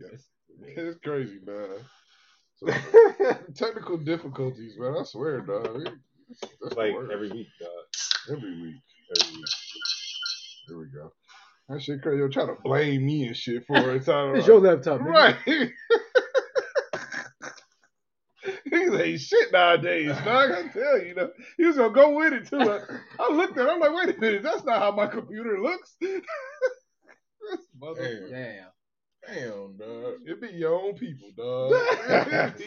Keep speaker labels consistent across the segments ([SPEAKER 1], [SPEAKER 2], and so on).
[SPEAKER 1] Yeah.
[SPEAKER 2] It's,
[SPEAKER 1] It's crazy, man. So, technical difficulties, man. I swear, dog. It- That's the
[SPEAKER 2] like
[SPEAKER 1] worst.
[SPEAKER 2] every week, dog.
[SPEAKER 1] every week.
[SPEAKER 2] Every week.
[SPEAKER 1] There we go. That shit crazy. You're trying to blame me and shit for it. I don't
[SPEAKER 3] It's
[SPEAKER 1] know.
[SPEAKER 3] your laptop, nigga.
[SPEAKER 1] right. Niggas ain't shit nowadays, dog. I tell you, though. He was gonna go with it too. I, I looked at it, I'm like, wait a minute, that's not how my computer looks. This mother-
[SPEAKER 2] Damn.
[SPEAKER 3] Damn.
[SPEAKER 1] Damn, dog. It be your own people, dog.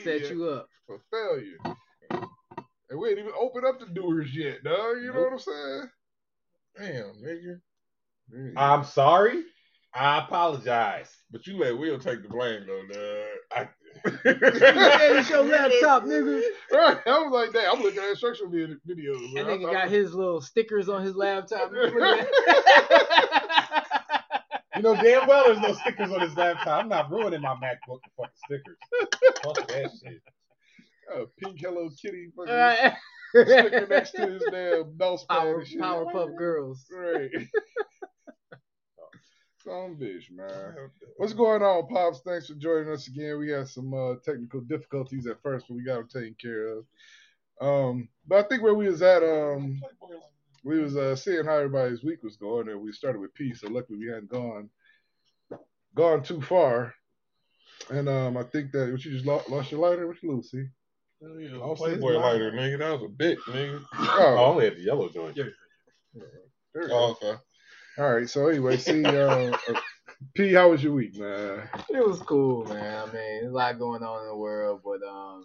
[SPEAKER 3] Set you up.
[SPEAKER 1] for failure. And we ain't even opened up the doors yet, dog. You know what I'm saying? Damn, nigga. Man.
[SPEAKER 2] I'm sorry. I apologize.
[SPEAKER 4] But you let Will take the blame though, dog. I,
[SPEAKER 3] Yeah, it's your laptop, nigga.
[SPEAKER 1] right. I was like, damn, I'm looking at instructional vid- videos. man.
[SPEAKER 3] That
[SPEAKER 1] I
[SPEAKER 3] nigga
[SPEAKER 1] thought-
[SPEAKER 3] got his little stickers on his laptop.
[SPEAKER 2] You know damn well there's no stickers on this laptop. I'm not ruining my MacBook with fucking stickers. Fuck that shit.
[SPEAKER 1] got a pink Hello Kitty fucking
[SPEAKER 3] Right.
[SPEAKER 1] sticker next to his damn mouse pad
[SPEAKER 3] Power,
[SPEAKER 1] and shit.
[SPEAKER 3] Powerpuff Girls.
[SPEAKER 1] Right. Some bitch, man. What's going on, Pops? Thanks for joining us again. We had some uh, technical difficulties at first, but we got them taken care of. Um, but I think where we was at, um, we was uh, seeing how everybody's week was going, and we started with peace. So luckily, we hadn't gone gone too far. And um, I think that what you just lost, lost your lighter, what you lose, see?
[SPEAKER 4] I Playboy lighter, nigga. That was a bitch, nigga.
[SPEAKER 2] Oh, I
[SPEAKER 1] Oh,
[SPEAKER 2] only have the yellow joint.
[SPEAKER 1] there we go.
[SPEAKER 4] Oh, okay.
[SPEAKER 1] All right. So anyway, see, uh, uh, P, how was your week, man?
[SPEAKER 3] It was cool, man. I mean, a lot going on in the world, but um,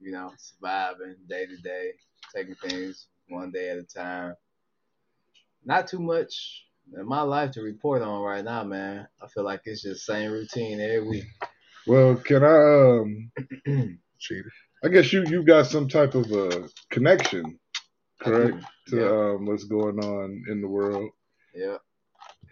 [SPEAKER 3] you know, surviving day to day, taking things one day at a time. Not too much in my life to report on right now, man. I feel like it's just same routine every week.
[SPEAKER 1] Well, can I um
[SPEAKER 4] Cheater.
[SPEAKER 1] I guess you you got some type of a connection,
[SPEAKER 3] I do.
[SPEAKER 1] correct, to
[SPEAKER 3] Yeah.
[SPEAKER 1] um, what's going on in the world.
[SPEAKER 3] Yep.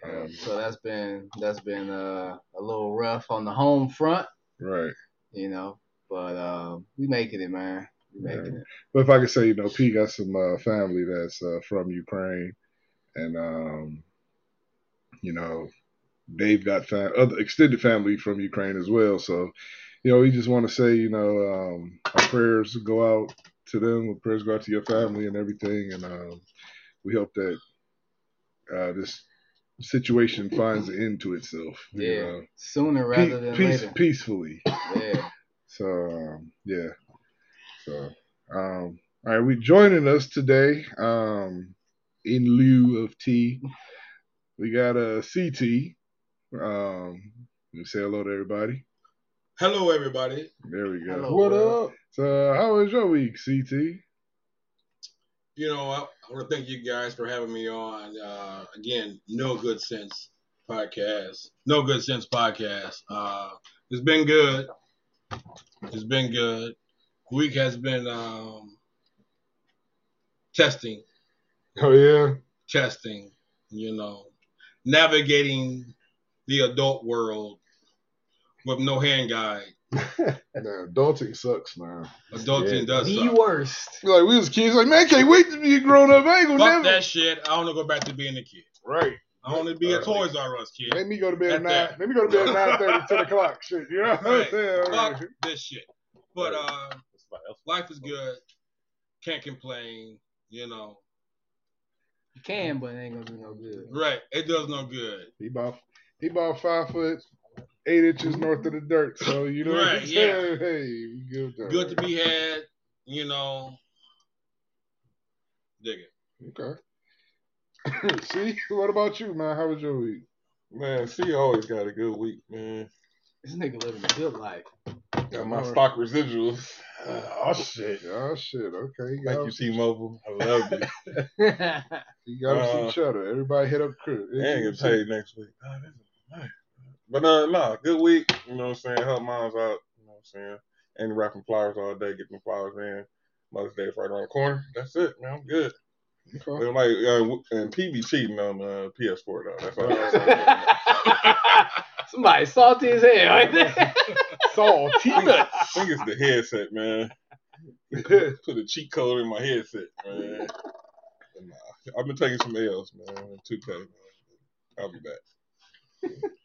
[SPEAKER 1] Um,
[SPEAKER 3] So that's been that's been uh, a little rough on the home front,
[SPEAKER 1] right.
[SPEAKER 3] you know, but uh, we making it, man. We making it.
[SPEAKER 1] But if I could say, you know, P got some uh, family that's uh, from Ukraine, and um, you know, they've got fam- other extended family from Ukraine as well. So, you know, we just want to say, you know, um, our prayers go out to them. Our prayers go out to your family and everything, and um, we hope that uh, this situation finds an end to itself. you
[SPEAKER 3] Yeah.
[SPEAKER 1] know,
[SPEAKER 3] Sooner
[SPEAKER 1] pe-
[SPEAKER 3] rather than
[SPEAKER 1] peace-
[SPEAKER 3] later.
[SPEAKER 1] peacefully.
[SPEAKER 3] Yeah.
[SPEAKER 1] So um, yeah. So um, all right, we joining us today. Um, in lieu of T, we got a CT. Um, let me say hello to everybody.
[SPEAKER 4] Hello, everybody.
[SPEAKER 1] There we go.
[SPEAKER 3] Hello.
[SPEAKER 4] What
[SPEAKER 3] Hello.
[SPEAKER 4] up?
[SPEAKER 1] So how was your week, CT?
[SPEAKER 4] You know, I, I want to thank you guys for having me on. Uh, again, no good sense podcast. No good sense podcast. Uh, it's been good. It's been good. Week has been um, testing,
[SPEAKER 1] Oh yeah.
[SPEAKER 4] testing. You know, navigating the adult world with no hand guide.
[SPEAKER 1] Nah, adulting sucks, man.
[SPEAKER 4] Adulting
[SPEAKER 2] Yeah.
[SPEAKER 4] does
[SPEAKER 3] The
[SPEAKER 4] suck.
[SPEAKER 3] worst.
[SPEAKER 1] Like we was kids, like man, I can't wait to be a grown up. I ain't gonna
[SPEAKER 4] Fuck
[SPEAKER 1] never.
[SPEAKER 4] that shit. I want to go back to being a kid.
[SPEAKER 1] Right.
[SPEAKER 4] I want to be a
[SPEAKER 1] Alright.
[SPEAKER 4] Toys R Us kid.
[SPEAKER 1] Let me go to bed at
[SPEAKER 4] That's
[SPEAKER 1] nine.
[SPEAKER 4] that.
[SPEAKER 1] Let me go to bed at nine thirty, ten o'clock. Shit, you know what I'm
[SPEAKER 4] Right.
[SPEAKER 1] saying?
[SPEAKER 4] Fuck this shit. But uh,
[SPEAKER 2] That's about it.
[SPEAKER 4] life is good. Can't complain. You know,
[SPEAKER 3] You can, but it ain't gonna do no good.
[SPEAKER 4] right? It does no good.
[SPEAKER 1] He about he about five foot eight inches north of the dirt. So you know what I'm
[SPEAKER 4] Right, yeah.
[SPEAKER 1] saying? Hey, you give that.
[SPEAKER 4] Good to be had. You know, dig it.
[SPEAKER 1] Okay. See, what about you, man? How was your week?
[SPEAKER 4] Man, see, always got a good week, man.
[SPEAKER 3] This nigga living a good life.
[SPEAKER 4] Got
[SPEAKER 1] my
[SPEAKER 4] stock residuals. oh shit!
[SPEAKER 1] Oh shit, okay. He got, him,
[SPEAKER 4] T-Mobile. I love you.
[SPEAKER 1] he got him some
[SPEAKER 4] Uh,
[SPEAKER 1] cheddar. Everybody hit up Chris.
[SPEAKER 4] get paid next week. Ah, But uh, no, good week. You know what I'm saying? Help moms out. You know what I'm saying? And wrapping flowers all day, getting flowers in. Mother's Day is right around the corner. That's it, man. I'm good.
[SPEAKER 1] Okay.
[SPEAKER 4] They're like, uh, and PB cheating on uh, PS4 though. That's all. I'm saying.
[SPEAKER 3] Somebody salty as hell right there.
[SPEAKER 1] Saul
[SPEAKER 4] I think it's the headset, man. Put a cheat code in my headset, man. But nah, I've been taking some L's, man. in 2K, man. I'll be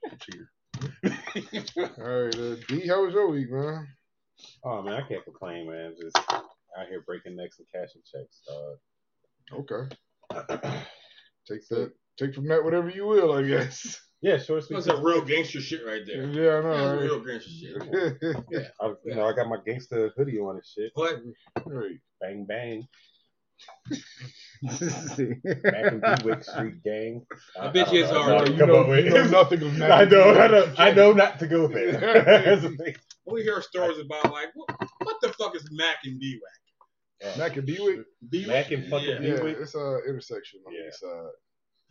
[SPEAKER 4] back. Cheater.
[SPEAKER 1] All right, uh, D, how was your week, man?
[SPEAKER 2] Oh man, I can't complain, man. Just out here breaking necks and cashing checks. dog.
[SPEAKER 1] Okay. Take that. Take from that whatever you will, I guess.
[SPEAKER 2] yeah, short sweet.
[SPEAKER 4] That's a real gangster shit right
[SPEAKER 1] Yeah, I
[SPEAKER 4] there. That's
[SPEAKER 1] know.
[SPEAKER 4] real gangster shit.
[SPEAKER 1] Right?
[SPEAKER 2] Yeah, I, you know, I got my gangster hoodie on and shit.
[SPEAKER 4] What?
[SPEAKER 1] Right.
[SPEAKER 2] Bang bang, back in Bewick Street gang.
[SPEAKER 4] I bet you it's
[SPEAKER 2] don't know.
[SPEAKER 4] hard.
[SPEAKER 2] Come
[SPEAKER 1] you, know,
[SPEAKER 2] over
[SPEAKER 1] you know
[SPEAKER 2] here.
[SPEAKER 1] nothing of that.
[SPEAKER 2] I know, I know, I know not to go there. That's the thing.
[SPEAKER 4] We hear stories about like what, what the fuck is Mac and B
[SPEAKER 1] Mac and Bewick.
[SPEAKER 4] Wack?
[SPEAKER 2] Mac and fucking
[SPEAKER 4] yeah.
[SPEAKER 1] Yeah,
[SPEAKER 2] Bewick.
[SPEAKER 1] it's a intersection on
[SPEAKER 2] Yeah.
[SPEAKER 1] the east side.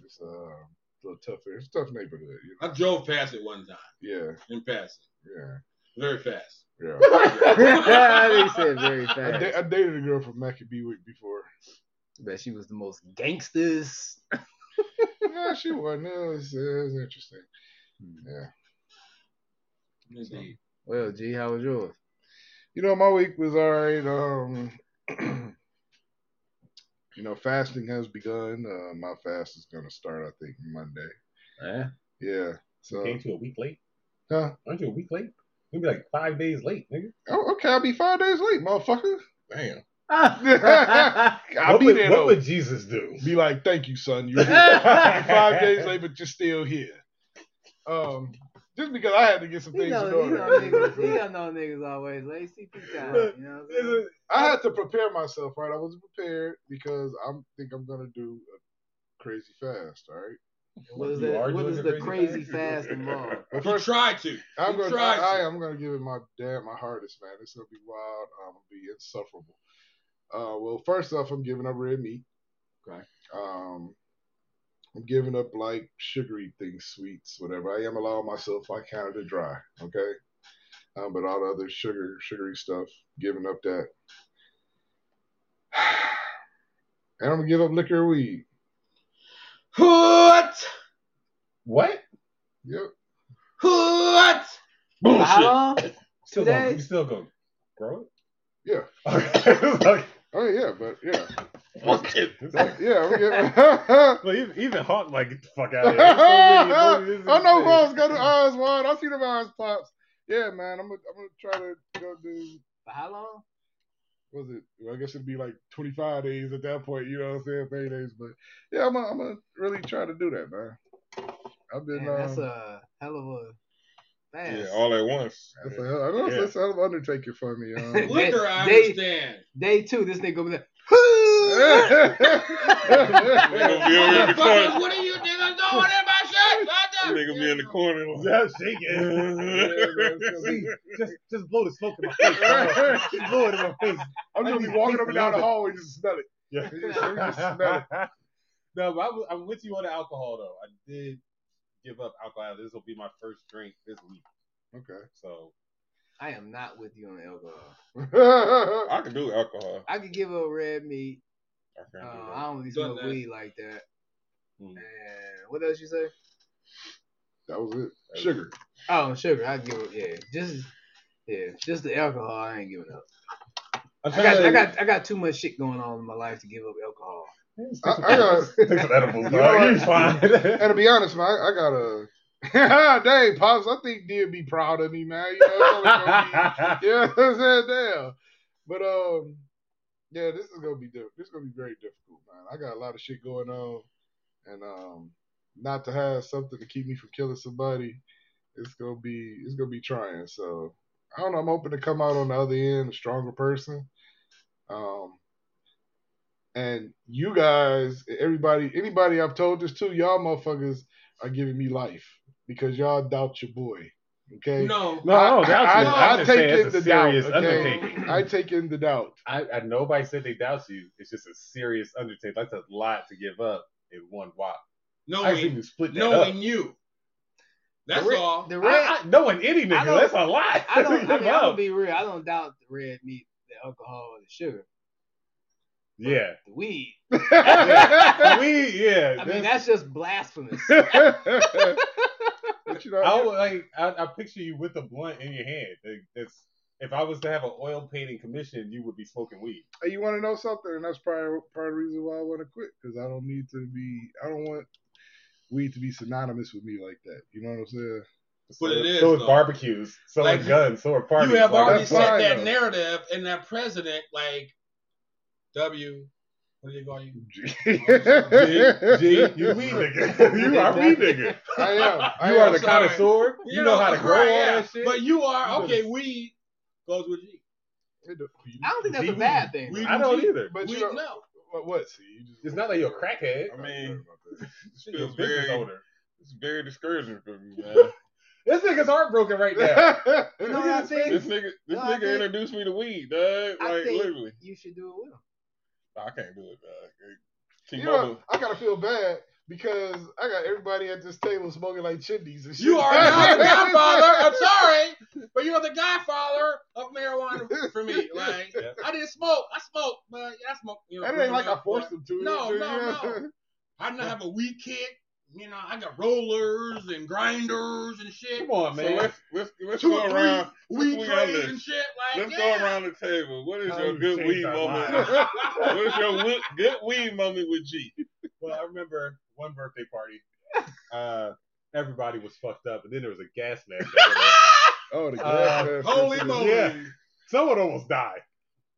[SPEAKER 1] It's uh, a little tougher. It's a tough neighborhood. You know?
[SPEAKER 4] I drove past it one time
[SPEAKER 1] Yeah,
[SPEAKER 4] in passing,
[SPEAKER 1] yeah,
[SPEAKER 4] very fast.
[SPEAKER 1] yeah.
[SPEAKER 5] they said very
[SPEAKER 1] I,
[SPEAKER 5] fast.
[SPEAKER 1] da- I dated a girl from Mac and Bewick before.
[SPEAKER 5] But she was the most gangsters.
[SPEAKER 1] no, she wasn't. It was, it was interesting.
[SPEAKER 2] Hmm.
[SPEAKER 1] Yeah.
[SPEAKER 4] Indeed.
[SPEAKER 5] Well, G, how was yours?
[SPEAKER 1] You know, my week was all right. Um, you know, fasting has begun. Uh, my fast is going to start, I think, Monday.
[SPEAKER 5] Yeah.
[SPEAKER 1] Yeah. So,
[SPEAKER 2] Came to a week late.
[SPEAKER 1] Huh?
[SPEAKER 2] Aren't you a week late? You'll be like five days late, nigga.
[SPEAKER 1] oh, okay, I'll be five days late, motherfucker.
[SPEAKER 2] Damn.
[SPEAKER 1] I'll
[SPEAKER 2] what
[SPEAKER 1] be
[SPEAKER 2] would,
[SPEAKER 1] there,
[SPEAKER 2] what
[SPEAKER 1] though.
[SPEAKER 2] would Jesus do?
[SPEAKER 1] Be like, thank you, son. You're here." five days late, but you're still here. Um, just because I had to get some
[SPEAKER 5] You
[SPEAKER 1] things
[SPEAKER 5] know,
[SPEAKER 1] in
[SPEAKER 5] you know,
[SPEAKER 1] order.
[SPEAKER 5] niggas, you don't know niggas always late. CP time. You know what I'm saying?
[SPEAKER 1] I had to prepare myself, right? I was prepared because I think I'm gonna do a crazy fast, all right?
[SPEAKER 5] What is
[SPEAKER 2] You are
[SPEAKER 5] that? What
[SPEAKER 2] doing
[SPEAKER 5] is
[SPEAKER 2] the
[SPEAKER 5] the
[SPEAKER 2] crazy
[SPEAKER 5] crazy fast involved?
[SPEAKER 1] But
[SPEAKER 4] You
[SPEAKER 1] first,
[SPEAKER 4] tried to.
[SPEAKER 1] I'm
[SPEAKER 4] you
[SPEAKER 1] gonna,
[SPEAKER 4] tried to.
[SPEAKER 1] I, I am gonna give it my damn, my hardest, man. It's gonna be wild. I'm gonna be insufferable. Uh, well, first off, I'm giving up red meat.
[SPEAKER 5] Okay.
[SPEAKER 1] Um, I'm giving up like sugary things, sweets, whatever. I am allowing myself like kind of to dry, okay? Um, but all the other sugar, sugary stuff, giving up that. And I'm gonna give up liquor and weed.
[SPEAKER 4] What?
[SPEAKER 2] What?
[SPEAKER 1] Yep.
[SPEAKER 4] What?
[SPEAKER 5] For How long?
[SPEAKER 2] Still going.
[SPEAKER 5] Today?
[SPEAKER 2] You still going. Grow it?
[SPEAKER 1] Yeah.
[SPEAKER 2] Okay.
[SPEAKER 1] Oh yeah, but yeah,
[SPEAKER 4] Bullshit.
[SPEAKER 2] It's like,
[SPEAKER 1] yeah. I'm giving...
[SPEAKER 2] well, even, even Hawk like get the fuck out of here. It's so weird, boy.
[SPEAKER 1] I know
[SPEAKER 2] This
[SPEAKER 1] Vaughn's
[SPEAKER 2] is-
[SPEAKER 1] got his eyes wide. I see the eyes pops. Yeah, man. I'm gonna I'm gonna try to go do.
[SPEAKER 5] For how long?
[SPEAKER 1] Was it? Well, I guess it'd be like 25 days at that point. You know what I'm saying? 30 days, but yeah, I'm gonna, I'm gonna really try to do that, man. I've been.
[SPEAKER 5] Man,
[SPEAKER 1] um,
[SPEAKER 5] that's a hell of a fast.
[SPEAKER 6] Yeah, all at once.
[SPEAKER 1] that's a hell. I know
[SPEAKER 2] Yeah.
[SPEAKER 1] that's a hell of an undertaking for me. Um,
[SPEAKER 4] Liquor, I
[SPEAKER 5] They-
[SPEAKER 4] understand.
[SPEAKER 5] Day two, this nigga over there.
[SPEAKER 6] They gonna be over in the
[SPEAKER 4] Fuckers,
[SPEAKER 6] corner.
[SPEAKER 4] what are you niggas doing in my shit?
[SPEAKER 6] They gonna be in the corner. like,
[SPEAKER 2] Yeah, shake it. See, just, just blow the smoke in my face. bro. Just blow it in my face.
[SPEAKER 1] I'm gonna be walking up and down the hallway just smell it.
[SPEAKER 2] Yeah.
[SPEAKER 1] You just- you just smell it.
[SPEAKER 2] no, but I'm, I'm with you on the alcohol though. I did give up
[SPEAKER 4] uh,
[SPEAKER 2] alcohol. This will be my first drink this week.
[SPEAKER 1] Okay.
[SPEAKER 2] So
[SPEAKER 5] I am not with you on the alcohol.
[SPEAKER 6] I can do alcohol.
[SPEAKER 5] I could give up red meat.
[SPEAKER 6] I
[SPEAKER 5] Uh, I
[SPEAKER 6] can do that.
[SPEAKER 5] don't really
[SPEAKER 4] Done
[SPEAKER 5] smoke
[SPEAKER 4] that.
[SPEAKER 5] weed like that.
[SPEAKER 2] Mm.
[SPEAKER 5] And what else you say?
[SPEAKER 1] that was it. Sugar.
[SPEAKER 5] Oh, sugar. I give up. Yeah, just yeah, just the alcohol. I ain't giving up.
[SPEAKER 2] I'm
[SPEAKER 5] I got I got I got too much shit going on in my life to give up alcohol.
[SPEAKER 1] I, I got.
[SPEAKER 2] Take some edibles.
[SPEAKER 1] You
[SPEAKER 2] dog.
[SPEAKER 1] know
[SPEAKER 2] You fine.
[SPEAKER 1] And to be honest, man, I, I got a. Dang, Pops, I think D'd be proud of me, man. You know, it's only gonna be- you know what I'm saying? Damn. But, um, yeah, this is going to be different. This is going to be very difficult, man. I got a lot of shit going on. And, um, not to have something to keep me from killing somebody, it's going to be, it's going to be trying. So, I don't know. I'm hoping to come out on the other end a stronger person. Um, and you guys, everybody, anybody I've told this to, y'all motherfuckers are giving me life because y'all doubt your boy. Okay.
[SPEAKER 4] No.
[SPEAKER 2] No, no, that's
[SPEAKER 1] I-
[SPEAKER 2] I,
[SPEAKER 1] I-
[SPEAKER 2] I,
[SPEAKER 1] I
[SPEAKER 2] am
[SPEAKER 1] take
[SPEAKER 2] saying
[SPEAKER 1] it
[SPEAKER 2] it's a
[SPEAKER 1] the doubt,
[SPEAKER 2] serious
[SPEAKER 1] okay?
[SPEAKER 2] undertaking.
[SPEAKER 1] I take in the doubt.
[SPEAKER 2] I, I nobody said they doubt you. It's just a serious undertaking. That's a lot to give up in one walk. I
[SPEAKER 4] Knowing,
[SPEAKER 2] see you split that
[SPEAKER 4] knowing
[SPEAKER 2] up.
[SPEAKER 4] you. That's
[SPEAKER 5] the red,
[SPEAKER 4] all.
[SPEAKER 5] The red.
[SPEAKER 2] I, I, knowing any nigga,
[SPEAKER 5] don't-
[SPEAKER 2] that's a lot.
[SPEAKER 5] I don't. I
[SPEAKER 2] to
[SPEAKER 5] mean, I'm
[SPEAKER 2] give
[SPEAKER 5] gonna
[SPEAKER 2] up.
[SPEAKER 5] be real. I don't doubt the red meat, the alcohol, or the sugar,
[SPEAKER 2] yeah,
[SPEAKER 5] the weed.
[SPEAKER 2] we yeah.
[SPEAKER 5] I
[SPEAKER 2] this-
[SPEAKER 5] mean, that's just blasphemous.
[SPEAKER 1] but you know,
[SPEAKER 2] I would, like I, I picture you with a blunt in your hand. Like, it's, if I was to have an oil painting commission, you would be smoking weed.
[SPEAKER 1] Hey, you want to know something, and that's probably part of the reason why I want to quit because I don't need to be. I don't want weed to be synonymous with me like that. You know what I'm saying?
[SPEAKER 4] But it is,
[SPEAKER 2] So is
[SPEAKER 4] though.
[SPEAKER 2] barbecues. So
[SPEAKER 4] Like,
[SPEAKER 2] is guns. So are parties.
[SPEAKER 4] you have
[SPEAKER 2] Like,
[SPEAKER 4] already
[SPEAKER 2] that's
[SPEAKER 4] set
[SPEAKER 2] fine,
[SPEAKER 4] that
[SPEAKER 2] though.
[SPEAKER 4] narrative, and that president, like W, what do you call you?
[SPEAKER 2] G, you we nigga. You are we nigga.
[SPEAKER 1] I am. I
[SPEAKER 2] You are
[SPEAKER 1] am.
[SPEAKER 2] the
[SPEAKER 4] sorry.
[SPEAKER 2] connoisseur. You know how to grow all
[SPEAKER 4] right, yeah.
[SPEAKER 2] that shit.
[SPEAKER 4] But you are
[SPEAKER 2] You
[SPEAKER 4] okay. We goes with G.
[SPEAKER 5] I don't think that's a
[SPEAKER 2] We-
[SPEAKER 5] bad thing.
[SPEAKER 4] we-
[SPEAKER 2] I don't either.
[SPEAKER 1] But
[SPEAKER 4] we
[SPEAKER 1] you know,
[SPEAKER 4] no.
[SPEAKER 1] what, what? See, you just,
[SPEAKER 2] It's not like you're a crackhead.
[SPEAKER 6] I mean, this
[SPEAKER 2] You're a
[SPEAKER 6] feels
[SPEAKER 2] business
[SPEAKER 6] very,
[SPEAKER 2] owner.
[SPEAKER 6] it's very discouraging for me, man.
[SPEAKER 2] This nigga's heartbroken right now.
[SPEAKER 1] yeah.
[SPEAKER 5] You know what I
[SPEAKER 6] This
[SPEAKER 5] think?
[SPEAKER 6] nigga, this
[SPEAKER 5] No, I
[SPEAKER 6] nigga
[SPEAKER 5] think-
[SPEAKER 6] introduced me to weed, dog. Like
[SPEAKER 5] I think-
[SPEAKER 6] literally,
[SPEAKER 5] You should do it with him.
[SPEAKER 6] Nah, I can't do it, dog.
[SPEAKER 1] You
[SPEAKER 6] T-Mobile,
[SPEAKER 1] know, I gotta feel bad because I got everybody at this table smoking like chimneys and shit.
[SPEAKER 4] You are now the godfather. I'm sorry, but you're the godfather of marijuana for me. Like
[SPEAKER 2] Yeah.
[SPEAKER 4] I didn't smoke. I smoked, but I smoked. You know,
[SPEAKER 1] That ain't like I
[SPEAKER 4] but-
[SPEAKER 1] forced them to.
[SPEAKER 4] No,
[SPEAKER 1] it,
[SPEAKER 4] no,
[SPEAKER 1] yeah.
[SPEAKER 4] I didn't have a weed kit. You know, I got rollers and grinders and shit.
[SPEAKER 2] Come on,
[SPEAKER 6] so
[SPEAKER 2] man.
[SPEAKER 6] let's let's let's
[SPEAKER 4] Two
[SPEAKER 6] go
[SPEAKER 4] or
[SPEAKER 6] around.
[SPEAKER 4] three weed
[SPEAKER 6] we on
[SPEAKER 4] trays
[SPEAKER 6] this.
[SPEAKER 4] and shit. Like
[SPEAKER 6] Let's
[SPEAKER 4] yeah.
[SPEAKER 6] go around the table. What is
[SPEAKER 2] Now
[SPEAKER 6] your
[SPEAKER 2] Oh, you
[SPEAKER 6] good
[SPEAKER 2] changed
[SPEAKER 6] weed
[SPEAKER 2] our
[SPEAKER 6] moment?
[SPEAKER 2] mind.
[SPEAKER 6] what is your wi- good weed moment with G?
[SPEAKER 2] Well, I remember one birthday party. Uh, everybody was fucked up, and then there was a gas mask. that went off.
[SPEAKER 1] Oh, the gas
[SPEAKER 2] Uh,
[SPEAKER 1] mask
[SPEAKER 4] Holy
[SPEAKER 1] is-
[SPEAKER 4] moly!
[SPEAKER 2] Yeah. Someone almost died.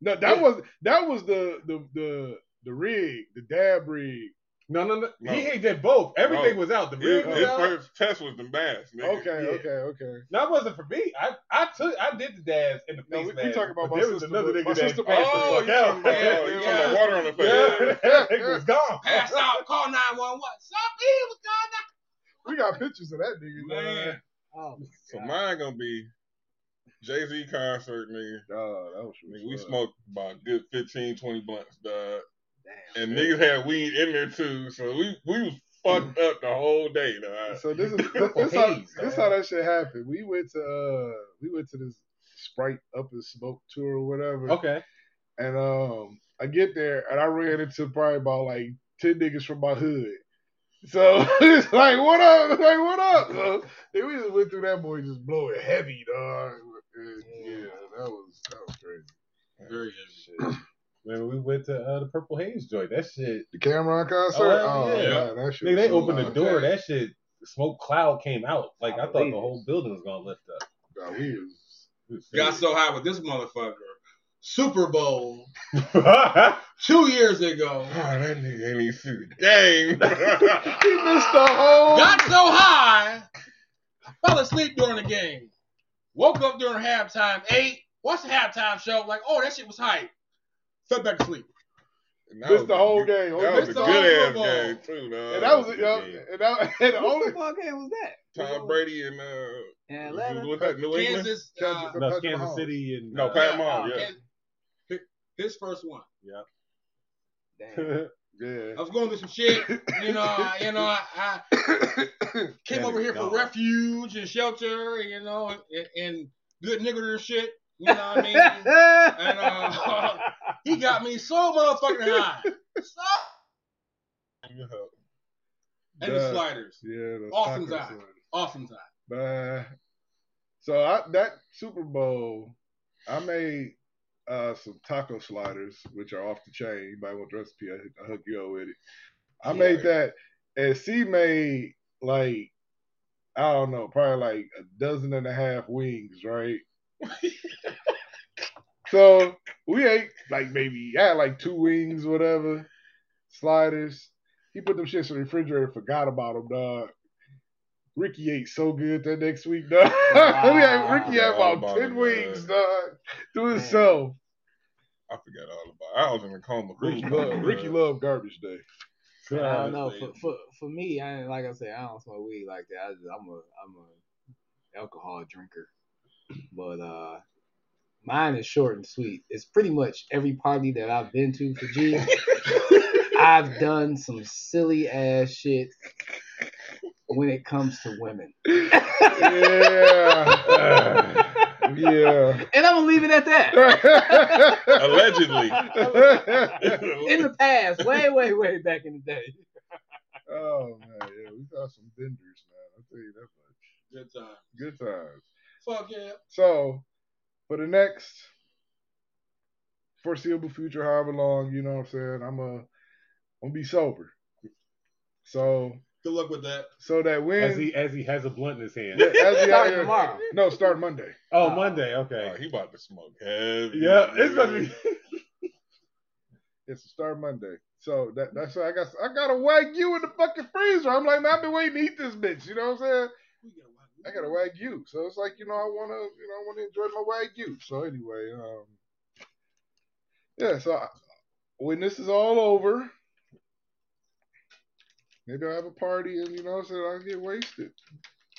[SPEAKER 1] No, that was that was the the the the rig, the dab rig.
[SPEAKER 2] No, no, no.
[SPEAKER 6] No.
[SPEAKER 2] He, he did both. Everything
[SPEAKER 6] No.
[SPEAKER 2] was out. The
[SPEAKER 6] His,
[SPEAKER 2] rig was
[SPEAKER 6] Oh. his
[SPEAKER 2] out.
[SPEAKER 6] first test was the mask, nigga.
[SPEAKER 1] Okay, okay, okay.
[SPEAKER 2] No, it wasn't for me. I I took I did the dabs in the
[SPEAKER 1] No,
[SPEAKER 2] face
[SPEAKER 1] we,
[SPEAKER 2] mask.
[SPEAKER 1] we talking about
[SPEAKER 2] but
[SPEAKER 1] my
[SPEAKER 2] there
[SPEAKER 1] sister.
[SPEAKER 2] was another
[SPEAKER 1] but-
[SPEAKER 2] nigga
[SPEAKER 1] my
[SPEAKER 2] that
[SPEAKER 1] sister
[SPEAKER 2] passed
[SPEAKER 1] passed the
[SPEAKER 2] the
[SPEAKER 4] Oh,
[SPEAKER 2] fuck
[SPEAKER 4] you
[SPEAKER 2] out.
[SPEAKER 4] talking
[SPEAKER 6] Oh, you
[SPEAKER 4] Yeah.
[SPEAKER 6] got water on the face.
[SPEAKER 2] Yeah, that nigga was gone.
[SPEAKER 4] Pass out. Call nine one one. Something was going
[SPEAKER 1] We got pictures of that nigga.
[SPEAKER 4] on. Man.
[SPEAKER 5] Oh, my
[SPEAKER 6] So
[SPEAKER 5] God.
[SPEAKER 6] mine gonna be Jay Z concert, nigga.
[SPEAKER 1] Oh, that was
[SPEAKER 6] Nigga, we smoked about a good 15, 20 blunts, dog.
[SPEAKER 5] damn.
[SPEAKER 6] And niggas had weed in there too, so we we was fucked up the whole day, dog.
[SPEAKER 1] So this is this,
[SPEAKER 2] Purple
[SPEAKER 1] this how
[SPEAKER 2] haze,
[SPEAKER 1] this
[SPEAKER 2] man.
[SPEAKER 1] how that shit happened. We went to uh we went to this Sprite Up and Smoke tour or whatever.
[SPEAKER 2] Okay.
[SPEAKER 1] And um, I get there and I ran into probably about like ten niggas from my hood. So it's like, what up? Like, what up? So, then we just went through that boy just blowing heavy, dog. And, yeah, that was that was crazy.
[SPEAKER 4] Very
[SPEAKER 2] When we went to uh, the Purple Haze joint, that shit.
[SPEAKER 1] The Cameron concert.
[SPEAKER 2] Oh,
[SPEAKER 1] Oh,
[SPEAKER 2] yeah.
[SPEAKER 1] man, that shit.
[SPEAKER 2] Nigga,
[SPEAKER 1] was
[SPEAKER 2] they
[SPEAKER 1] so
[SPEAKER 2] opened the
[SPEAKER 1] loud.
[SPEAKER 2] door. That shit. Smoke cloud came out. Like I,
[SPEAKER 5] I
[SPEAKER 2] thought
[SPEAKER 5] believe
[SPEAKER 2] the
[SPEAKER 5] it.
[SPEAKER 2] whole building was gonna lift up.
[SPEAKER 1] Nah, we was-
[SPEAKER 2] We was
[SPEAKER 4] Got so high with this motherfucker. Super Bowl
[SPEAKER 2] serious.
[SPEAKER 4] two years ago.
[SPEAKER 6] Oh, Ah, that nigga ain't even see the game.
[SPEAKER 1] he missed the whole.
[SPEAKER 4] Got so high, fell asleep during the game. Woke up during halftime. Eight. Watched the halftime show. Like, oh, that shit was hype. Fell back asleep.
[SPEAKER 6] And that
[SPEAKER 1] Missed
[SPEAKER 6] was
[SPEAKER 1] the
[SPEAKER 6] a
[SPEAKER 1] whole
[SPEAKER 6] good-
[SPEAKER 1] game.
[SPEAKER 6] That was a
[SPEAKER 1] Missed
[SPEAKER 6] good
[SPEAKER 1] the whole-
[SPEAKER 6] ass
[SPEAKER 4] football.
[SPEAKER 6] game too, dog.
[SPEAKER 1] and that was,
[SPEAKER 6] a
[SPEAKER 1] it,
[SPEAKER 6] good
[SPEAKER 1] yo,
[SPEAKER 2] uh,
[SPEAKER 6] game.
[SPEAKER 1] and that and the
[SPEAKER 5] What
[SPEAKER 1] only.
[SPEAKER 5] the fuck game was that?
[SPEAKER 6] Tom Brady and uh,
[SPEAKER 5] In
[SPEAKER 6] who-
[SPEAKER 5] Atlanta.
[SPEAKER 6] what's that? New England.
[SPEAKER 4] Kansas. Uh,
[SPEAKER 2] no,
[SPEAKER 1] Patrick
[SPEAKER 2] Kansas
[SPEAKER 1] Mahomes.
[SPEAKER 2] City and
[SPEAKER 6] No,
[SPEAKER 2] uh,
[SPEAKER 6] Pat Mahomes. Yeah.
[SPEAKER 4] Kansas- his first one.
[SPEAKER 5] Damn.
[SPEAKER 1] Yeah.
[SPEAKER 4] I was going through some shit. You know, I, you know, I, I came
[SPEAKER 2] That
[SPEAKER 4] over
[SPEAKER 2] is
[SPEAKER 4] here
[SPEAKER 2] gone.
[SPEAKER 4] for refuge and shelter, and, you know, and, and good nigger and shit. You know what I mean? and uh, he got me so motherfucking high. So, and the
[SPEAKER 1] Duh.
[SPEAKER 4] sliders.
[SPEAKER 1] Yeah. The
[SPEAKER 4] Austin's
[SPEAKER 1] tacos
[SPEAKER 4] eye.
[SPEAKER 1] and-
[SPEAKER 4] Awesome time.
[SPEAKER 1] Man. So I, that Super Bowl, I made uh, some taco sliders, which are off the chain. You might want the recipe. I, I hook you up with it. I made that, and she made like I don't know, probably like a dozen and a half wings, right? so we ate like maybe I had like two wings, whatever, sliders. He put them shits in the refrigerator, forgot about them, dog. Ricky ate so good that next week, dog. we had, Ricky had
[SPEAKER 6] Wow.
[SPEAKER 1] about ten
[SPEAKER 6] Wow.
[SPEAKER 1] wings, dog, to
[SPEAKER 5] Man.
[SPEAKER 1] himself.
[SPEAKER 6] I forgot all about. I was in a coma.
[SPEAKER 1] Ricky
[SPEAKER 6] Cool coma,
[SPEAKER 1] love, Ricky
[SPEAKER 6] dog.
[SPEAKER 1] love garbage day.
[SPEAKER 5] I don't know.
[SPEAKER 4] Honestly.
[SPEAKER 5] For, for for me, I like I said, I don't smoke weed like that. I just, I'm a I'm a alcohol drinker, but uh, mine is short and sweet. It's pretty much every party that I've been to for G. I've done some silly ass shit when it comes to women,
[SPEAKER 1] Yeah. yeah.
[SPEAKER 5] and I'm gonna leave it at that.
[SPEAKER 6] Allegedly.
[SPEAKER 5] In the past, way way way back in the day.
[SPEAKER 1] oh man, yeah, we got some vendors, man. I'll tell you that much.
[SPEAKER 4] Good time.
[SPEAKER 1] Good times.
[SPEAKER 4] Fuck yeah.
[SPEAKER 1] So, for the next foreseeable future, however long, you know what I'm saying, I'm a, I'm gonna be sober. So
[SPEAKER 4] Good luck with that.
[SPEAKER 1] So that
[SPEAKER 2] As
[SPEAKER 1] wins.
[SPEAKER 2] he as he has a blunt in his hand.
[SPEAKER 1] as he out
[SPEAKER 2] Starting
[SPEAKER 1] here-
[SPEAKER 2] tomorrow.
[SPEAKER 1] No, start Monday.
[SPEAKER 2] Oh, Monday. Okay.
[SPEAKER 7] Oh, he about to smoke heavy.
[SPEAKER 2] Yeah, it's gonna be.
[SPEAKER 1] It's start Monday. So that, that's why I got I got a wagyu in the fucking freezer. I'm like, man, I've been waiting to eat this bitch. You know what I'm saying? I got a wagyu, so it's like you know I wanna you know I wanna enjoy my wagyu. So anyway, um, yeah. So I, when this is all over, maybe I'll have a party and you know what I'm saying I'll get wasted.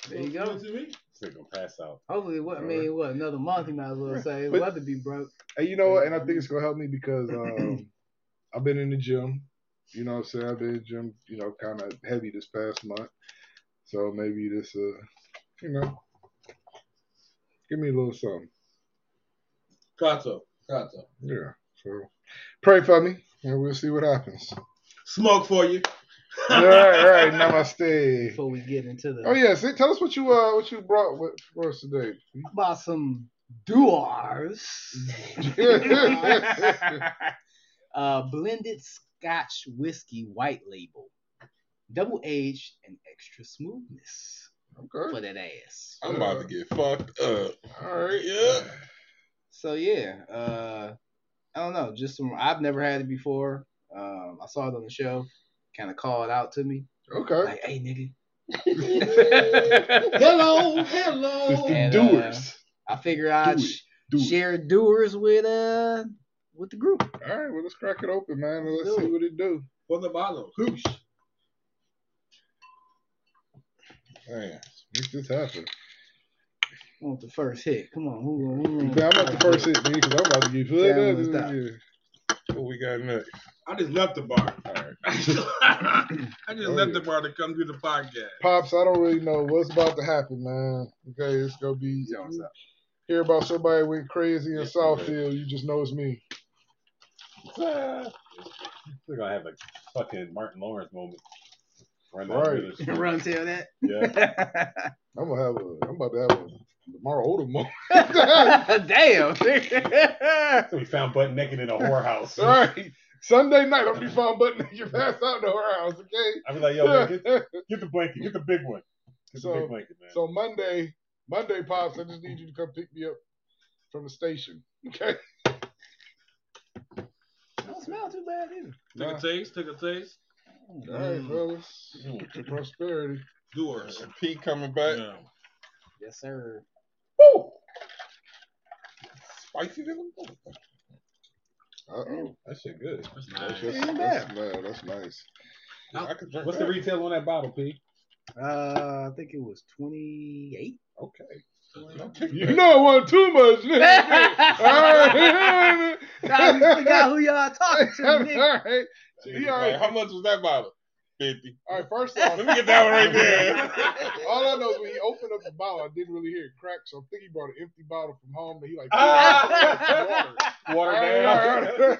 [SPEAKER 3] There you go.
[SPEAKER 4] To me?
[SPEAKER 2] He's gonna pass out.
[SPEAKER 3] Hopefully, what I mean, what another month? He might as well say,
[SPEAKER 1] But-
[SPEAKER 3] "Weather be broke."
[SPEAKER 1] And you know what? And I think it's gonna help me because um, I've been in the gym. You know what I'm saying? I've been in the gym, you know, kind of heavy this past month. So maybe this, uh, you know, give me a little something.
[SPEAKER 4] Kato. Kato.
[SPEAKER 1] Yeah. So pray for me, and we'll see what happens.
[SPEAKER 4] Smoke for you.
[SPEAKER 1] all right, all right. Namaste.
[SPEAKER 3] Before we get into the
[SPEAKER 1] Oh yeah, see, tell us what you uh what you brought with, for us today.
[SPEAKER 3] about some duars,
[SPEAKER 1] Mm-hmm.
[SPEAKER 3] uh, blended Scotch whiskey white label, double aged and extra smoothness
[SPEAKER 1] okay.
[SPEAKER 3] for that ass.
[SPEAKER 7] I'm about to get fucked up.
[SPEAKER 1] All right.
[SPEAKER 7] Yeah.
[SPEAKER 3] So yeah, uh, I don't know. Just some. I've never had it before. Um, I saw it on the show. Kind of called out to me,
[SPEAKER 1] Okay.
[SPEAKER 3] like, "Hey, nigga."
[SPEAKER 4] Hello.
[SPEAKER 1] It's
[SPEAKER 4] Hello.
[SPEAKER 1] the
[SPEAKER 3] And, uh,
[SPEAKER 1] doers.
[SPEAKER 3] I figure I'd
[SPEAKER 1] Do it.
[SPEAKER 3] sh-
[SPEAKER 1] Do it.
[SPEAKER 3] share doers with uh with the group.
[SPEAKER 1] All right, well let's crack it open, man, and let's
[SPEAKER 3] Do
[SPEAKER 1] see
[SPEAKER 3] it.
[SPEAKER 1] what it do.
[SPEAKER 4] For the bottle. Whoosh.
[SPEAKER 1] Man, make this happen.
[SPEAKER 3] I want the first hit. Come on, who gonna- who
[SPEAKER 1] Man,
[SPEAKER 3] gonna-
[SPEAKER 1] I'm at the first hit, man, because I'm about to get
[SPEAKER 3] Yeah,
[SPEAKER 1] fed
[SPEAKER 3] I'm
[SPEAKER 1] up.
[SPEAKER 3] gonna stop.
[SPEAKER 1] Yeah.
[SPEAKER 7] What we got next?
[SPEAKER 4] I just left the bar. I just
[SPEAKER 1] Oh,
[SPEAKER 4] left
[SPEAKER 1] yeah.
[SPEAKER 4] the bar to come do the podcast.
[SPEAKER 1] Pops, I don't really know what's about to happen, man. Okay, it's gonna be.
[SPEAKER 4] Yo, what's up?
[SPEAKER 1] Hear about somebody went crazy in
[SPEAKER 7] Yeah,
[SPEAKER 1] Southfield, you just know it's me.
[SPEAKER 2] We're gonna have a fucking Martin Lawrence moment. Run
[SPEAKER 1] Right.
[SPEAKER 2] through the-
[SPEAKER 3] Run tell that.
[SPEAKER 2] Yeah.
[SPEAKER 1] I'm gonna have a. I'm about to have a Lamar Odom moment.
[SPEAKER 3] Damn.
[SPEAKER 2] So we found butt naked in a whorehouse.
[SPEAKER 1] All right, Sunday night I'm gonna be found button your ass out the warehouse, okay?
[SPEAKER 2] I was like, yo, man, get,
[SPEAKER 1] Yeah.
[SPEAKER 2] get the blanket, get the big one, get
[SPEAKER 1] So-
[SPEAKER 2] the big blanket, man.
[SPEAKER 1] so Monday, Monday, pops, I just need you to come pick me up from the station, okay?
[SPEAKER 3] Don't smell too bad either.
[SPEAKER 4] Take
[SPEAKER 1] Nah.
[SPEAKER 4] a taste. Take a taste.
[SPEAKER 1] All right,
[SPEAKER 3] Mm.
[SPEAKER 1] fellas,
[SPEAKER 7] Mm.
[SPEAKER 1] prosperity.
[SPEAKER 4] Doors.
[SPEAKER 7] P coming back.
[SPEAKER 4] Yeah.
[SPEAKER 3] Yes, sir.
[SPEAKER 7] Woo! Spicy than a motherfucker.
[SPEAKER 1] Uh oh,
[SPEAKER 2] That shit good.
[SPEAKER 1] that's,
[SPEAKER 4] That's nice.
[SPEAKER 1] that's,
[SPEAKER 3] Ain't
[SPEAKER 1] that's, nah, that's nice.
[SPEAKER 7] I could drink
[SPEAKER 2] What's the
[SPEAKER 7] that.
[SPEAKER 2] retail on that bottle, P?
[SPEAKER 3] Uh, I think it was 28.
[SPEAKER 2] Okay.
[SPEAKER 7] No kickback.
[SPEAKER 1] You know, it wasn't too much. nigga.
[SPEAKER 3] I
[SPEAKER 1] All
[SPEAKER 3] forgot who y'all talking to,
[SPEAKER 1] right.
[SPEAKER 3] nigga.
[SPEAKER 1] All right.
[SPEAKER 7] She's like, how much was that bottle? Fifty.
[SPEAKER 1] All right, first
[SPEAKER 7] Let
[SPEAKER 1] off,
[SPEAKER 7] me get that one right there.
[SPEAKER 1] all I know is when he opened up the bottle, I didn't really hear it crack, so I think he brought an empty bottle from home that he like.
[SPEAKER 2] Ah! Water
[SPEAKER 1] All
[SPEAKER 2] down.
[SPEAKER 1] right, all right.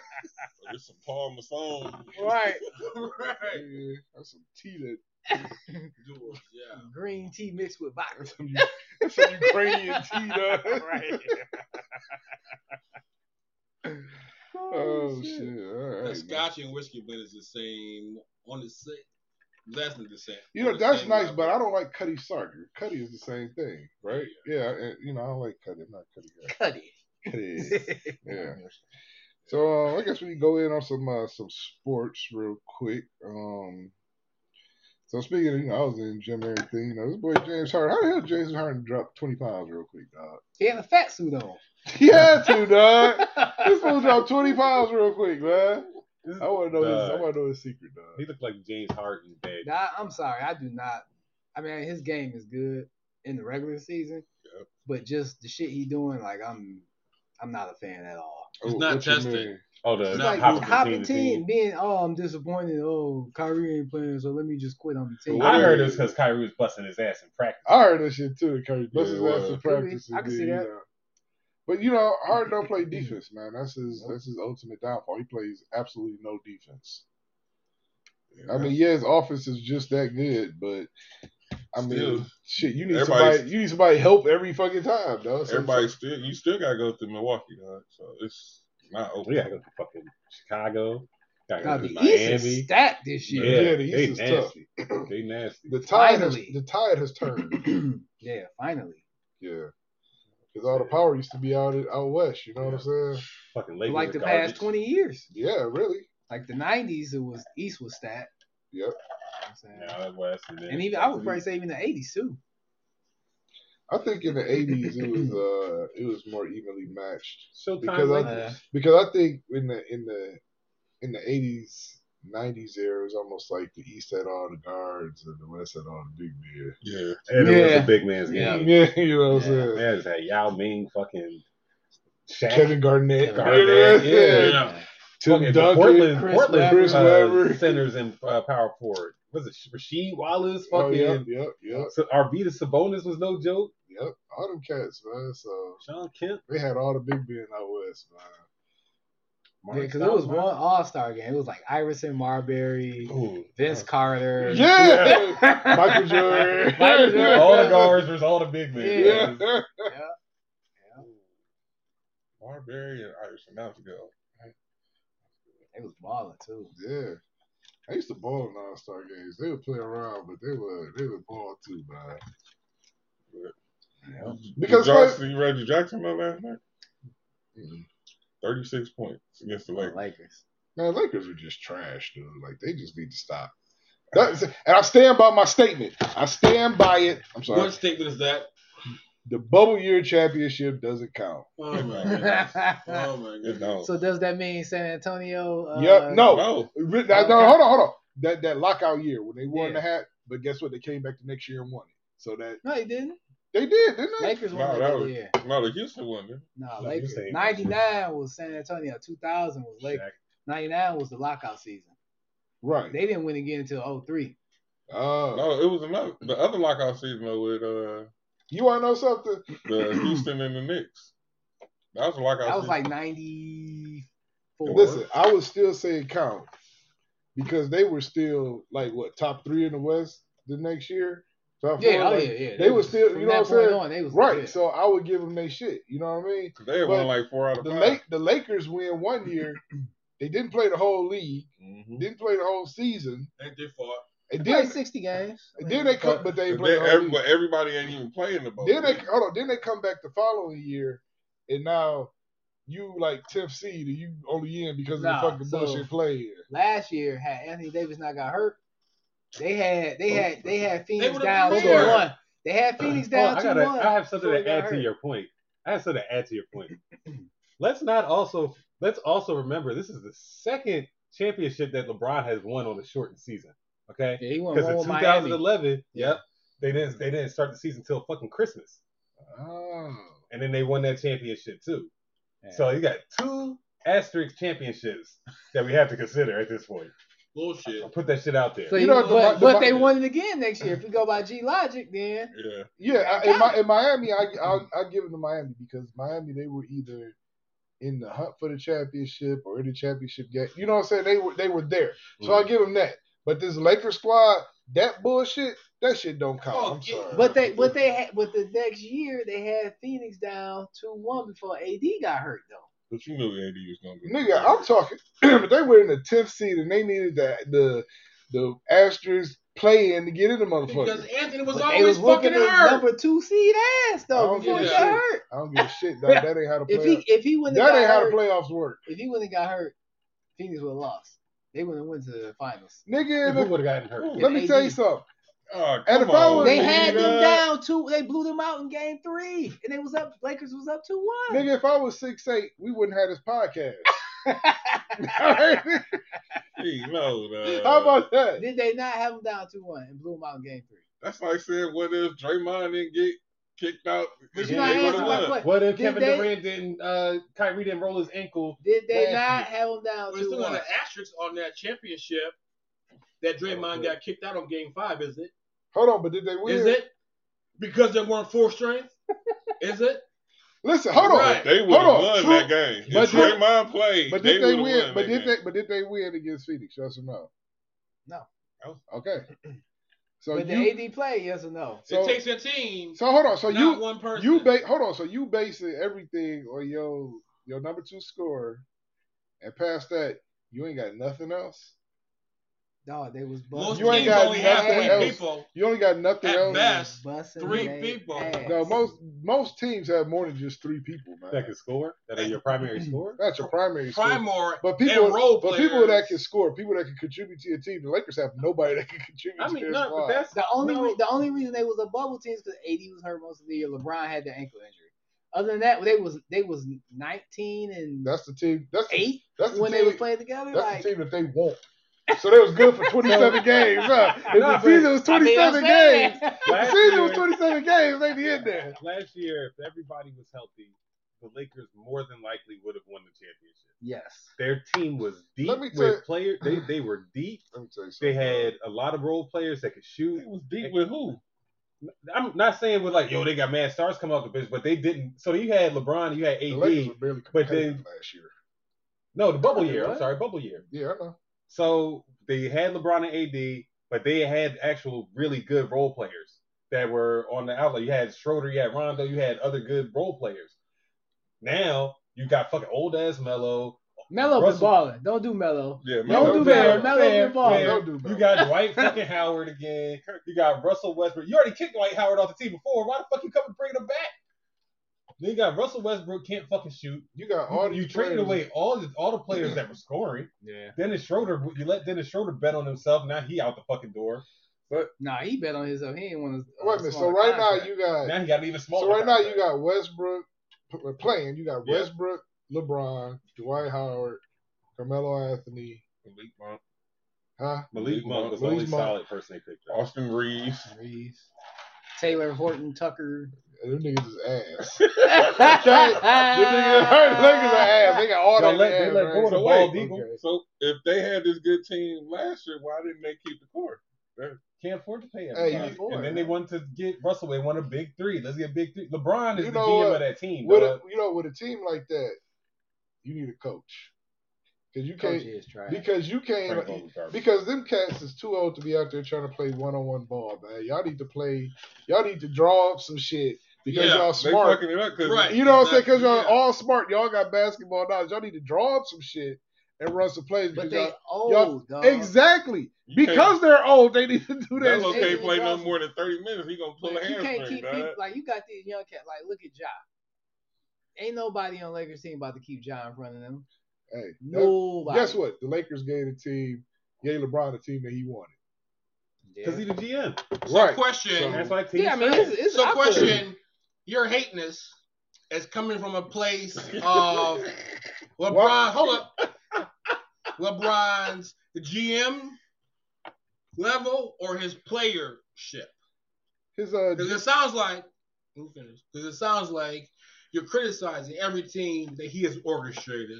[SPEAKER 7] There's some parmesan.
[SPEAKER 3] Right.
[SPEAKER 4] right.
[SPEAKER 1] Yeah, that's some tea that
[SPEAKER 4] Doors. Yeah.
[SPEAKER 3] Green tea mixed with vodka.
[SPEAKER 1] that's some Ukrainian tea. Though.
[SPEAKER 2] right.
[SPEAKER 1] Oh shit! All right,
[SPEAKER 4] The
[SPEAKER 1] man.
[SPEAKER 4] scotch and whiskey blend is the same on the same. That's not the same.
[SPEAKER 1] You
[SPEAKER 4] on
[SPEAKER 1] know
[SPEAKER 4] the
[SPEAKER 1] that's
[SPEAKER 4] same
[SPEAKER 1] nice,
[SPEAKER 4] level.
[SPEAKER 1] but I don't like Cuddy Sark. Cuddy is the same thing, right? Yeah, and, you know I don't like Cuddy. I'm not Cuddy guy.
[SPEAKER 3] Cuddy.
[SPEAKER 1] Cuddy. Yeah. So uh, I guess we can go in on some uh, some sports real quick. Um, so speaking, of, you know, I was in gym and everything. You know, this boy James Harden. How the hell James Harden dropped twenty pounds real quick, dog?
[SPEAKER 3] He had a fat suit on.
[SPEAKER 1] He had to, dog. This fool dropped twenty pounds real quick, man. I want to know his. I
[SPEAKER 2] Dog.
[SPEAKER 1] want to know his secret, dog.
[SPEAKER 2] He looked like James Harden, babe.
[SPEAKER 3] Nah, I'm sorry, I do not. I mean, his game is good in the regular season, but just the shit he doing, like I'm, I'm not a fan at all.
[SPEAKER 4] It's
[SPEAKER 1] Oh,
[SPEAKER 4] not
[SPEAKER 1] what you
[SPEAKER 4] tested.
[SPEAKER 1] mean?
[SPEAKER 2] Oh, the
[SPEAKER 4] It's
[SPEAKER 3] It's
[SPEAKER 4] not
[SPEAKER 3] like
[SPEAKER 4] hopping
[SPEAKER 3] hopping team, being oh, I'm disappointed. Oh, Kyrie ain't playing, so let me just quit on the team.
[SPEAKER 2] I heard it was because Kyrie was busting his ass in practice.
[SPEAKER 1] I heard that shit too. Curry, bless
[SPEAKER 7] Yeah,
[SPEAKER 1] his
[SPEAKER 7] it
[SPEAKER 1] ass
[SPEAKER 7] was.
[SPEAKER 1] in
[SPEAKER 3] Could be.
[SPEAKER 1] practice.
[SPEAKER 3] I
[SPEAKER 1] and
[SPEAKER 3] can
[SPEAKER 1] then,
[SPEAKER 3] see
[SPEAKER 1] you
[SPEAKER 3] that.
[SPEAKER 1] know. But you know, Harden don't play defense, man. That's his. That's his ultimate downfall. He plays absolutely no defense. I mean, yeah, his offense is just that good, but I mean,
[SPEAKER 7] Still.
[SPEAKER 1] shit, you need
[SPEAKER 7] Everybody's-
[SPEAKER 1] somebody. You need somebody help every fucking time, dog. So-
[SPEAKER 7] Everybody still, you still gotta go through Milwaukee, dog. So it's not over.
[SPEAKER 2] We gotta go to fucking Chicago. Gotta
[SPEAKER 3] Now,
[SPEAKER 2] go
[SPEAKER 3] the
[SPEAKER 2] through
[SPEAKER 3] East is
[SPEAKER 2] Miami.
[SPEAKER 3] stacked this
[SPEAKER 2] Yeah,
[SPEAKER 3] year.
[SPEAKER 1] the East
[SPEAKER 2] they
[SPEAKER 1] is
[SPEAKER 2] nasty. They nasty.
[SPEAKER 1] The tide has,
[SPEAKER 3] Finally.
[SPEAKER 1] the tide has turned.
[SPEAKER 3] yeah finally.
[SPEAKER 1] yeah. Because all the power used to be out out west, you know what I'm saying?
[SPEAKER 2] Fucking Lakers
[SPEAKER 3] Like
[SPEAKER 2] are
[SPEAKER 3] the
[SPEAKER 2] garbage.
[SPEAKER 3] past 20 years.
[SPEAKER 1] Yeah, really.
[SPEAKER 3] Like the 90s, it was East was stacked.
[SPEAKER 1] Yep.
[SPEAKER 3] You know what I'm saying?
[SPEAKER 2] Nah, that West is
[SPEAKER 3] And even I would probably say even the 80s too.
[SPEAKER 1] I think in the eighties it was uh it was more evenly matched
[SPEAKER 2] Showtime
[SPEAKER 1] Because I-
[SPEAKER 2] Lakers.
[SPEAKER 1] because I think in the in the in the eighties nineties era it was almost like the East had all the guards and the West had all the big men.
[SPEAKER 4] Yeah.
[SPEAKER 2] And it was
[SPEAKER 3] Yeah.
[SPEAKER 2] a big man's
[SPEAKER 3] Yeah.
[SPEAKER 2] game.
[SPEAKER 1] Yeah, you know what I'm
[SPEAKER 3] Yeah.
[SPEAKER 1] saying.
[SPEAKER 2] Man, it's had Yao Ming, fucking Shaq,
[SPEAKER 1] Kevin Garnett,
[SPEAKER 3] Kevin
[SPEAKER 1] you know what I'm
[SPEAKER 2] Garnett,
[SPEAKER 1] saying?
[SPEAKER 4] Yeah.
[SPEAKER 1] Tim
[SPEAKER 2] fucking
[SPEAKER 1] Duncan,
[SPEAKER 2] Portland,
[SPEAKER 3] Chris
[SPEAKER 2] Portland,
[SPEAKER 1] Webber. Chris
[SPEAKER 2] uh,
[SPEAKER 1] Webber.
[SPEAKER 2] centers and uh, power forward. Was it Rasheed Wallace?
[SPEAKER 1] Oh,
[SPEAKER 2] Fucking
[SPEAKER 1] yep, yep, yep,
[SPEAKER 2] So Arvita Sabonis was no joke.
[SPEAKER 1] yep. All them cats, man. So
[SPEAKER 2] Sean Kemp.
[SPEAKER 1] they had all the big men out west, man.
[SPEAKER 3] Because it was one All Star game. It was like Iverson, Marbury,
[SPEAKER 2] Ooh,
[SPEAKER 3] Vince Carter.
[SPEAKER 1] Yeah, Michael Jordan.
[SPEAKER 3] Michael Jordan.
[SPEAKER 2] all the guards versus all the big men.
[SPEAKER 1] Yeah.
[SPEAKER 6] Marbury and Iverson. That was good.
[SPEAKER 3] It was balling too.
[SPEAKER 1] Yeah. I used to ball in All Star games. They would play around, but they were they would ball too, man. Because
[SPEAKER 6] Because Johnson, you read the Jackson though last night?
[SPEAKER 1] Mm.
[SPEAKER 6] Thirty-six points against the Lakers.
[SPEAKER 3] Lakers.
[SPEAKER 1] man, Lakers are just trash, dude. Like they just need to stop. That's, and I stand by my statement. I stand by it. I'm sorry.
[SPEAKER 4] What statement is that?
[SPEAKER 1] The bubble year championship doesn't count.
[SPEAKER 4] Oh my goodness.
[SPEAKER 1] uh,
[SPEAKER 4] Oh my
[SPEAKER 6] It
[SPEAKER 4] goodness.
[SPEAKER 6] don't.
[SPEAKER 3] so does that mean San Antonio? Uh,
[SPEAKER 1] yep. No.
[SPEAKER 6] No.
[SPEAKER 1] Re- that- no, Hold on. Hold on. That that lockout year when they won
[SPEAKER 3] Yeah.
[SPEAKER 1] the hat, but guess what? They came back the next year and won it. So that
[SPEAKER 3] No, he didn't.
[SPEAKER 1] they did, didn't they?
[SPEAKER 3] Lakers
[SPEAKER 6] No,
[SPEAKER 3] won
[SPEAKER 6] that
[SPEAKER 3] that
[SPEAKER 6] was-
[SPEAKER 3] year.
[SPEAKER 6] No, the Houston one. man.
[SPEAKER 3] No,
[SPEAKER 2] No,
[SPEAKER 3] Lakers.
[SPEAKER 2] you saying-
[SPEAKER 3] 99 was San Antonio. 2000 was Lakers.
[SPEAKER 2] Shaq.
[SPEAKER 3] 99 was the lockout season.
[SPEAKER 1] Right.
[SPEAKER 3] They didn't win again until 03.
[SPEAKER 1] Oh,
[SPEAKER 6] No, it was another the other lockout season though with uh
[SPEAKER 1] you want to know something?
[SPEAKER 6] the Houston and the Knicks. That was a lockout
[SPEAKER 3] That was
[SPEAKER 6] season.
[SPEAKER 3] like 94.
[SPEAKER 1] Listen, I would still say it count because they were still like what top three in the West the next year. Top
[SPEAKER 3] Yeah, oh
[SPEAKER 1] like-
[SPEAKER 3] yeah, yeah.
[SPEAKER 1] They was still-
[SPEAKER 3] from
[SPEAKER 1] you know
[SPEAKER 3] that
[SPEAKER 1] what I'm
[SPEAKER 3] point
[SPEAKER 1] saying?
[SPEAKER 3] On, they was
[SPEAKER 1] Right.
[SPEAKER 3] legit.
[SPEAKER 1] So I would give them they shit. You know what I mean?
[SPEAKER 6] 'Cause they had
[SPEAKER 1] but
[SPEAKER 6] won like four out of
[SPEAKER 1] The
[SPEAKER 6] five.
[SPEAKER 1] late the Lakers win one year. They didn't play the whole league.
[SPEAKER 2] Mm-hmm.
[SPEAKER 6] Mhm.
[SPEAKER 1] Didn't play the whole season.
[SPEAKER 4] Ain't their fault.
[SPEAKER 1] And
[SPEAKER 3] They played
[SPEAKER 1] then,
[SPEAKER 3] 60 games.
[SPEAKER 1] and then they come, but they didn't
[SPEAKER 6] But
[SPEAKER 1] play
[SPEAKER 6] they,
[SPEAKER 1] the whole
[SPEAKER 6] every,
[SPEAKER 1] league.
[SPEAKER 6] but everybody ain't even playing the ball.
[SPEAKER 1] Then they hold on. Then they come back the following year, and now you like 10th seed and you only in because
[SPEAKER 3] Nah,
[SPEAKER 1] of the fucking
[SPEAKER 3] so-
[SPEAKER 1] bullshit play. here.
[SPEAKER 3] last year had Anthony Davis not got hurt, they had they had they had Phoenix
[SPEAKER 4] would've
[SPEAKER 3] down
[SPEAKER 4] been
[SPEAKER 3] two
[SPEAKER 4] there.
[SPEAKER 3] one. They had Phoenix down
[SPEAKER 2] Oh, I,
[SPEAKER 3] two
[SPEAKER 2] gotta,
[SPEAKER 3] one.
[SPEAKER 2] I have something
[SPEAKER 3] before
[SPEAKER 2] to
[SPEAKER 3] he got
[SPEAKER 2] add to
[SPEAKER 3] hurt.
[SPEAKER 2] your point. I have something to add to your point. let's not also let's also remember this is the second championship that LeBron has won on a shortened season. Okay,
[SPEAKER 3] Yeah, he won
[SPEAKER 2] because
[SPEAKER 3] one
[SPEAKER 2] in
[SPEAKER 3] with Miami.
[SPEAKER 2] 2011, yep, they didn't they didn't start the season till fucking Christmas,
[SPEAKER 1] Oh,
[SPEAKER 2] and then they won that championship too. So you got two asterisk championships that we have to consider at this point.
[SPEAKER 4] Bullshit.
[SPEAKER 2] I'll put that shit out there.
[SPEAKER 3] So
[SPEAKER 1] You
[SPEAKER 3] you
[SPEAKER 1] know,
[SPEAKER 3] know,
[SPEAKER 1] the
[SPEAKER 3] but,
[SPEAKER 1] Mi- the
[SPEAKER 3] but
[SPEAKER 1] Mi-
[SPEAKER 3] they won it again next year. If we go by G Logic, then
[SPEAKER 6] Yeah.
[SPEAKER 1] Yeah, I, in, my, in Miami, I I I give it to Miami because Miami they were either in the hunt for the championship or in the championship game. You know what I'm saying? They were they were there, so I give them that. But this Lakers squad, that bullshit, that shit don't count.
[SPEAKER 4] Oh,
[SPEAKER 1] I'm
[SPEAKER 4] yeah.
[SPEAKER 1] sorry.
[SPEAKER 3] but they but they had but the next year they had Phoenix down two one before AD got hurt though.
[SPEAKER 6] But you knew AD was gonna be
[SPEAKER 1] nigga, I'm talking. but they were in the tenth seed and they needed the the the Astros play in to get in the
[SPEAKER 4] Because
[SPEAKER 1] motherfucker.
[SPEAKER 4] Anthony was
[SPEAKER 3] But they was
[SPEAKER 4] always fucking
[SPEAKER 3] whooping his
[SPEAKER 4] hurt.
[SPEAKER 3] number two seed ass
[SPEAKER 1] I
[SPEAKER 3] though
[SPEAKER 1] don't
[SPEAKER 3] before he
[SPEAKER 4] give a
[SPEAKER 3] got
[SPEAKER 1] shit.
[SPEAKER 3] hurt.
[SPEAKER 1] I don't give a shit. Dog. That ain't how the
[SPEAKER 3] If
[SPEAKER 1] play.
[SPEAKER 3] he if he wouldn't have
[SPEAKER 1] That
[SPEAKER 3] got
[SPEAKER 1] ain't how
[SPEAKER 3] hurt,
[SPEAKER 1] the playoffs work.
[SPEAKER 3] if he wouldn't have got hurt, Phoenix would have lost. They wouldn't have went to the finals.
[SPEAKER 1] Nigga,
[SPEAKER 2] Who
[SPEAKER 1] in the-
[SPEAKER 2] would have gotten hurt?
[SPEAKER 1] let me
[SPEAKER 3] AD.
[SPEAKER 1] tell you something.
[SPEAKER 6] Oh, come
[SPEAKER 1] And if I
[SPEAKER 6] on,
[SPEAKER 1] was-
[SPEAKER 3] They had them
[SPEAKER 6] nigga.
[SPEAKER 3] down two. They blew them out in game three, and they was up. Lakers was up two one.
[SPEAKER 1] Nigga, if I was six eight, we wouldn't have this podcast.
[SPEAKER 6] Gee, no, nah.
[SPEAKER 1] How about that?
[SPEAKER 3] Did they not have them down two one and blew them out in game three?
[SPEAKER 6] That's like saying what if Draymond didn't get kicked out?
[SPEAKER 3] But
[SPEAKER 2] you
[SPEAKER 6] They
[SPEAKER 2] not
[SPEAKER 6] would've
[SPEAKER 2] answering
[SPEAKER 3] my
[SPEAKER 6] won.
[SPEAKER 3] question.
[SPEAKER 2] What if
[SPEAKER 3] Did
[SPEAKER 2] Kevin
[SPEAKER 3] they-
[SPEAKER 2] Durant didn't, uh, Kyrie didn't roll his ankle?
[SPEAKER 3] Did they
[SPEAKER 2] Last
[SPEAKER 3] not have them down
[SPEAKER 4] We're
[SPEAKER 3] two
[SPEAKER 4] still
[SPEAKER 3] one?
[SPEAKER 4] on an asterisk on that championship
[SPEAKER 6] Oh,
[SPEAKER 4] that Draymond got kicked out on game five, is it?
[SPEAKER 1] Hold on, but did they win?
[SPEAKER 4] Is it? Because they weren't full strength? Is it?
[SPEAKER 1] Listen, hold on.
[SPEAKER 4] Right.
[SPEAKER 6] They would
[SPEAKER 1] Hold on.
[SPEAKER 6] have won
[SPEAKER 1] True.
[SPEAKER 6] that game.
[SPEAKER 1] But
[SPEAKER 6] If
[SPEAKER 1] did-
[SPEAKER 6] Draymond played,
[SPEAKER 1] But did they,
[SPEAKER 6] would've
[SPEAKER 1] win?
[SPEAKER 6] won
[SPEAKER 1] But
[SPEAKER 6] that
[SPEAKER 1] did
[SPEAKER 6] game.
[SPEAKER 1] they? But did they win against Phoenix? Yes or no?
[SPEAKER 3] No.
[SPEAKER 6] No.
[SPEAKER 1] Okay. So
[SPEAKER 3] But
[SPEAKER 1] you.
[SPEAKER 3] the AD play, yes or no?
[SPEAKER 1] So,
[SPEAKER 4] it takes a team,
[SPEAKER 1] so hold on. So
[SPEAKER 4] not
[SPEAKER 1] you
[SPEAKER 4] one person.
[SPEAKER 1] you ba- hold on. So you basing everything on your your number two score, and past that You ain't got nothing else.
[SPEAKER 3] Dog, they was
[SPEAKER 4] Most
[SPEAKER 1] You ain't
[SPEAKER 4] teams
[SPEAKER 1] got
[SPEAKER 4] only have
[SPEAKER 1] nothing
[SPEAKER 4] three
[SPEAKER 1] else.
[SPEAKER 4] people.
[SPEAKER 1] You only got nothing
[SPEAKER 4] At
[SPEAKER 1] else.
[SPEAKER 4] best. ass.
[SPEAKER 3] busting
[SPEAKER 4] Three
[SPEAKER 3] they
[SPEAKER 4] people.
[SPEAKER 3] ass.
[SPEAKER 1] No, most most teams have more than just three people, man.
[SPEAKER 2] That can score. That are your primary scorer.
[SPEAKER 1] That's your primary. scorer.
[SPEAKER 4] Primor
[SPEAKER 1] But people,
[SPEAKER 4] and role
[SPEAKER 1] but people that
[SPEAKER 4] players.
[SPEAKER 1] can score, people that can contribute to your team. The Lakers have nobody that can contribute
[SPEAKER 2] I
[SPEAKER 1] to
[SPEAKER 2] mean,
[SPEAKER 1] their
[SPEAKER 2] no,
[SPEAKER 1] squad.
[SPEAKER 2] but that's
[SPEAKER 3] The only
[SPEAKER 2] No.
[SPEAKER 3] re- the only reason they was a bubble team is because AD was hurt most of the year. LeBron had the ankle injury. Other than that, they was they was 19 and
[SPEAKER 1] That's the team. That's the,
[SPEAKER 3] eight
[SPEAKER 1] that's the
[SPEAKER 3] when
[SPEAKER 1] team.
[SPEAKER 3] they was playing together.
[SPEAKER 1] that's
[SPEAKER 3] like
[SPEAKER 1] the team that they want. So they was good for 27 games. Huh? If
[SPEAKER 2] Nah,
[SPEAKER 1] the season
[SPEAKER 2] but-
[SPEAKER 1] was
[SPEAKER 3] I mean, I'm
[SPEAKER 1] 27
[SPEAKER 3] saying
[SPEAKER 1] games,
[SPEAKER 3] that.
[SPEAKER 1] the
[SPEAKER 2] last
[SPEAKER 1] season was
[SPEAKER 2] year-
[SPEAKER 1] 27 games. They be in there.
[SPEAKER 2] Last year, if everybody was healthy, the Lakers more than likely would have won the championship.
[SPEAKER 3] Yes.
[SPEAKER 2] Their team was deep
[SPEAKER 1] Let me
[SPEAKER 2] with
[SPEAKER 1] tell-
[SPEAKER 2] players. They they were deep.
[SPEAKER 1] Let me tell you something.
[SPEAKER 2] They had a lot of role players that could shoot.
[SPEAKER 6] It was deep with who?
[SPEAKER 2] I'm not saying with like, yo, they got mad stars come off the bench, but they didn't. So you had LeBron, you had
[SPEAKER 1] the Lakers
[SPEAKER 2] AD.
[SPEAKER 1] were barely
[SPEAKER 2] but
[SPEAKER 1] competitive
[SPEAKER 2] then-
[SPEAKER 1] last year.
[SPEAKER 2] No, the bubble year. I'm
[SPEAKER 3] What?
[SPEAKER 2] sorry, bubble year.
[SPEAKER 1] Yeah, I know.
[SPEAKER 2] So they had LeBron and AD, but they had actual really good role players that were on the outlet. You had Schroeder, you had Rondo, you had other good role players. Now you got fucking old ass Melo.
[SPEAKER 3] Melo was
[SPEAKER 2] Russell-
[SPEAKER 3] balling. Don't do Melo.
[SPEAKER 6] Yeah,
[SPEAKER 3] Don't
[SPEAKER 1] Melo
[SPEAKER 3] do
[SPEAKER 1] fair,
[SPEAKER 3] Melo. Melo
[SPEAKER 2] fair,
[SPEAKER 3] been balling.
[SPEAKER 2] fair.
[SPEAKER 1] Don't do better.
[SPEAKER 2] You got Dwight fucking Howard again. You got Russell Westbrook. You already kicked Dwight Howard off the team before. Why the fuck you coming bringing him back? Then you got Russell Westbrook can't fucking shoot.
[SPEAKER 1] you got all
[SPEAKER 2] you
[SPEAKER 1] these
[SPEAKER 2] traded
[SPEAKER 1] players.
[SPEAKER 2] away all the all the players that were scoring.
[SPEAKER 6] Yeah.
[SPEAKER 2] Dennis Schroeder, you let Dennis Schroeder bet on himself. Now he out the fucking door.
[SPEAKER 3] Nah, he bet on himself. He ain't want to.
[SPEAKER 1] Wait a minute. So right now you got
[SPEAKER 2] Now he got an even smaller.
[SPEAKER 1] So right now you
[SPEAKER 2] contract.
[SPEAKER 1] got Westbrook p- uh, playing. You got
[SPEAKER 2] Yeah.
[SPEAKER 1] Westbrook, LeBron, Dwight Howard, Carmelo Anthony,
[SPEAKER 6] Malik Monk,
[SPEAKER 1] huh?
[SPEAKER 2] Malik Monk was the
[SPEAKER 1] Malik
[SPEAKER 2] only
[SPEAKER 1] Monk.
[SPEAKER 2] solid person they picked up.
[SPEAKER 6] Austin Reeves.
[SPEAKER 1] Reeves.
[SPEAKER 3] Taylor Horton Tucker.
[SPEAKER 1] Them niggas is ass. Them niggas, them niggas are ass. They got all
[SPEAKER 2] Y'all
[SPEAKER 1] that
[SPEAKER 2] let- they
[SPEAKER 1] ass.
[SPEAKER 2] let
[SPEAKER 1] right?
[SPEAKER 2] go of the
[SPEAKER 1] So
[SPEAKER 2] ball
[SPEAKER 1] wait,
[SPEAKER 2] deep.
[SPEAKER 1] okay.
[SPEAKER 6] So if they had this good team last year, why didn't they keep the core?
[SPEAKER 2] Can't afford to pay him.
[SPEAKER 1] Hey,
[SPEAKER 2] Can't
[SPEAKER 1] you-
[SPEAKER 2] afford, and then they want to get Russell. They want a big three. Let's get a big three. LeBron is
[SPEAKER 1] You
[SPEAKER 2] the
[SPEAKER 1] know
[SPEAKER 2] GM
[SPEAKER 1] what?
[SPEAKER 2] of that team.
[SPEAKER 1] With a,
[SPEAKER 2] dog.
[SPEAKER 1] you know, with a team like that, you need a coach. Because you
[SPEAKER 3] Coach
[SPEAKER 1] can't.
[SPEAKER 3] is trash.
[SPEAKER 1] Because you
[SPEAKER 2] Frank
[SPEAKER 1] can't.
[SPEAKER 2] Vogel's garbage.
[SPEAKER 1] Because them cats is too old to be out there trying to play one on one ball, man. Y'all need to play. Y'all need to draw up some shit because
[SPEAKER 4] Yeah,
[SPEAKER 1] y'all
[SPEAKER 6] They
[SPEAKER 1] smart.
[SPEAKER 6] fucking it up because
[SPEAKER 4] Right.
[SPEAKER 1] You know what I'm saying? Because
[SPEAKER 4] Exactly,
[SPEAKER 1] y'all
[SPEAKER 4] yeah.
[SPEAKER 1] all smart. Y'all got basketball knowledge. Y'all need to draw up some shit and run some plays. Because
[SPEAKER 3] But they um,
[SPEAKER 1] y'all,
[SPEAKER 3] old, dog.
[SPEAKER 1] exactly. Because they're old, they need to do that
[SPEAKER 6] Melo
[SPEAKER 1] shit.
[SPEAKER 6] can't play no
[SPEAKER 3] Johnson.
[SPEAKER 6] more than thirty minutes. He gonna
[SPEAKER 3] But
[SPEAKER 6] pull a
[SPEAKER 3] you can't
[SPEAKER 6] hamstring,
[SPEAKER 3] keep
[SPEAKER 6] dog.
[SPEAKER 3] people like you got these young cats. Like look at Ja. Ain't nobody on Lakers team about to keep Ja in front of them.
[SPEAKER 1] Hey, that-
[SPEAKER 3] Nobody.
[SPEAKER 1] guess what? The Lakers gave the team, gave LeBron the team that he wanted.
[SPEAKER 2] Because he's the GM.
[SPEAKER 4] So
[SPEAKER 1] Right.
[SPEAKER 4] question.
[SPEAKER 2] That's why teams.
[SPEAKER 3] Yeah, I mean, it's, it's
[SPEAKER 4] so
[SPEAKER 3] I put-
[SPEAKER 4] question. Your hateness is coming from a place of LeBron.
[SPEAKER 1] What?
[SPEAKER 4] Hold up. LeBron's GM level or his playership.
[SPEAKER 1] His uh,
[SPEAKER 4] Because it sounds like, because it sounds like you're criticizing every team that he has orchestrated.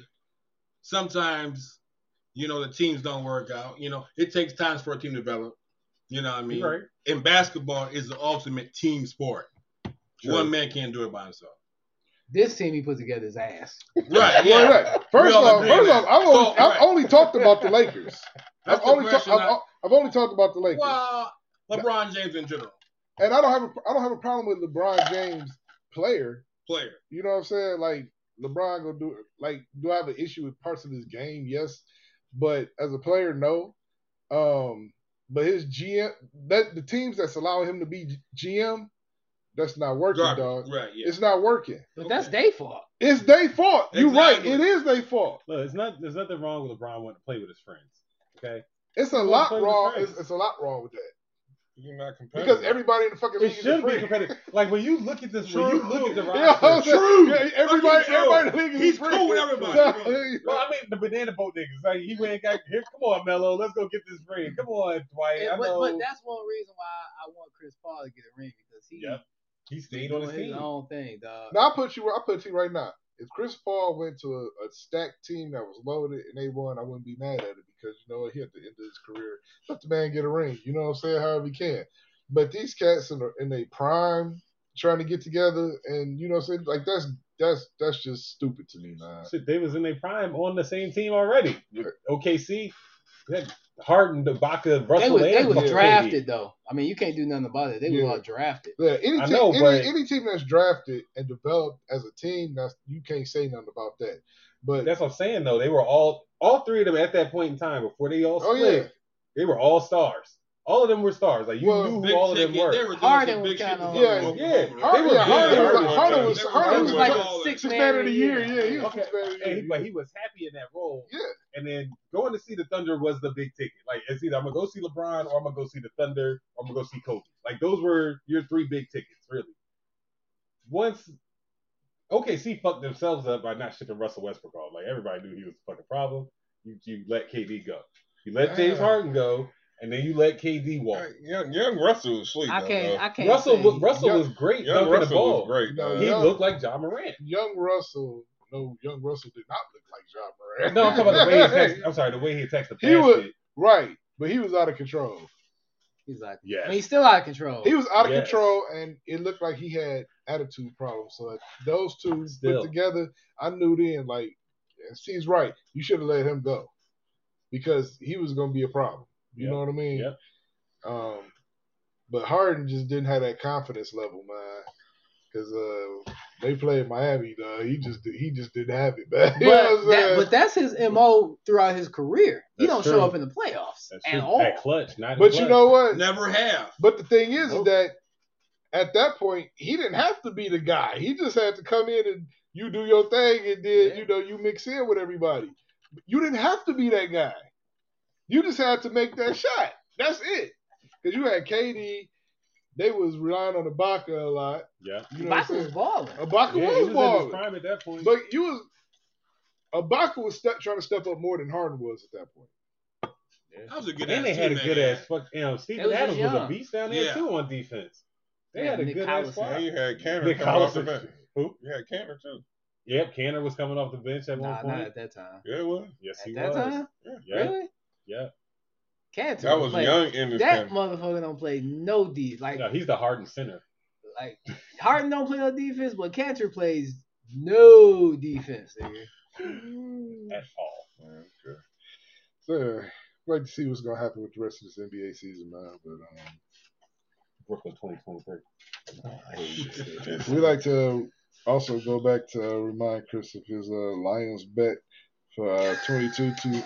[SPEAKER 4] Sometimes, you know, the teams don't work out. You know, it takes time for a team to develop. You know what I mean?
[SPEAKER 2] Right.
[SPEAKER 4] And basketball is the ultimate team sport.
[SPEAKER 2] True.
[SPEAKER 4] One man can't do it by himself.
[SPEAKER 3] This team he put together is ass.
[SPEAKER 4] Right.
[SPEAKER 1] Well,
[SPEAKER 4] Yeah.
[SPEAKER 1] look, First
[SPEAKER 4] We all
[SPEAKER 1] off,
[SPEAKER 4] agree on
[SPEAKER 1] first
[SPEAKER 4] that.
[SPEAKER 1] off, I've only,
[SPEAKER 4] So,
[SPEAKER 1] I've
[SPEAKER 4] right.
[SPEAKER 1] only talked about the Lakers. I've
[SPEAKER 4] That's the
[SPEAKER 1] only, ta-
[SPEAKER 4] question. I-
[SPEAKER 1] I've, I've only talked about the Lakers,
[SPEAKER 4] well, LeBron James in general,
[SPEAKER 1] and I don't have a, I don't have a problem with LeBron James player.
[SPEAKER 4] player.
[SPEAKER 1] You know what I'm saying? Like LeBron gonna do like do I have an issue with parts of his game? Yes. But as a player, no. Um but his GM that the teams that's allowing him to be G- GM, that's not working,
[SPEAKER 4] Garbage.
[SPEAKER 1] dog.
[SPEAKER 4] Right. Yeah.
[SPEAKER 1] It's not working.
[SPEAKER 3] But that's their fault.
[SPEAKER 1] It's their fault. You're
[SPEAKER 4] Exactly.
[SPEAKER 1] right. It is their fault.
[SPEAKER 2] Look, it's not. There's nothing wrong with LeBron wanting to play with his friends. Okay.
[SPEAKER 1] It's a
[SPEAKER 2] Well,
[SPEAKER 1] lot
[SPEAKER 2] play with
[SPEAKER 1] wrong.
[SPEAKER 2] friends.
[SPEAKER 1] It's, it's a lot wrong with that.
[SPEAKER 6] You're not competitive.
[SPEAKER 1] Because everybody in the fucking league is
[SPEAKER 2] It
[SPEAKER 1] a
[SPEAKER 2] should be
[SPEAKER 1] freak.
[SPEAKER 2] competitive. Like when you look at this, when you
[SPEAKER 4] True.
[SPEAKER 2] look at the
[SPEAKER 1] You know what I'm
[SPEAKER 2] roster.
[SPEAKER 1] saying?
[SPEAKER 4] True.
[SPEAKER 1] Yeah, Everybody,
[SPEAKER 4] Fucking true.
[SPEAKER 1] everybody in the league is a
[SPEAKER 4] He's
[SPEAKER 1] freak.
[SPEAKER 4] cool with everybody,
[SPEAKER 1] Yeah.
[SPEAKER 2] Well, I mean the banana boat niggas. Like he went and got here. Come on, Mello. Let's go get this ring. Come on, Dwight.
[SPEAKER 3] And-
[SPEAKER 2] I
[SPEAKER 3] but,
[SPEAKER 2] know
[SPEAKER 3] but that's one reason why I want Chris Paul to get a ring because he
[SPEAKER 2] Yep. he
[SPEAKER 3] he
[SPEAKER 2] stayed on
[SPEAKER 3] doing
[SPEAKER 2] his
[SPEAKER 3] his
[SPEAKER 2] team.
[SPEAKER 3] own thing, dog.
[SPEAKER 1] Now I put you. I put you right now. If Chris Paul went to a, a stacked team that was loaded and they won, I wouldn't be mad at it because you know what? He at the end of his career, let the man get a ring. You know what I'm saying? However he can. But these cats in the, in their prime trying to get together and you know what I'm saying? Like that's that's that's just stupid to me, man.
[SPEAKER 2] Shit, they was in their prime on the same team already. OKC, Harden, Ibaka, Russell.
[SPEAKER 3] They was, they
[SPEAKER 2] and
[SPEAKER 3] was
[SPEAKER 2] fucking
[SPEAKER 3] drafted though. I mean, you can't do nothing about it. They
[SPEAKER 1] Yeah.
[SPEAKER 3] was all drafted.
[SPEAKER 1] Yeah, any
[SPEAKER 2] I
[SPEAKER 1] team,
[SPEAKER 2] know,
[SPEAKER 1] any,
[SPEAKER 2] but-
[SPEAKER 1] any team that's drafted and developed as a team, that's you can't say nothing about that. But
[SPEAKER 2] That's what I'm saying though. They were all all three of them at that point in time before they all
[SPEAKER 1] oh
[SPEAKER 2] split.
[SPEAKER 1] yeah,
[SPEAKER 2] They were all stars. All of them were stars. Like you
[SPEAKER 1] Well,
[SPEAKER 2] knew
[SPEAKER 4] Big
[SPEAKER 2] who all of them
[SPEAKER 4] ticket,
[SPEAKER 2] were.
[SPEAKER 4] They were doing
[SPEAKER 3] Harden
[SPEAKER 4] some
[SPEAKER 3] was
[SPEAKER 4] big shit
[SPEAKER 3] kinda
[SPEAKER 4] with
[SPEAKER 1] on- Yeah,
[SPEAKER 4] Oklahoma.
[SPEAKER 2] yeah.
[SPEAKER 1] Harden,
[SPEAKER 2] They were
[SPEAKER 1] yeah,
[SPEAKER 2] good.
[SPEAKER 1] Harden, was, Harden
[SPEAKER 2] Harden was good.
[SPEAKER 1] was
[SPEAKER 4] They were
[SPEAKER 1] Harden
[SPEAKER 3] It
[SPEAKER 1] was
[SPEAKER 3] was
[SPEAKER 4] good.
[SPEAKER 1] like
[SPEAKER 3] like
[SPEAKER 4] Well,
[SPEAKER 3] a six
[SPEAKER 1] six man of the year. Yeah, he was
[SPEAKER 2] Okay.
[SPEAKER 1] six man of the
[SPEAKER 2] And
[SPEAKER 1] year.
[SPEAKER 2] he, but he was happy in that role.
[SPEAKER 1] Yeah.
[SPEAKER 2] And then going to see the Thunder was the big ticket. Like it's either I'm gonna go see LeBron or I'm gonna go see the Thunder or I'm gonna go see Kobe. Like those were your three big tickets, really. Once OKC fucked themselves up by not shipping Russell Westbrook off. Like everybody knew he was a fucking problem. You you let KD go. You let James
[SPEAKER 6] Yeah.
[SPEAKER 2] Harden go, and then you let KD walk.
[SPEAKER 6] Hey, Young, young Russell was sleep.
[SPEAKER 3] I
[SPEAKER 6] though,
[SPEAKER 3] can't.
[SPEAKER 6] dog.
[SPEAKER 3] I can't.
[SPEAKER 2] Russell
[SPEAKER 3] say-
[SPEAKER 2] was, Russell
[SPEAKER 1] Young-
[SPEAKER 2] was great
[SPEAKER 6] Young
[SPEAKER 2] dunking the
[SPEAKER 6] Russell
[SPEAKER 2] ball.
[SPEAKER 6] was great.
[SPEAKER 1] No,
[SPEAKER 6] dog.
[SPEAKER 2] He
[SPEAKER 1] Young-
[SPEAKER 2] looked like John Morant.
[SPEAKER 1] Young Russell, no, young Russell did not look like John Moran.
[SPEAKER 2] No, I'm talking about the way he attacks. I'm sorry, the way he attacks the
[SPEAKER 1] He
[SPEAKER 2] basket.
[SPEAKER 1] was- right, but he was out of control.
[SPEAKER 3] He's like,
[SPEAKER 2] yes.
[SPEAKER 3] but he's still out of control.
[SPEAKER 1] He was out of
[SPEAKER 2] Yes.
[SPEAKER 1] control, and it looked like he had attitude problems. So those two
[SPEAKER 2] Still.
[SPEAKER 1] put together, I knew then like, she's right. You should have let him go because he was going to be a problem. You
[SPEAKER 2] Yep.
[SPEAKER 1] know what I mean?
[SPEAKER 2] Yep.
[SPEAKER 1] Um, but Harden just didn't have that confidence level, man. Because uh, they played Miami, though. He just he just didn't have it, man. You know what
[SPEAKER 3] but,
[SPEAKER 1] I'm
[SPEAKER 3] that,
[SPEAKER 1] saying?
[SPEAKER 3] but that's his mo throughout his career. He
[SPEAKER 2] That's
[SPEAKER 3] don't show
[SPEAKER 2] true.
[SPEAKER 3] up in the playoffs
[SPEAKER 2] That's
[SPEAKER 3] at
[SPEAKER 2] true.
[SPEAKER 3] all.
[SPEAKER 2] That clutch, not in
[SPEAKER 1] But
[SPEAKER 2] clutch.
[SPEAKER 1] you know what?
[SPEAKER 4] Never have.
[SPEAKER 1] But the thing is,
[SPEAKER 2] Nope.
[SPEAKER 1] is that at that point, he didn't have to be the guy. He just had to come in and you do your thing, and then
[SPEAKER 3] Yeah.
[SPEAKER 1] you know you mix in with everybody. You didn't have to be that guy. You just had to make that shot. That's it. Because you had KD, they was relying on Ibaka a lot.
[SPEAKER 2] yeah,
[SPEAKER 1] You know what I'm
[SPEAKER 3] Michael was
[SPEAKER 1] saying?
[SPEAKER 3] balling.
[SPEAKER 1] Ibaka
[SPEAKER 2] yeah, he
[SPEAKER 1] was,
[SPEAKER 2] was in his
[SPEAKER 1] balling,
[SPEAKER 2] prime at that point.
[SPEAKER 1] but you was Ibaka was step, trying to step up more than Harden was at that point.
[SPEAKER 4] That was a good.
[SPEAKER 2] and they
[SPEAKER 4] ass
[SPEAKER 2] had a
[SPEAKER 4] team,
[SPEAKER 2] good
[SPEAKER 4] man.
[SPEAKER 2] ass fuck. You know,
[SPEAKER 3] They
[SPEAKER 2] Stephen
[SPEAKER 3] was just
[SPEAKER 2] Adams was a
[SPEAKER 3] young.
[SPEAKER 2] beast down there
[SPEAKER 4] Yeah.
[SPEAKER 2] too on defense. They
[SPEAKER 3] Yeah,
[SPEAKER 2] had a
[SPEAKER 3] Nick
[SPEAKER 2] good
[SPEAKER 3] Collison.
[SPEAKER 2] ass squad.
[SPEAKER 6] And you had Cannon
[SPEAKER 2] Nick
[SPEAKER 6] coming off the
[SPEAKER 2] Collison.
[SPEAKER 6] bench.
[SPEAKER 2] Who?
[SPEAKER 6] You had Cannon too.
[SPEAKER 2] Yep, Canner was coming off the bench at
[SPEAKER 3] Nah,
[SPEAKER 2] one
[SPEAKER 3] not
[SPEAKER 2] point.
[SPEAKER 3] at that time.
[SPEAKER 6] Yeah, it was.
[SPEAKER 2] Yes, he
[SPEAKER 3] At that
[SPEAKER 2] was.
[SPEAKER 3] time,
[SPEAKER 2] Yeah,
[SPEAKER 3] really?
[SPEAKER 2] yeah.
[SPEAKER 3] Can't
[SPEAKER 6] That was young in this
[SPEAKER 3] That
[SPEAKER 6] time.
[SPEAKER 3] motherfucker don't play no D. Like
[SPEAKER 2] no, he's the hardened center.
[SPEAKER 3] like Harden don't play no defense, but Cantor plays no defense. Nigga.
[SPEAKER 2] at all.
[SPEAKER 1] Okay. So, I'd like to see what's gonna happen with the rest of this NBA season, man. But um,
[SPEAKER 2] Brooklyn 2023.
[SPEAKER 3] Oh,
[SPEAKER 1] We like to also go back to uh, remind Chris of his uh, Lions bet for uh, 22 to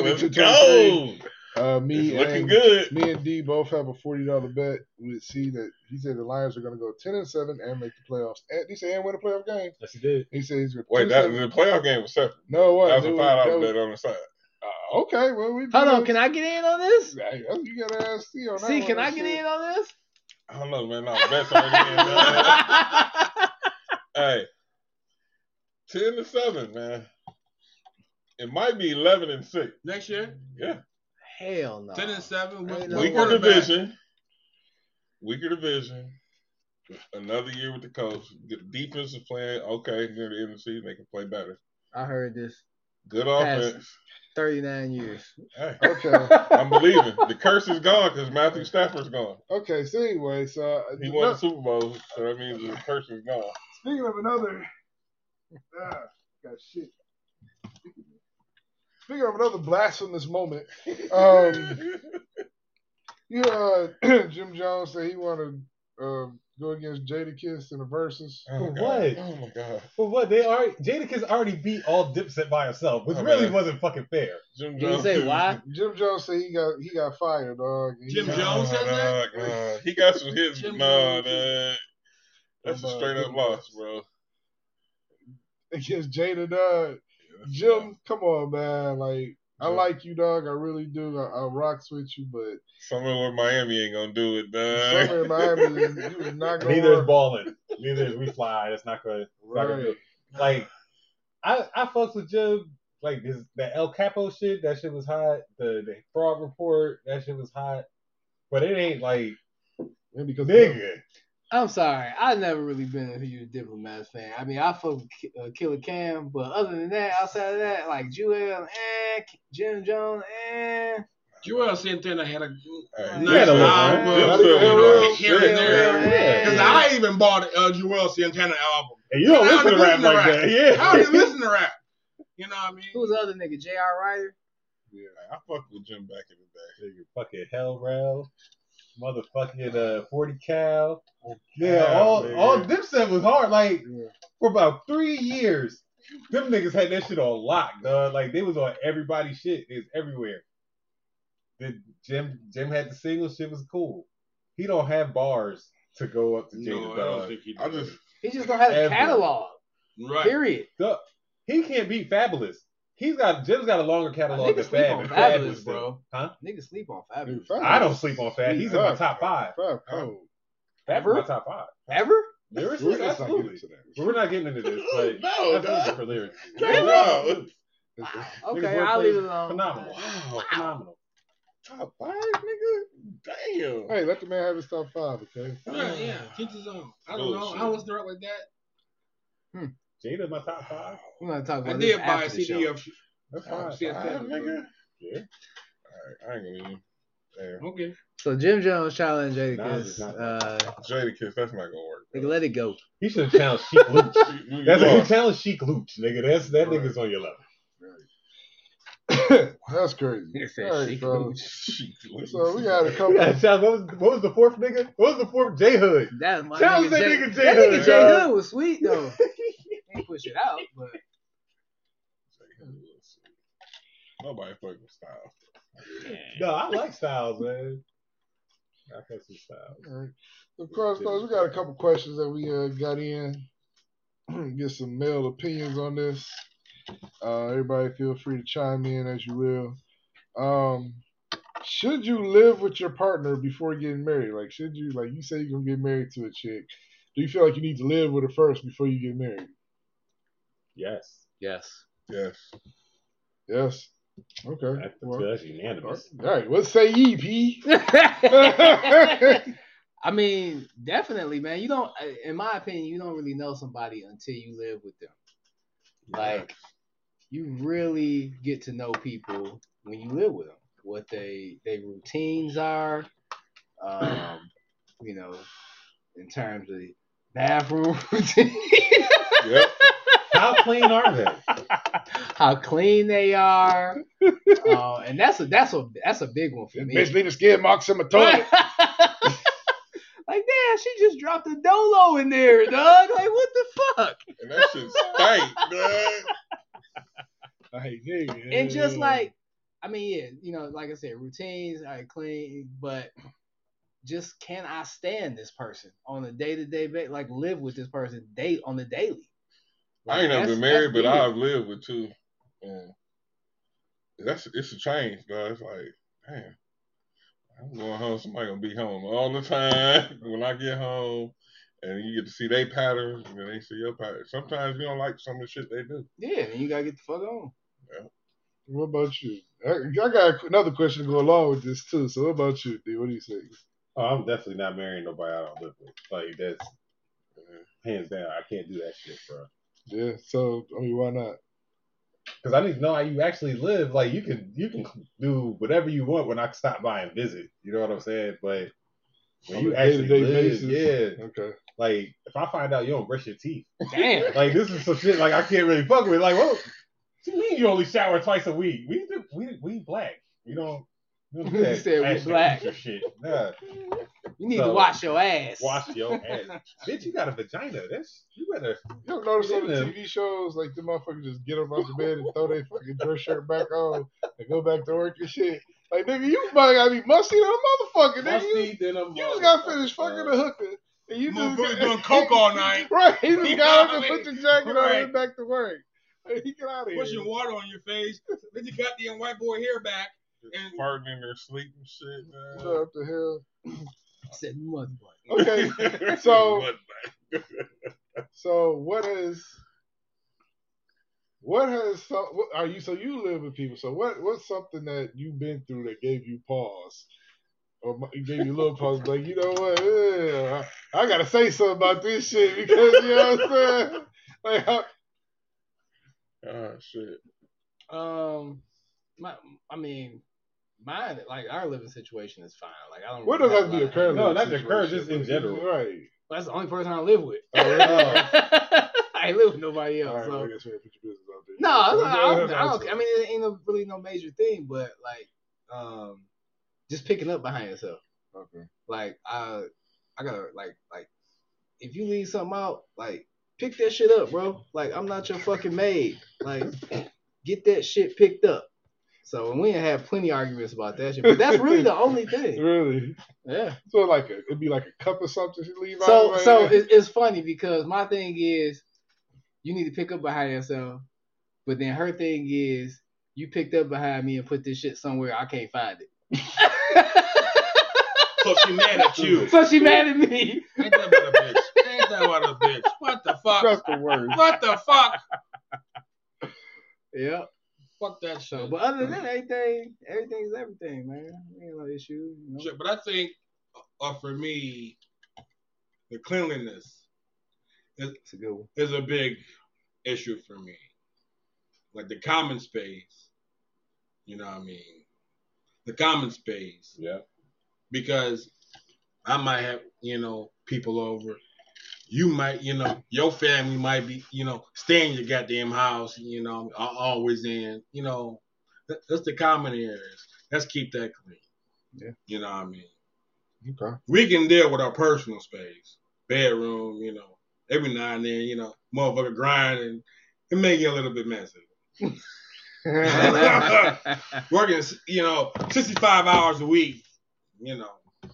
[SPEAKER 6] Let's
[SPEAKER 1] 22,
[SPEAKER 6] go.
[SPEAKER 1] uh, me
[SPEAKER 6] It's looking
[SPEAKER 1] and
[SPEAKER 6] good.
[SPEAKER 1] me and D both have a forty dollar bet. We see that he said the Lions are going to go 10 and 7 and make the playoffs. And he said and win a playoff game.
[SPEAKER 2] Yes, he did.
[SPEAKER 1] He said he's going
[SPEAKER 6] Wait,
[SPEAKER 1] to
[SPEAKER 6] that the playoff game was separate.
[SPEAKER 1] no what?
[SPEAKER 6] That was a five dollar bet on the side.
[SPEAKER 1] Uh, okay, well we
[SPEAKER 3] Hold on, can I get in on this?
[SPEAKER 1] Hey, you got to ask C on that
[SPEAKER 3] See,
[SPEAKER 1] one,
[SPEAKER 3] can I
[SPEAKER 1] that
[SPEAKER 3] get
[SPEAKER 1] shit.
[SPEAKER 3] in on this?
[SPEAKER 6] I don't know, man. No, bets already in. man. hey, ten to seven, man. It might be eleven and six.
[SPEAKER 4] Next year,
[SPEAKER 6] Yeah,
[SPEAKER 3] Hell no.
[SPEAKER 4] ten and seven.
[SPEAKER 3] Ain't
[SPEAKER 4] With
[SPEAKER 3] no
[SPEAKER 4] one
[SPEAKER 6] weaker
[SPEAKER 4] quarterback.
[SPEAKER 6] division. Weaker division. Another year with the coach. Good defense is playing okay near the end of the season. They can play better.
[SPEAKER 3] I heard this
[SPEAKER 6] Good
[SPEAKER 3] Pass.
[SPEAKER 6] offense.
[SPEAKER 3] 39 years.
[SPEAKER 6] Hey,
[SPEAKER 1] Okay.
[SPEAKER 6] I'm believing the curse is gone because Matthew Stafford's gone.
[SPEAKER 1] Okay, so anyway, so uh,
[SPEAKER 6] He won the Super Bowl, so that means the curse is gone.
[SPEAKER 1] Speaking of another, ah, got shit. Speaking of another blasphemous moment, um, you heard uh, Jim Jones say he want to uh, go against Jada Kiss in the verses.
[SPEAKER 6] Oh, my
[SPEAKER 2] For
[SPEAKER 6] God.
[SPEAKER 2] what?
[SPEAKER 6] Oh my god.
[SPEAKER 2] But what they are, Jadakiss already beat all Dipset by herself, which
[SPEAKER 6] Oh,
[SPEAKER 2] really
[SPEAKER 6] man.
[SPEAKER 2] wasn't fucking fair.
[SPEAKER 6] Jim
[SPEAKER 3] Did he say why?
[SPEAKER 1] Jim Jones said he got he got fired, dog. He-
[SPEAKER 4] Jim
[SPEAKER 6] Nah,
[SPEAKER 4] Jones said that?
[SPEAKER 6] nah, nah. He got some hits, but
[SPEAKER 4] Jim
[SPEAKER 6] nah,
[SPEAKER 4] Jones.
[SPEAKER 6] man. That's a
[SPEAKER 1] About
[SPEAKER 6] straight up
[SPEAKER 1] Jim
[SPEAKER 6] loss, bro.
[SPEAKER 1] against Jada, dog. Jim, come on, man. Like I like you, dog. I really do. I, I rocks with you, but
[SPEAKER 6] Somewhere where Miami ain't gonna do it,
[SPEAKER 1] somewhere in
[SPEAKER 6] man.
[SPEAKER 1] Miami, you is not gonna.
[SPEAKER 2] Neither is
[SPEAKER 1] work.
[SPEAKER 2] balling. Neither is we fly. That's not good. not gonna do
[SPEAKER 1] Right.
[SPEAKER 2] it. Like, I I fucks with Jim. Like his that El Capo shit. That shit was hot. The the fraud report. That shit was hot. But it ain't like
[SPEAKER 1] And because
[SPEAKER 2] nigga.
[SPEAKER 3] I'm sorry. I've never really been a huge Diplomats fan. I mean, I fuck with Ki- uh, Killer Cam, but other than that, outside of that, like Jewel, eh, K- Jim Jones, eh.
[SPEAKER 4] Joel Santana had a
[SPEAKER 6] Hey,
[SPEAKER 4] nice
[SPEAKER 2] Yeah, the-
[SPEAKER 4] album
[SPEAKER 2] yeah,
[SPEAKER 6] the-
[SPEAKER 4] here, and
[SPEAKER 3] yeah,
[SPEAKER 4] there.
[SPEAKER 3] yeah, yeah.
[SPEAKER 4] Because I even bought a Joel Santana album.
[SPEAKER 2] And you don't
[SPEAKER 4] I
[SPEAKER 2] listen to
[SPEAKER 4] don't
[SPEAKER 2] rap
[SPEAKER 4] listen to
[SPEAKER 2] like
[SPEAKER 4] rap.
[SPEAKER 2] that.
[SPEAKER 4] I
[SPEAKER 2] Yeah.
[SPEAKER 4] don't even listen to rap. You know what I mean?
[SPEAKER 3] Who was the other nigga? J.R. Ryder?
[SPEAKER 8] Yeah.
[SPEAKER 6] I fucked with Jim back in the day.
[SPEAKER 2] Nigga, fucking hell rail, motherfucking uh, forty cal. Yeah,
[SPEAKER 6] Cal,
[SPEAKER 2] all
[SPEAKER 6] nigga.
[SPEAKER 2] all Dipset was hard. Like
[SPEAKER 1] Yeah.
[SPEAKER 2] for about three years, them niggas had that shit on lock, dog. Like they was on everybody's shit. It was everywhere. The Jim Jim had the single shit was cool. He don't have bars to go up to Jada,
[SPEAKER 4] No, I don't
[SPEAKER 2] dog.
[SPEAKER 4] think he
[SPEAKER 6] I
[SPEAKER 4] does.
[SPEAKER 6] just
[SPEAKER 3] He just don't have a
[SPEAKER 2] Ever.
[SPEAKER 3] catalog.
[SPEAKER 4] right.
[SPEAKER 3] Period.
[SPEAKER 2] Duh. He can't beat Fabulous. He's got Jim's got a longer catalog than
[SPEAKER 3] Niggas sleep
[SPEAKER 2] Fab.
[SPEAKER 3] on
[SPEAKER 2] and
[SPEAKER 3] fabulous,
[SPEAKER 2] Fabulous, though.
[SPEAKER 3] bro.
[SPEAKER 2] Huh?
[SPEAKER 3] Niggas sleep on fabulous.
[SPEAKER 1] Dude,
[SPEAKER 2] I don't sleep on Fab. He's in my top five.
[SPEAKER 1] Five cold.
[SPEAKER 2] Fab's
[SPEAKER 3] Ever?
[SPEAKER 2] my top five.
[SPEAKER 3] Ever?
[SPEAKER 2] Lyrically,
[SPEAKER 1] Let's Oh, not get
[SPEAKER 2] absolutely.
[SPEAKER 1] into that.
[SPEAKER 2] But we're not getting into this. But
[SPEAKER 6] no,
[SPEAKER 2] that's
[SPEAKER 6] dog.
[SPEAKER 2] music for lyrics.
[SPEAKER 6] no.
[SPEAKER 3] Wow.
[SPEAKER 2] Niggas
[SPEAKER 3] Okay,
[SPEAKER 2] were
[SPEAKER 3] I'll
[SPEAKER 2] playing
[SPEAKER 3] leave it alone.
[SPEAKER 2] Phenomenal. Phenomenal.
[SPEAKER 6] Top five, nigga. Damn.
[SPEAKER 1] Hey, let the man have his top five, okay?
[SPEAKER 4] Yeah, yeah. Teach his own. I don't know.
[SPEAKER 6] Bullshit.
[SPEAKER 4] I was there like that.
[SPEAKER 2] Jada's my top five.
[SPEAKER 3] We're gonna talk
[SPEAKER 4] I
[SPEAKER 3] about Oh, this
[SPEAKER 4] did buy
[SPEAKER 3] after
[SPEAKER 4] a
[SPEAKER 3] the
[SPEAKER 4] CD
[SPEAKER 3] show.
[SPEAKER 4] of.
[SPEAKER 2] That's
[SPEAKER 6] Top
[SPEAKER 2] fine.
[SPEAKER 6] five, nigga.
[SPEAKER 2] Yeah.
[SPEAKER 6] All right, I ain't gonna even. Damn.
[SPEAKER 4] Okay.
[SPEAKER 3] So Jim Jones challenged Jada
[SPEAKER 2] Nah,
[SPEAKER 3] Kiss.
[SPEAKER 2] it's not-
[SPEAKER 3] Uh,
[SPEAKER 6] Jada Kiss, that's not gonna work.
[SPEAKER 3] nigga, let it go.
[SPEAKER 2] He should have challenged Sheik Luch.
[SPEAKER 6] You- you
[SPEAKER 2] That's he
[SPEAKER 6] lost.
[SPEAKER 2] challenged Sheik Luch, nigga. That's that nigga's on your level.
[SPEAKER 1] That's crazy. All right, fellas. So we had a
[SPEAKER 2] You
[SPEAKER 1] couple.
[SPEAKER 2] gotta challenge- What was, what was the fourth nigga? What was the fourth J Hood?
[SPEAKER 3] That my
[SPEAKER 2] Challenge that
[SPEAKER 3] Jay-
[SPEAKER 2] nigga J
[SPEAKER 3] That nigga
[SPEAKER 2] Hood.
[SPEAKER 3] J
[SPEAKER 2] dog.
[SPEAKER 3] Hood was sweet though. Ain't push it out, but
[SPEAKER 6] Nobody fucking style.
[SPEAKER 2] No, I like Styles, man. I got some Styles.
[SPEAKER 1] All right. Of course, fellas, we got a couple questions that we uh, got in. Get some male opinions on this. Uh, everybody, feel free to chime in as you will. Um, should you live with your partner before getting married? Like, should you, like, you say you're gonna get married to a chick? Do you feel like you need to live with her first before you get married?
[SPEAKER 2] Yes.
[SPEAKER 3] yes.
[SPEAKER 6] Yes.
[SPEAKER 1] Yes. Okay.
[SPEAKER 2] That's,
[SPEAKER 1] Well,
[SPEAKER 2] that's unanimous.
[SPEAKER 1] all right. What say ye, P?
[SPEAKER 3] I mean, definitely, man. You don't, in my opinion, you don't really know somebody until you live with them. Like, you really get to know people when you live with them. What they they routines are, um, you know, in terms of bathroom routine,
[SPEAKER 6] Yep.
[SPEAKER 2] How clean are they?
[SPEAKER 3] how clean they are, uh, and that's a that's a that's a big one for me.
[SPEAKER 1] Bitch, leave the skid marks in my toilet.
[SPEAKER 3] like, damn, she just dropped a dolo in there, dog. Like, what the fuck?
[SPEAKER 6] And that shit stank, man.
[SPEAKER 1] Hey, nigga.
[SPEAKER 3] And just like, I mean, yeah, you know, like I said, routines are clean, but just can I stand this person on a day to day basis? Like, live with this person day on the daily.
[SPEAKER 6] I ain't never
[SPEAKER 3] That's-
[SPEAKER 6] been married,
[SPEAKER 3] that's
[SPEAKER 6] but
[SPEAKER 3] weird.
[SPEAKER 6] I've lived with two. And that's it's a change, though. It's like, damn, I'm going home. Somebody gonna be home all the time when I get home, and you get to see their patterns, and then they see your patterns. Sometimes you don't like some of the shit they do.
[SPEAKER 3] Yeah, and you gotta get the fuck on.
[SPEAKER 1] What about you? I, I got another question to go along with this too. So what about you, D? What do you say?
[SPEAKER 2] Oh, I'm definitely not marrying nobody I don't live with. Like that's hands down. I can't do that shit, bro.
[SPEAKER 1] Yeah. So I mean, why not?
[SPEAKER 2] Because I need to know how you actually live. Like you can you can do whatever you want when I stop by and visit. You know what I'm saying? But when
[SPEAKER 1] On
[SPEAKER 2] you
[SPEAKER 1] a
[SPEAKER 2] actually
[SPEAKER 1] day-to-day
[SPEAKER 2] live,
[SPEAKER 1] basis.
[SPEAKER 2] yeah.
[SPEAKER 1] Okay.
[SPEAKER 2] Like if I find out you don't brush your teeth,
[SPEAKER 3] Damn.
[SPEAKER 2] like this is some shit. Like I can't really fuck with. Like what? What you mean you only shower twice a week? We do- we we black. We don't. We don't do
[SPEAKER 3] You
[SPEAKER 2] that
[SPEAKER 3] said we
[SPEAKER 2] ass
[SPEAKER 3] black.
[SPEAKER 2] or Shit. Nah.
[SPEAKER 3] You need to
[SPEAKER 2] So-
[SPEAKER 3] wash your ass.
[SPEAKER 2] Wash your ass, bitch. You got a vagina. That's you better.
[SPEAKER 1] You don't notice on the
[SPEAKER 2] Yeah.
[SPEAKER 1] TV shows like the motherfuckers just get up out the bed and throw their fucking dress shirt back on and go back to work and shit. Like nigga, you might gotta be musty than a motherfucker, nigga. You,
[SPEAKER 2] Musty than a
[SPEAKER 1] you just gotta finish fucking a hooker. And you just
[SPEAKER 4] Motherfucker
[SPEAKER 1] got-
[SPEAKER 4] doing coke all night.
[SPEAKER 1] Right. You just got up and put your jacket on
[SPEAKER 4] Right.
[SPEAKER 1] and back to work. Like, you get out of here.
[SPEAKER 4] Pushing water on your face. Then you got the white boy hair back.
[SPEAKER 6] Just farting in their sleep and shit,
[SPEAKER 2] Uh,
[SPEAKER 6] man.
[SPEAKER 1] What the hell?
[SPEAKER 3] Said mud butt.
[SPEAKER 1] Okay. So-
[SPEAKER 6] But,
[SPEAKER 1] So what is what has some what are you so you live with people so what what's something that you've been through that gave you pause or mu- gave you a little pause like you know what yeah, I, I gotta say something about this shit because you know what I'm saying like I,
[SPEAKER 6] oh shit.
[SPEAKER 3] Um, my, I mean, mine, like our living situation is fine. Like I don't.
[SPEAKER 1] what
[SPEAKER 3] really
[SPEAKER 1] does that
[SPEAKER 3] have
[SPEAKER 1] have to be a
[SPEAKER 3] lot
[SPEAKER 1] current
[SPEAKER 3] of-
[SPEAKER 2] No,
[SPEAKER 1] living
[SPEAKER 2] that's a current,
[SPEAKER 1] situation?
[SPEAKER 2] just in general.
[SPEAKER 1] right
[SPEAKER 3] That's the only person I live with.
[SPEAKER 1] Oh, really?
[SPEAKER 3] I ain't live with nobody
[SPEAKER 1] all
[SPEAKER 3] else.
[SPEAKER 1] right
[SPEAKER 3] so
[SPEAKER 1] I guess we gotta put your business out there
[SPEAKER 3] No, I, don't- I don't. I mean, it ain't no, really no major thing, but like, um, just picking up behind yourself.
[SPEAKER 1] Okay.
[SPEAKER 3] Like, I, I gotta like, like, if you leave something out, like, pick that shit up, bro. Like, I'm not your fucking maid. Like, get that shit picked up. So, and we ain't had plenty arguments about that shit, but that's really the only thing.
[SPEAKER 1] Really?
[SPEAKER 3] Yeah.
[SPEAKER 1] So like a, it'd be like a cup or something she leave out.
[SPEAKER 3] So
[SPEAKER 1] like
[SPEAKER 3] so
[SPEAKER 1] that?
[SPEAKER 3] it, it's funny because my thing is you need to pick up behind yourself, but then her thing is you picked up behind me and put this shit somewhere I can't find it.
[SPEAKER 4] So she mad at you.
[SPEAKER 3] so she mad at me.
[SPEAKER 4] Ain't that about a bitch? Ain't that about a bitch? What the fuck?
[SPEAKER 1] that's the worst.
[SPEAKER 4] What the fuck?
[SPEAKER 3] Yeah.
[SPEAKER 4] Fuck that shit.
[SPEAKER 3] But other than that, everything everything's everything, man. Ain't no issue. You know?
[SPEAKER 4] Shit, But I think, uh, for me, the cleanliness
[SPEAKER 3] It's a good one.
[SPEAKER 4] is a big issue for me. Like the common space, you know what I mean? The common space.
[SPEAKER 6] Yeah.
[SPEAKER 4] Because I might have, you know, people over. You might, you know, your family might be, you know, stay in your goddamn house, you know, a- always in, you know, that- that's the common areas. Let's keep that clean.
[SPEAKER 3] Yeah.
[SPEAKER 4] You know what I mean?
[SPEAKER 1] Okay.
[SPEAKER 4] we can deal with our personal space, bedroom, you know, every now and then, you know, motherfucker grinding, it may get a little bit messy. Working, you know, 65 hours a week, you know,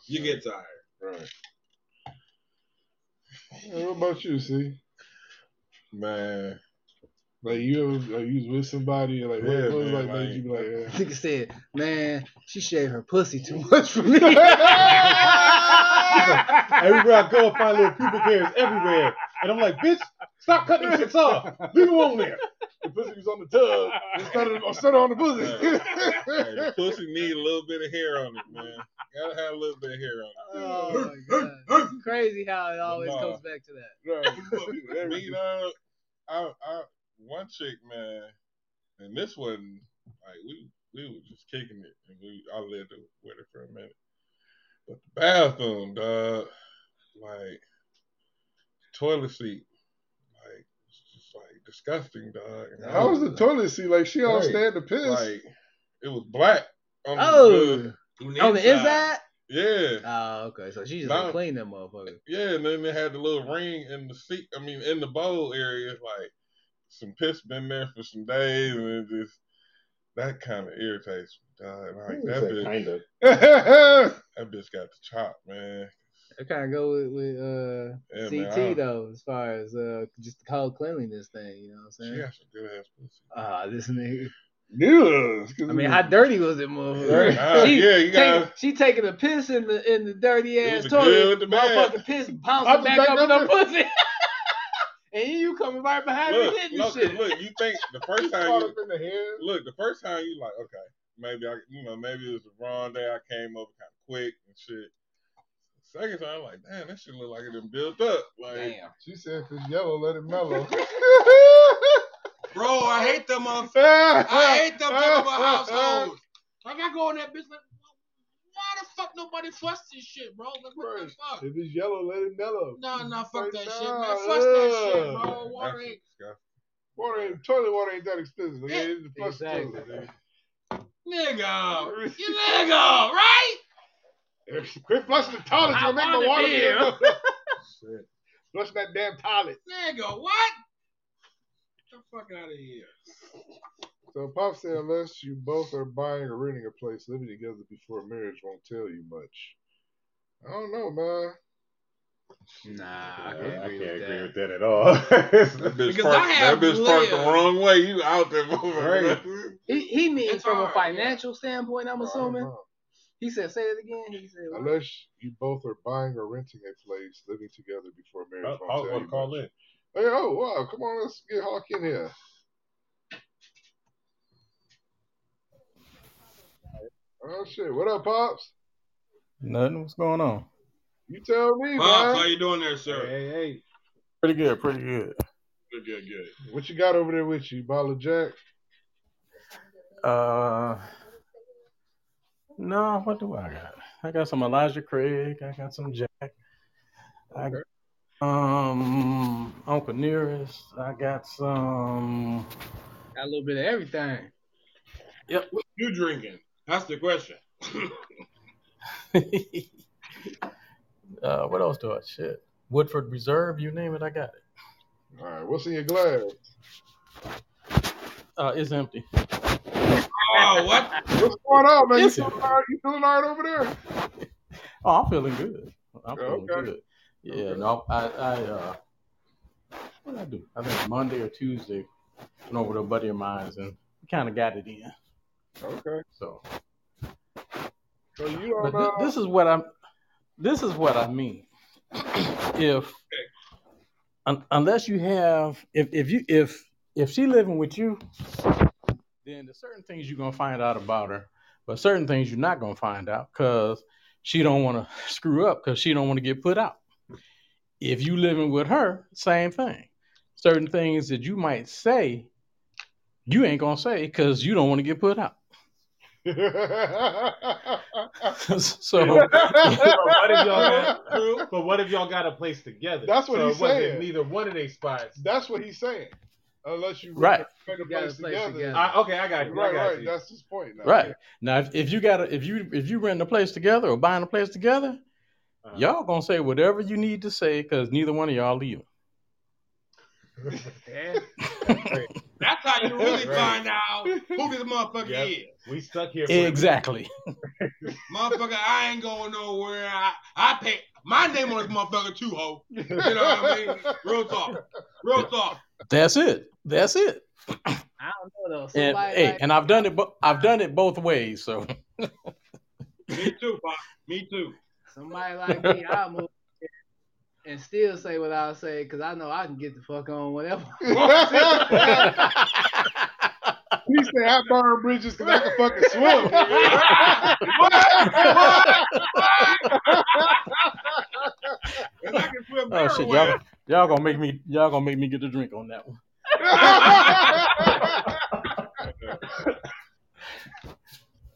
[SPEAKER 4] you get tired.
[SPEAKER 1] Right. Yeah, what about you? See,
[SPEAKER 6] Man,
[SPEAKER 1] like you ever like, you was with somebody and like what,
[SPEAKER 6] Yeah,
[SPEAKER 1] what was
[SPEAKER 6] man,
[SPEAKER 1] like made
[SPEAKER 6] like-
[SPEAKER 1] you be like yeah.
[SPEAKER 3] Nigga said, man, she shaved her pussy too much Oh for me.
[SPEAKER 2] Everywhere I go, I find little pubic hairs everywhere. And I'm like, bitch, stop cutting them shits off. Leave them on there.
[SPEAKER 1] the pussy was on the tub. I started, I started on the
[SPEAKER 6] hey,
[SPEAKER 1] pussy.
[SPEAKER 6] the pussy need a little bit of hair on it, man. Gotta have a little bit of hair on it.
[SPEAKER 3] oh my god. It's crazy how it always
[SPEAKER 6] Nah.
[SPEAKER 3] comes back to that.
[SPEAKER 6] Look, me, dog, I, I, one chick, man, and this one, like we, we was just kicking it, and we, I lived with her for a minute. But the bathroom, dog, like toilet seat, like it's just like disgusting, dog. And I
[SPEAKER 1] How was the toilet seat? Like she don't
[SPEAKER 6] Right.
[SPEAKER 1] stand to piss.
[SPEAKER 6] Like it was black. On
[SPEAKER 3] Oh,
[SPEAKER 6] the,
[SPEAKER 3] on the inside?
[SPEAKER 6] yeah,
[SPEAKER 3] Oh, okay. So she just
[SPEAKER 6] Nah.
[SPEAKER 3] done clean that motherfucker.
[SPEAKER 6] yeah, and then they had the little ring in the seat. I mean, in the bowl area, like some piss been there for some days, and it just that kind of irritates me. dog. Like that bitch,
[SPEAKER 2] Kind of.
[SPEAKER 6] that bitch got the chop, man.
[SPEAKER 3] I kind of go with, with uh,
[SPEAKER 6] Yeah, man,
[SPEAKER 3] CT
[SPEAKER 6] I-
[SPEAKER 3] though, as far as uh, just the whole cleanliness thing. You know what I'm
[SPEAKER 6] She
[SPEAKER 3] saying?
[SPEAKER 6] got some good ass pussy.
[SPEAKER 3] Ah, this nigga.
[SPEAKER 1] yeah.
[SPEAKER 3] I mean, how dirty was it, motherfucker?
[SPEAKER 6] Ah,
[SPEAKER 3] She,
[SPEAKER 6] Mm. yeah, you
[SPEAKER 3] take,
[SPEAKER 6] got.
[SPEAKER 3] she taking a piss in the in the dirty
[SPEAKER 6] It
[SPEAKER 3] ass
[SPEAKER 6] was good
[SPEAKER 3] toilet.
[SPEAKER 6] with the bad.
[SPEAKER 3] Motherfucking piss bouncing
[SPEAKER 1] Bouncing
[SPEAKER 3] back,
[SPEAKER 1] back
[SPEAKER 3] up in
[SPEAKER 1] up
[SPEAKER 3] her pussy. and you coming right behind me
[SPEAKER 6] Look,
[SPEAKER 3] hitting
[SPEAKER 6] look,
[SPEAKER 3] shit.
[SPEAKER 6] look, you think the first time
[SPEAKER 1] Caught
[SPEAKER 6] you
[SPEAKER 1] up in the hair.
[SPEAKER 6] look, the first time you like, okay, maybe I, you know, maybe it was the wrong day. I came over kind of quick and shit. Second time, I'm like, damn, that shit look like it done built up. Like,
[SPEAKER 3] Damn.
[SPEAKER 1] She said, if it's yellow, let it mellow.
[SPEAKER 4] Bro, I hate them motherfuckers. I
[SPEAKER 1] I
[SPEAKER 4] hate them people with households. Like, I go in that bitch like, why the fuck nobody fuss this shit, bro? Like, what the
[SPEAKER 1] Right.
[SPEAKER 4] fuck?
[SPEAKER 1] If it's yellow, let it mellow.
[SPEAKER 4] Nah, nah, fuck
[SPEAKER 1] Right
[SPEAKER 4] that shit,
[SPEAKER 1] now,
[SPEAKER 4] man. Fuss that shit,
[SPEAKER 1] yeah.
[SPEAKER 4] bro.
[SPEAKER 6] that's
[SPEAKER 4] Water ain't.
[SPEAKER 6] disgusting.
[SPEAKER 1] Water ain't, toilet water ain't that expensive. Yeah, it's the flush
[SPEAKER 3] Exactly.
[SPEAKER 1] toilet.
[SPEAKER 4] Nigga, you nigga, right?
[SPEAKER 1] Quit flushing the toilets.
[SPEAKER 3] I
[SPEAKER 1] You'll make
[SPEAKER 3] wanna
[SPEAKER 1] the water
[SPEAKER 3] be
[SPEAKER 1] get
[SPEAKER 3] here.
[SPEAKER 1] up. Flush that damn toilet.
[SPEAKER 4] Nigga, what? Get the fuck out of here.
[SPEAKER 1] So Pop said, unless you both are buying or renting a place, living together before marriage won't tell you much. I don't know, man.
[SPEAKER 3] Nah,
[SPEAKER 2] I
[SPEAKER 3] I
[SPEAKER 2] can't,
[SPEAKER 3] can't agree, with,
[SPEAKER 2] agree
[SPEAKER 3] that.
[SPEAKER 2] with that at all.
[SPEAKER 6] That bitch,
[SPEAKER 4] Because
[SPEAKER 6] parked,
[SPEAKER 4] I have
[SPEAKER 6] that bitch parked the
[SPEAKER 4] lived-
[SPEAKER 6] wrong way. You out there, motherfucker.
[SPEAKER 3] He, he means
[SPEAKER 4] It's
[SPEAKER 3] from a
[SPEAKER 4] hard, yeah.
[SPEAKER 3] financial standpoint. I'm
[SPEAKER 1] I don't
[SPEAKER 3] assuming.
[SPEAKER 1] know.
[SPEAKER 3] He said, "Say it again." He said, what?
[SPEAKER 1] Unless you both are buying or renting a place, living together before marriage
[SPEAKER 2] I
[SPEAKER 1] won't tell
[SPEAKER 2] want
[SPEAKER 1] you
[SPEAKER 2] to call
[SPEAKER 1] much.
[SPEAKER 2] in.
[SPEAKER 1] Hey, oh wow, come on, let's get Hawk in here. Oh shit, what up, pops?
[SPEAKER 9] Nothing. What's going on?
[SPEAKER 1] You tell me,
[SPEAKER 4] Bob, how
[SPEAKER 1] man.
[SPEAKER 4] you doing there, sir?
[SPEAKER 2] Hey, hey.
[SPEAKER 9] Pretty good. Pretty good.
[SPEAKER 4] Good, good, good.
[SPEAKER 1] What you got over there with you, bottle of Jack?
[SPEAKER 9] Uh, no. What do I got? I got some Elijah Craig. I got some Jack. I got um Uncle Nearest. I got some.
[SPEAKER 3] Got a little bit of everything.
[SPEAKER 4] What you drinking? That's the question.
[SPEAKER 9] uh, what else do I shit? Woodford Reserve, you name it, I got it.
[SPEAKER 1] All right, what's in your glass?
[SPEAKER 9] Uh, it's empty.
[SPEAKER 4] oh, what?
[SPEAKER 1] What's going on, man? You
[SPEAKER 9] Yes, sir.
[SPEAKER 1] feeling all right? You feeling all right over there?
[SPEAKER 9] Oh, I'm feeling good. I'm feeling
[SPEAKER 1] Okay.
[SPEAKER 9] good. Yeah, no, I, I, uh, what did I do? I think Monday or Tuesday, went over to a buddy of mine's and kind of got it in.
[SPEAKER 1] Okay.
[SPEAKER 9] So,
[SPEAKER 1] So you
[SPEAKER 9] but
[SPEAKER 1] don't
[SPEAKER 9] thi-
[SPEAKER 1] uh,
[SPEAKER 9] this is what I'm. This is what I mean. if un, unless you have, if if you if if she living with you, then there's certain things you're gonna find out about her, but certain things you're not gonna find out because she don't want to screw up because she don't want to get put out. If you living with her, same thing. Certain things that you might say, you ain't gonna say because you don't want to get put out. so
[SPEAKER 2] but, what if y'all got, but what if y'all got a place together?
[SPEAKER 1] That's what
[SPEAKER 2] so
[SPEAKER 1] he's
[SPEAKER 2] it wasn't
[SPEAKER 1] saying.
[SPEAKER 2] Neither one of they spots.
[SPEAKER 1] That's what he's saying. Unless you
[SPEAKER 9] Right.
[SPEAKER 1] put the
[SPEAKER 3] You gotta
[SPEAKER 1] place
[SPEAKER 3] play
[SPEAKER 1] together.
[SPEAKER 3] together.
[SPEAKER 2] I, okay, I got you. I
[SPEAKER 1] Right,
[SPEAKER 2] got
[SPEAKER 1] right.
[SPEAKER 2] you.
[SPEAKER 1] That's his point. Now.
[SPEAKER 9] Right. Now, if, if you got to if you if you rent a place together or buying a place together,
[SPEAKER 2] Uh-huh.
[SPEAKER 9] y'all gonna say whatever you need to say because neither one of y'all leaving.
[SPEAKER 2] Yeah.
[SPEAKER 4] That's how you really
[SPEAKER 2] Right.
[SPEAKER 4] find out who this motherfucker
[SPEAKER 2] Yep.
[SPEAKER 4] is.
[SPEAKER 2] we stuck here. For
[SPEAKER 9] exactly.
[SPEAKER 4] Motherfucker, I ain't going nowhere. I, I pay my name on this motherfucker too, ho. You know what I mean? Real talk. Real talk.
[SPEAKER 9] That's it. That's it.
[SPEAKER 3] I don't know though.
[SPEAKER 9] And
[SPEAKER 3] Somebody
[SPEAKER 9] hey,
[SPEAKER 3] like,
[SPEAKER 9] and I've done it. Bo- I've done it both ways. So
[SPEAKER 4] Me too, Pop. Me too.
[SPEAKER 3] somebody like me, I'll move and still say what I'll say because I know I can get the fuck on whatever.
[SPEAKER 1] he said, I burn bridges because I can fucking swim.
[SPEAKER 4] And I can swim
[SPEAKER 9] oh shit, y'all y'all gonna make me y'all gonna make me get a drink on that one.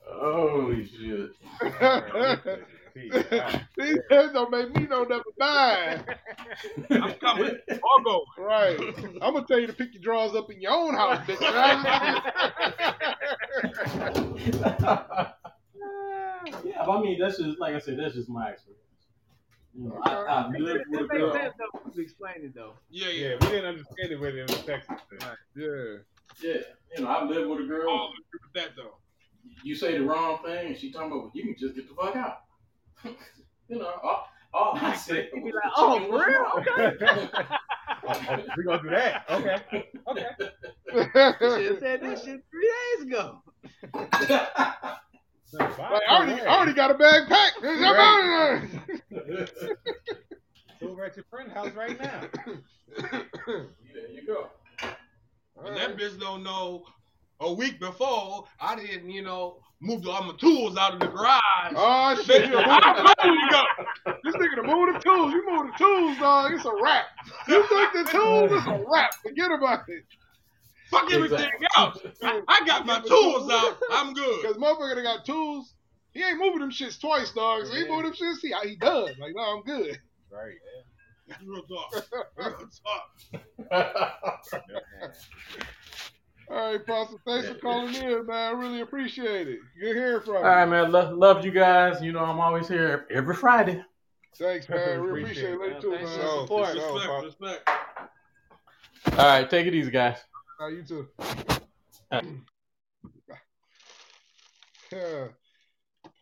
[SPEAKER 9] Holy shit.
[SPEAKER 1] These heads don't make me no number nine.
[SPEAKER 4] I'm coming. I'll go.
[SPEAKER 1] Right. I'm going to tell you to pick your drawers up in your own house, bitch.
[SPEAKER 9] yeah, but I mean that's just like I said, that's just my experience. You know, I, I lived with a
[SPEAKER 3] It makes
[SPEAKER 9] girl.
[SPEAKER 3] sense though. when You explain it though.
[SPEAKER 4] Yeah,
[SPEAKER 2] Yeah,
[SPEAKER 4] yeah.
[SPEAKER 2] we didn't understand it when it was Texas.
[SPEAKER 1] yeah.
[SPEAKER 9] Yeah, you know, I lived with a girl.
[SPEAKER 4] Oh, with that though.
[SPEAKER 9] you say the wrong thing, and she talking about, well, you can just get the fuck out. you know, all, all I said
[SPEAKER 3] You be
[SPEAKER 9] was,
[SPEAKER 3] like,
[SPEAKER 9] the
[SPEAKER 3] "Oh,
[SPEAKER 9] chicken
[SPEAKER 3] for
[SPEAKER 9] was
[SPEAKER 3] real?
[SPEAKER 9] wrong."
[SPEAKER 2] we gonna do that. Okay. Okay.
[SPEAKER 3] You should have said that shit three days ago.
[SPEAKER 1] Like, I, already, I already got a bag packed. Bitch, I'm out of there.
[SPEAKER 2] Over at your friend's house right now.
[SPEAKER 9] there you go.
[SPEAKER 4] And that bitch don't know a week before I didn't, you know, move all my tools out of the garage.
[SPEAKER 1] Oh shit!
[SPEAKER 4] Bitch,
[SPEAKER 1] You done
[SPEAKER 4] I'm
[SPEAKER 1] moved
[SPEAKER 4] ready to go.
[SPEAKER 1] the- this nigga done moved the tools. You moved the tools, dog. It's a wrap. You took the tools. It's a wrap. Forget about it.
[SPEAKER 4] Fuck everything
[SPEAKER 9] Exactly.
[SPEAKER 4] out. I, I got my tools out. I'm good.
[SPEAKER 1] Cause motherfucker that got tools, he ain't moving them shits twice, dog. So he moved them shits. He he done. Like no, I'm good.
[SPEAKER 2] Right.
[SPEAKER 4] Real talk. Real talk.
[SPEAKER 1] All right, Pastor. Thanks for calling in, man. I really appreciate it. Good hearing from you.
[SPEAKER 9] All right, man. Lo- love you guys. You know, I'm always here every Friday.
[SPEAKER 1] Thanks, man. We appreciate it.
[SPEAKER 2] Appreciate it,
[SPEAKER 1] Let you
[SPEAKER 3] man.
[SPEAKER 1] too, man.
[SPEAKER 3] Thanks for the support.
[SPEAKER 1] So,
[SPEAKER 4] Respect,
[SPEAKER 1] Pop.
[SPEAKER 4] respect.
[SPEAKER 9] All right, take it easy, guys.
[SPEAKER 1] Nah, you too.
[SPEAKER 9] Uh.
[SPEAKER 1] Yeah.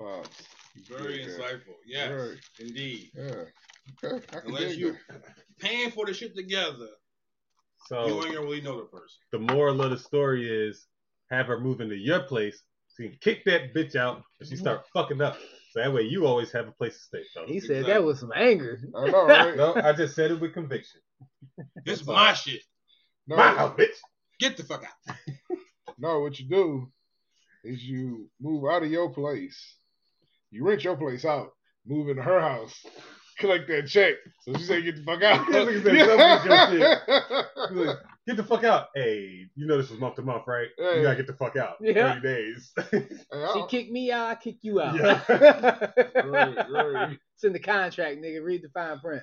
[SPEAKER 1] Pops.
[SPEAKER 4] Very
[SPEAKER 1] Yeah.
[SPEAKER 4] insightful. Yes,
[SPEAKER 1] Right.
[SPEAKER 4] indeed.
[SPEAKER 1] Yeah. Okay. I can
[SPEAKER 4] Unless
[SPEAKER 1] dig
[SPEAKER 4] you
[SPEAKER 1] that.
[SPEAKER 4] paying for the shit together, you
[SPEAKER 2] So
[SPEAKER 4] ain't gonna really know the person.
[SPEAKER 2] the moral of the story is have her move into your place so you can kick that bitch out and
[SPEAKER 6] Mm-hmm.
[SPEAKER 2] she start fucking up. So that way you always have a place to stay. So.
[SPEAKER 3] He said that with some anger.
[SPEAKER 1] I know, right?
[SPEAKER 2] No, I just said it with conviction.
[SPEAKER 4] This is my shit.
[SPEAKER 1] No,
[SPEAKER 2] My house, bitch.
[SPEAKER 4] Get the fuck out.
[SPEAKER 1] no, what you do is you move out of your place. You rent your place out, move into her house, collect that check. So she say, get the fuck out.
[SPEAKER 2] That nigga said, "Don't get You're like, Get the fuck out. Hey, you know this was month to month, right?
[SPEAKER 1] Hey.
[SPEAKER 2] You gotta get the fuck out. 30
[SPEAKER 3] Yeah.
[SPEAKER 2] days.
[SPEAKER 1] Hey,
[SPEAKER 3] She
[SPEAKER 1] I-
[SPEAKER 3] kicked me out, I kick you out.
[SPEAKER 1] right, right.
[SPEAKER 3] It's in the contract, nigga. Read the fine print.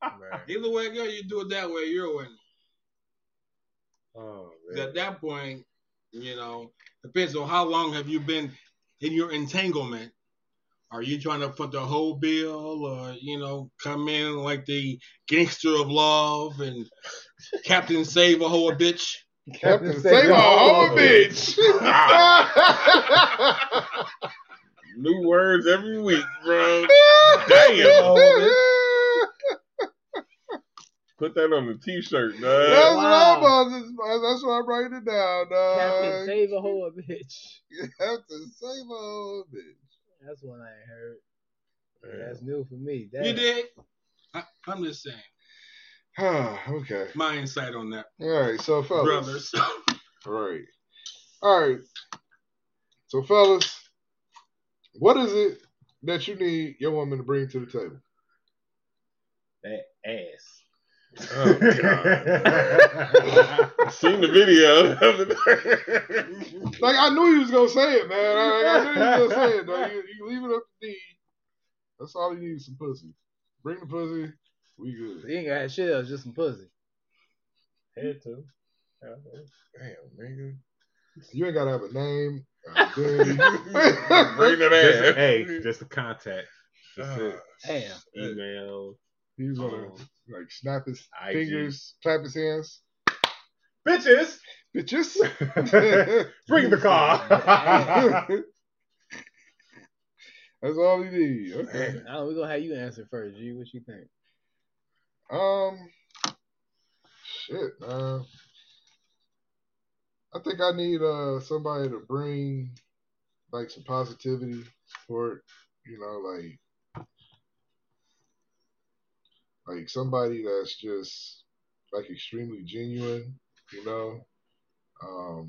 [SPEAKER 2] Right.
[SPEAKER 4] Either way, girl, you do it that way, you're a winner.
[SPEAKER 2] Oh,
[SPEAKER 4] 'Cause
[SPEAKER 2] man.
[SPEAKER 4] At that point, you know, depends on how long have you been in your entanglement. Are you trying to foot the whole bill, or you know, come in like the gangster of love and Captain Save a whole bitch?
[SPEAKER 1] Captain Save
[SPEAKER 3] Captain Save
[SPEAKER 1] a
[SPEAKER 3] all
[SPEAKER 1] whole
[SPEAKER 3] of
[SPEAKER 1] bitch.
[SPEAKER 6] New words every week, bro. Put that on the t-shirt,
[SPEAKER 1] That's
[SPEAKER 6] dog.
[SPEAKER 3] Wow.
[SPEAKER 1] what I'm about to- uh, That's why I'm writing it down,
[SPEAKER 3] Captain
[SPEAKER 1] dog.
[SPEAKER 3] Save a Whole Bitch.
[SPEAKER 1] Captain Save a whole bitch.
[SPEAKER 3] That's one I ain't heard. That's new for me.
[SPEAKER 4] You
[SPEAKER 3] Damn.
[SPEAKER 4] did. I, I'm just saying,
[SPEAKER 1] okay.
[SPEAKER 4] my insight on that,
[SPEAKER 1] All right. So,
[SPEAKER 6] Oh.
[SPEAKER 1] fellas.
[SPEAKER 4] brothers.
[SPEAKER 1] Right. All right. So, fellas, what is it that you need your woman to bring to the table?
[SPEAKER 2] that ass.
[SPEAKER 6] Oh, God. Seen the video.
[SPEAKER 1] Like, I knew you was going to say it, man. I, I knew you was going to say it, though. You, you leave it up to D. That's all you need is some pussy. Bring the pussy. We good.
[SPEAKER 3] You ain't got shit else, just some pussy.
[SPEAKER 2] Head too. Yeah.
[SPEAKER 6] Damn,
[SPEAKER 1] You ain't got to have a name. a identity.
[SPEAKER 6] nigga. Bring
[SPEAKER 2] Just,
[SPEAKER 6] that ass.
[SPEAKER 2] hey, just the contact. That's
[SPEAKER 6] Ah,
[SPEAKER 2] it.
[SPEAKER 3] Damn.
[SPEAKER 2] Email.
[SPEAKER 1] He was going
[SPEAKER 2] um,
[SPEAKER 1] to, like, snap his
[SPEAKER 2] IG.
[SPEAKER 1] fingers, clap his hands.
[SPEAKER 2] Bitches,
[SPEAKER 1] Bitches.
[SPEAKER 2] bring the car.
[SPEAKER 1] That's all you need. Okay.
[SPEAKER 6] man.
[SPEAKER 3] I don't, we gonna have you answer first, G. What you think?
[SPEAKER 1] Um, shit, man. I think I need uh somebody to bring like some positivity for it. You know, like like somebody that's just like extremely genuine. You know, um,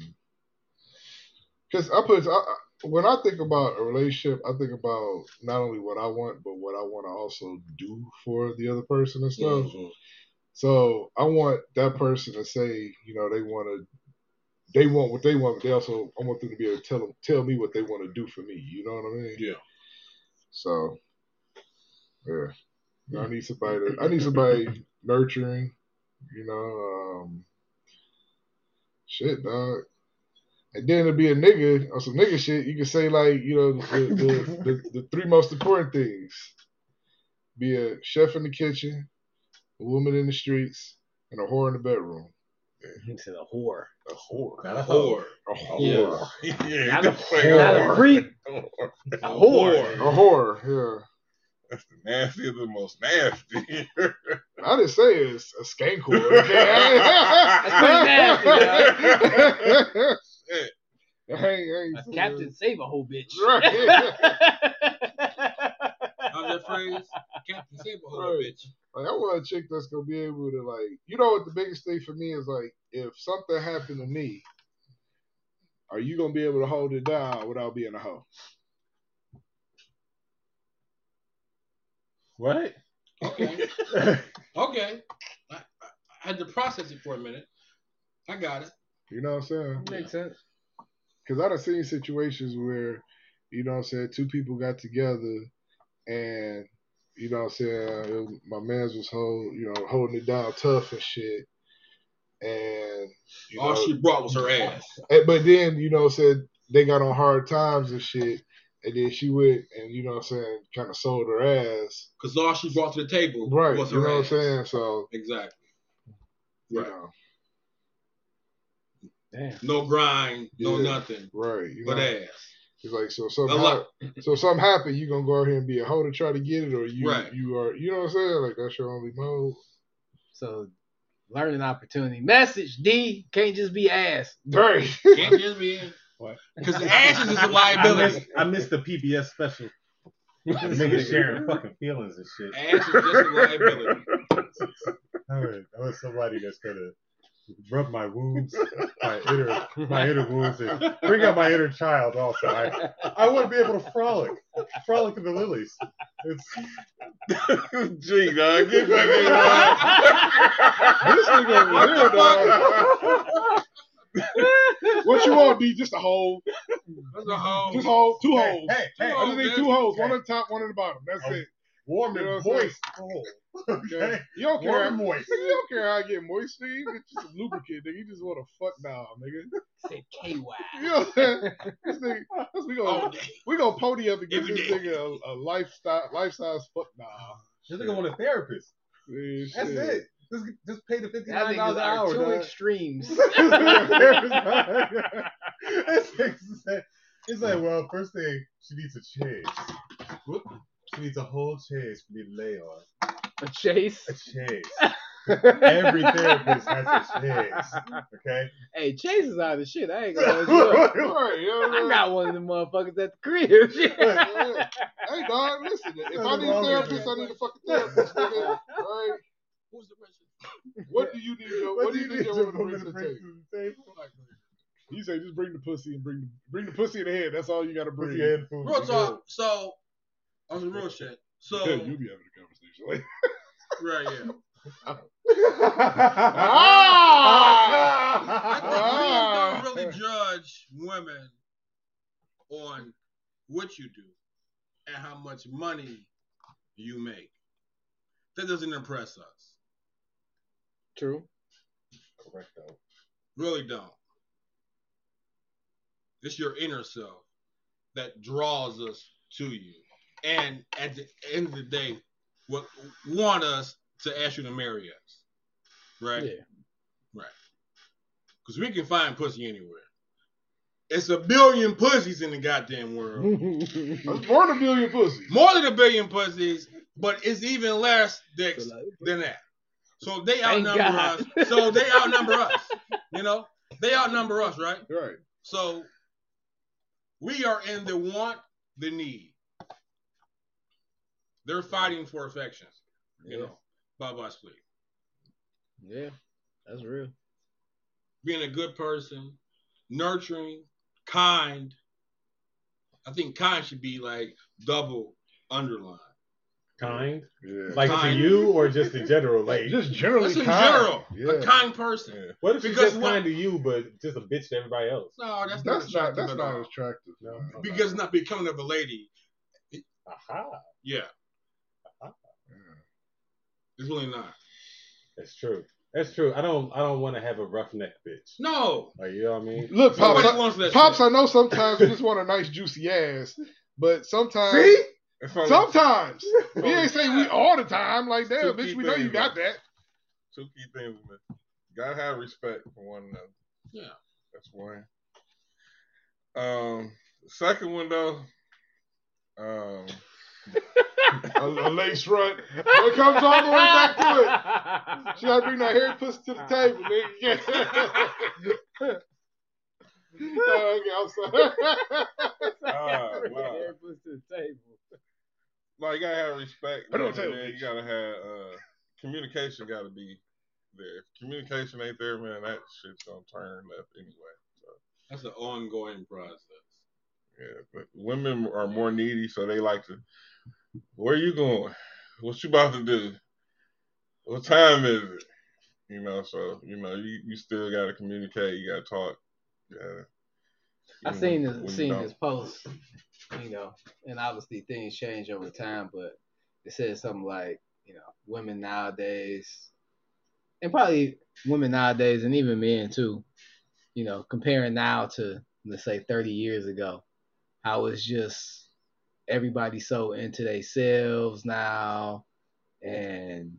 [SPEAKER 1] because I put I, I- when I think about a relationship, I think about not only what I want, but what I want to also do for the other person and stuff. So I want that person to say, you know, they want to, they want what they want, but they also I want them to be able to tell them, tell me what they want to do for me. You know what I mean?
[SPEAKER 4] Yeah.
[SPEAKER 1] So, yeah, You know, I need somebody. To, I need somebody nurturing. You know, um, shit, dog. And then to be a nigga or some nigga shit, you can say like, you know, the, the, the, the three most important things: be a chef in the kitchen, a woman in the streets, and a whore in the bedroom.
[SPEAKER 3] He said a whore.
[SPEAKER 6] A whore.
[SPEAKER 2] Not a
[SPEAKER 4] Whore.
[SPEAKER 1] A whore.
[SPEAKER 4] Yeah.
[SPEAKER 6] Yeah,
[SPEAKER 3] Not
[SPEAKER 6] you
[SPEAKER 3] a,
[SPEAKER 6] can say
[SPEAKER 3] not a
[SPEAKER 6] whore.
[SPEAKER 3] creep.
[SPEAKER 4] A
[SPEAKER 3] whore.
[SPEAKER 1] A whore.
[SPEAKER 6] That's the nastiest, the most nasty.
[SPEAKER 1] Yeah. I didn't say it's a skank whore. Okay?
[SPEAKER 3] pretty nasty,
[SPEAKER 1] I
[SPEAKER 6] Shit.
[SPEAKER 1] ain't- I ain't saying-
[SPEAKER 3] Captain Save a Whole Bitch.
[SPEAKER 1] Right.
[SPEAKER 4] How's that phrase? Captain Save a whole
[SPEAKER 1] Right.
[SPEAKER 4] bitch.
[SPEAKER 1] Like I want a chick that's gonna be able to like you know what the biggest thing for me is like if something happened to me, are you gonna be able to hold it down without being a hoe?
[SPEAKER 2] what?
[SPEAKER 4] Okay. Okay. I, I, I had to process it for a minute. I got it.
[SPEAKER 1] You know what I'm saying?
[SPEAKER 3] Makes sense.
[SPEAKER 1] Because I've seen situations where, you know what I'm saying, two people got together and, you know what I'm saying, it was- my man's was hold, you know, holding it down tough and shit. And, you
[SPEAKER 4] All
[SPEAKER 1] know,
[SPEAKER 4] she brought was her ass.
[SPEAKER 1] and- but then, you know what I'm saying, they got on hard times and shit. And then she went and, you know what I'm saying, kind of sold her ass.
[SPEAKER 4] Because all she brought to the table
[SPEAKER 1] Right.
[SPEAKER 4] was her
[SPEAKER 1] you know
[SPEAKER 4] ass.
[SPEAKER 1] what I'm saying? So,
[SPEAKER 4] Exactly.
[SPEAKER 1] you
[SPEAKER 4] Right.
[SPEAKER 1] know,
[SPEAKER 3] Damn.
[SPEAKER 4] No grind, no
[SPEAKER 1] Yeah.
[SPEAKER 4] nothing.
[SPEAKER 1] right. You know,
[SPEAKER 4] But ass.
[SPEAKER 1] It's like so
[SPEAKER 4] A
[SPEAKER 1] something
[SPEAKER 4] lot.
[SPEAKER 1] hap- so if something happened, you gonna go out here and be a hoe to try to get it, or you
[SPEAKER 4] Right.
[SPEAKER 1] you are you know what I'm saying? Like that's your only mode.
[SPEAKER 3] So, learning opportunity. Message D can't just be ass.
[SPEAKER 1] Right.
[SPEAKER 4] Can't just be.
[SPEAKER 2] What?
[SPEAKER 4] Because the ashes is a
[SPEAKER 2] I missed,
[SPEAKER 4] liability.
[SPEAKER 2] I missed the PBS special. Niggas sharing fucking feelings and shit.
[SPEAKER 4] Ass is just a liability.
[SPEAKER 2] All right, I want somebody that's gonna rub my wounds, my inner, my inner wounds, and bring out my inner child. Also, I, I want to be able to frolic, frolic in the lilies. It's,
[SPEAKER 6] Gee, dog, get back in line.
[SPEAKER 1] this nigga over here, dog. What you want, D? Just a hole.
[SPEAKER 4] That's a whole. Oh,
[SPEAKER 1] Just hole. Two holes.
[SPEAKER 2] hey, hey,
[SPEAKER 1] I just need two holes. One on the top, one on the bottom. That's
[SPEAKER 2] Oh.
[SPEAKER 1] it.
[SPEAKER 2] warm
[SPEAKER 1] You know
[SPEAKER 2] and
[SPEAKER 1] what I'm saying?
[SPEAKER 2] moist. Oh, okay.
[SPEAKER 1] You don't
[SPEAKER 2] Warm
[SPEAKER 1] care.
[SPEAKER 2] and moist.
[SPEAKER 1] Nigga, you don't care how I get moist, nigga. You get you some lubricant, nigga. You just want to fuck now, nigga.
[SPEAKER 3] Said
[SPEAKER 1] You
[SPEAKER 3] KY.
[SPEAKER 1] know what I'm saying? This nigga, this, we
[SPEAKER 4] All
[SPEAKER 1] gonna
[SPEAKER 4] day.
[SPEAKER 1] we gonna pony up and give
[SPEAKER 4] Every
[SPEAKER 1] this
[SPEAKER 4] day.
[SPEAKER 1] nigga a, a lifestyle life size fuck now.
[SPEAKER 2] This nigga want a therapist. That's it. Just, just pay the fifty
[SPEAKER 3] That
[SPEAKER 2] nine dollars an
[SPEAKER 3] niggas are
[SPEAKER 2] hour.
[SPEAKER 3] two
[SPEAKER 2] dog.
[SPEAKER 3] extremes.
[SPEAKER 2] it's, like, it's like, well, first thing, she needs a chase. Whoop. She needs a whole chase for me to lay on.
[SPEAKER 3] A chase.
[SPEAKER 2] A chase. Every therapist has a chase. Okay?
[SPEAKER 3] Hey, Chase is out of shit. I ain't gonna hold you up.
[SPEAKER 1] Right, you know what I'm
[SPEAKER 3] I
[SPEAKER 1] saying?
[SPEAKER 3] got one of them motherfuckers at the crib. Shit.
[SPEAKER 1] Yeah. hey, dog, listen. If I need a
[SPEAKER 2] wrong with
[SPEAKER 1] therapist, I
[SPEAKER 2] that.
[SPEAKER 1] need a fucking therapist. nigga. All right.
[SPEAKER 4] Who's the rest?
[SPEAKER 1] What do you need? Your, what, do you need your woman to bring to the table?
[SPEAKER 2] the table?
[SPEAKER 1] You say just bring the pussy and bring the, bring the pussy in the head. That's all you gotta bring.
[SPEAKER 2] Pussy and food.
[SPEAKER 4] Real talk. So, on some real shit. So,
[SPEAKER 1] Yeah, you be having a conversation. Like,
[SPEAKER 4] right, yeah. I think
[SPEAKER 1] Ah.
[SPEAKER 4] men don't really judge women on what you do and how much money you make. That doesn't impress us.
[SPEAKER 3] True.
[SPEAKER 4] Really don't. It's your inner self that draws us to you. And at the end of the day, what want us to ask you to marry us. Right?
[SPEAKER 3] Yeah.
[SPEAKER 4] Because we can find pussy anywhere. It's a billion pussies in the goddamn world.
[SPEAKER 1] I was born a million pussy.
[SPEAKER 4] More than a billion pussies, but it's even less dicks than that. So they
[SPEAKER 3] Thank
[SPEAKER 4] outnumber
[SPEAKER 3] God.
[SPEAKER 4] us. So they outnumber us. You know? They outnumber us, right?
[SPEAKER 1] Right.
[SPEAKER 4] So we are in the want, the need. They're fighting for affection, you
[SPEAKER 3] Yeah.
[SPEAKER 4] know, by by split.
[SPEAKER 3] yeah, that's real.
[SPEAKER 4] Being a good person, nurturing, kind. I think kind should be like double underline.
[SPEAKER 2] Kind?
[SPEAKER 1] Yeah.
[SPEAKER 2] Like
[SPEAKER 4] Kind.
[SPEAKER 2] to you or just in general? Like,
[SPEAKER 1] just generally.
[SPEAKER 4] That's in
[SPEAKER 1] kind.
[SPEAKER 4] general. A kind person.
[SPEAKER 1] Yeah.
[SPEAKER 2] what if she's
[SPEAKER 4] because
[SPEAKER 2] just
[SPEAKER 4] what-
[SPEAKER 2] kind to you, but just a bitch to everybody else?
[SPEAKER 4] No, that's,
[SPEAKER 1] That's
[SPEAKER 4] not
[SPEAKER 1] not.
[SPEAKER 4] attractive
[SPEAKER 1] That's
[SPEAKER 4] at
[SPEAKER 1] not
[SPEAKER 4] all.
[SPEAKER 1] attractive. man.
[SPEAKER 4] Because it's not becoming of a lady.
[SPEAKER 2] Aha.
[SPEAKER 4] Yeah,
[SPEAKER 1] Yeah.
[SPEAKER 4] it's really not.
[SPEAKER 2] That's true. That's true. I don't I don't want to have a roughneck bitch.
[SPEAKER 4] No.
[SPEAKER 2] Like, you know what I mean?
[SPEAKER 1] Look, pops.
[SPEAKER 4] Nobody
[SPEAKER 1] I,
[SPEAKER 4] wants that
[SPEAKER 1] pops,
[SPEAKER 4] shit.
[SPEAKER 1] I know sometimes you just want a nice juicy ass, but sometimes.
[SPEAKER 2] See?
[SPEAKER 6] It's only
[SPEAKER 1] Sometimes we ain't say we all the time. Like, damn,
[SPEAKER 6] Two
[SPEAKER 1] bitch,
[SPEAKER 6] key
[SPEAKER 1] we know you
[SPEAKER 6] things,
[SPEAKER 1] got
[SPEAKER 6] man.
[SPEAKER 1] that.
[SPEAKER 6] two key things, man. Gotta have respect for one another.
[SPEAKER 4] Yeah.
[SPEAKER 6] That's one. Um, second one though. Um,
[SPEAKER 1] A, a lace front. It comes all the way back to it. She gotta bring that hairy pussy to the table, nigga. Yeah. Oh, okay, I'm sorry.
[SPEAKER 6] Ah,
[SPEAKER 3] Oh,
[SPEAKER 6] wow.
[SPEAKER 3] Yeah, push to the table.
[SPEAKER 6] like, you gotta have respect.
[SPEAKER 1] Put it on
[SPEAKER 6] man,
[SPEAKER 1] the table,
[SPEAKER 6] man.
[SPEAKER 1] bitch.
[SPEAKER 6] You gotta have uh, communication. Gotta be there. If communication ain't there, man, that shit's gonna turn left anyway.
[SPEAKER 4] That's an ongoing process.
[SPEAKER 6] Yeah, but women are more needy, so they like to. Where you going? What you about to do? What time is it? You know, so you know, you, you still gotta communicate. You gotta talk. Yeah.
[SPEAKER 3] I seen
[SPEAKER 6] When you
[SPEAKER 3] this seen
[SPEAKER 6] don't.
[SPEAKER 3] this post, you know, and obviously things change over time, but it said something like, you know, women nowadays, and probably women nowadays, and even men too, you know, comparing now to let's say 30 years ago, how it's just everybody so into themselves now, and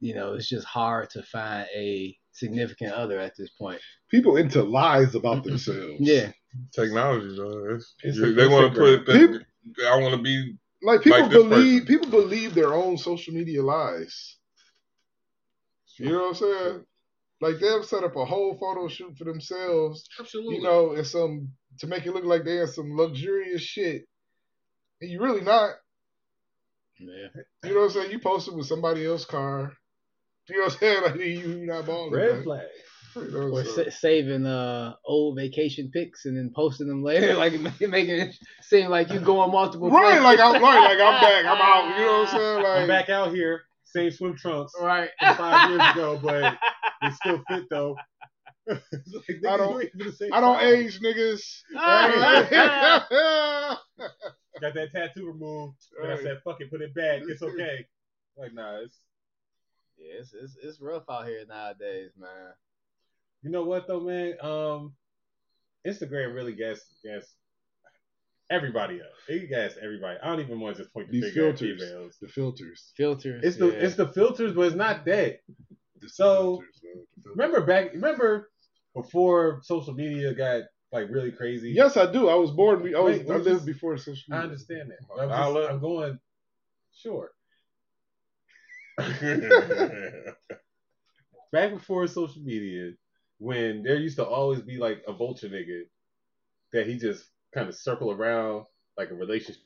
[SPEAKER 3] you know, it's just hard to find a significant other at this point.
[SPEAKER 8] People into lies about themselves.
[SPEAKER 3] Yeah,
[SPEAKER 6] Technology, though. It's-
[SPEAKER 8] It's
[SPEAKER 6] you-
[SPEAKER 8] a-
[SPEAKER 6] they
[SPEAKER 8] it's
[SPEAKER 6] want
[SPEAKER 8] a
[SPEAKER 6] to put.
[SPEAKER 1] great-
[SPEAKER 6] that- I want to be.
[SPEAKER 1] Like people
[SPEAKER 6] Like this
[SPEAKER 1] believe people believe their own social media lies. You know what I'm saying? Like they've set up a whole photo shoot for themselves,
[SPEAKER 4] Absolutely.
[SPEAKER 1] you know, and some to make it look like they in some luxurious shit. And you really not.
[SPEAKER 3] yeah.
[SPEAKER 1] You know what I'm saying? You posted with somebody else's car. You know what I'm saying? Like you, you not balling.
[SPEAKER 2] Red
[SPEAKER 1] man.
[SPEAKER 2] flag.
[SPEAKER 1] You know
[SPEAKER 3] Or
[SPEAKER 1] what I'm saying?
[SPEAKER 3] sa- saving uh old vacation pics and then posting them later, like ma- making it seem like you going multiple.
[SPEAKER 1] Right,
[SPEAKER 3] places.
[SPEAKER 1] like I'm right, like I'm back, I'm out. You know what I'm saying? Like
[SPEAKER 2] I'm back out here, same swim trunks
[SPEAKER 3] right.
[SPEAKER 2] from five years ago, but they still fit though. It's like, nigga,
[SPEAKER 1] I don't-
[SPEAKER 2] you ain't been the same
[SPEAKER 1] I don't
[SPEAKER 2] size.
[SPEAKER 1] age, niggas.
[SPEAKER 3] Right.
[SPEAKER 1] Right.
[SPEAKER 2] got that tattoo removed. And I said, fuck it, put it back. It's okay. Like, nah, it's
[SPEAKER 10] Yeah, it's, it's it's rough out here nowadays, man.
[SPEAKER 2] You know what though, man? Um, Instagram really gas gas everybody up. It gas everybody. I don't even want to just point the
[SPEAKER 1] These
[SPEAKER 2] finger at
[SPEAKER 1] filters.
[SPEAKER 2] females.
[SPEAKER 1] The filters.
[SPEAKER 3] Filters.
[SPEAKER 2] It's the it's the filters, but it's not that. So-
[SPEAKER 1] filters, man, the filters.
[SPEAKER 2] Remember back? Remember before social media got like really crazy.
[SPEAKER 1] Yes, I do. I was born. I, was, I
[SPEAKER 2] Wait, what's
[SPEAKER 1] lived
[SPEAKER 2] this?
[SPEAKER 1] before social
[SPEAKER 2] I
[SPEAKER 1] media.
[SPEAKER 2] understand that.
[SPEAKER 11] My
[SPEAKER 2] I'm,
[SPEAKER 11] dollar.
[SPEAKER 2] just, I'm going sure. back before social media, when there used to always be like a vulture nigga that he just kind of circle around like a relationship.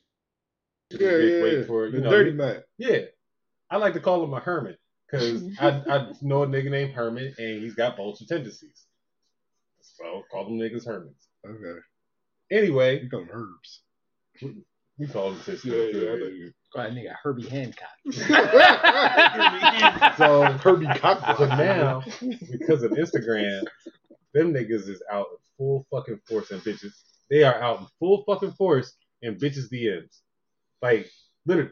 [SPEAKER 1] Yeah, yeah,
[SPEAKER 2] wait
[SPEAKER 1] yeah.
[SPEAKER 2] for
[SPEAKER 1] the
[SPEAKER 2] you know,
[SPEAKER 1] dirty Mac.
[SPEAKER 2] yeah. I like to call him a hermit because I, I know a nigga named Hermit and he's got vulture tendencies. So call them niggas hermits.
[SPEAKER 1] Okay,
[SPEAKER 2] Anyway,
[SPEAKER 1] you call them herbs.
[SPEAKER 2] we call them sisters.
[SPEAKER 3] Call that nigga Herbie Hancock.
[SPEAKER 2] So
[SPEAKER 1] Herbie
[SPEAKER 2] So
[SPEAKER 1] cockblock.
[SPEAKER 2] now, because of Instagram, them niggas is out in full fucking force and bitches. They are out in full fucking force in bitches DMs. Like, literally,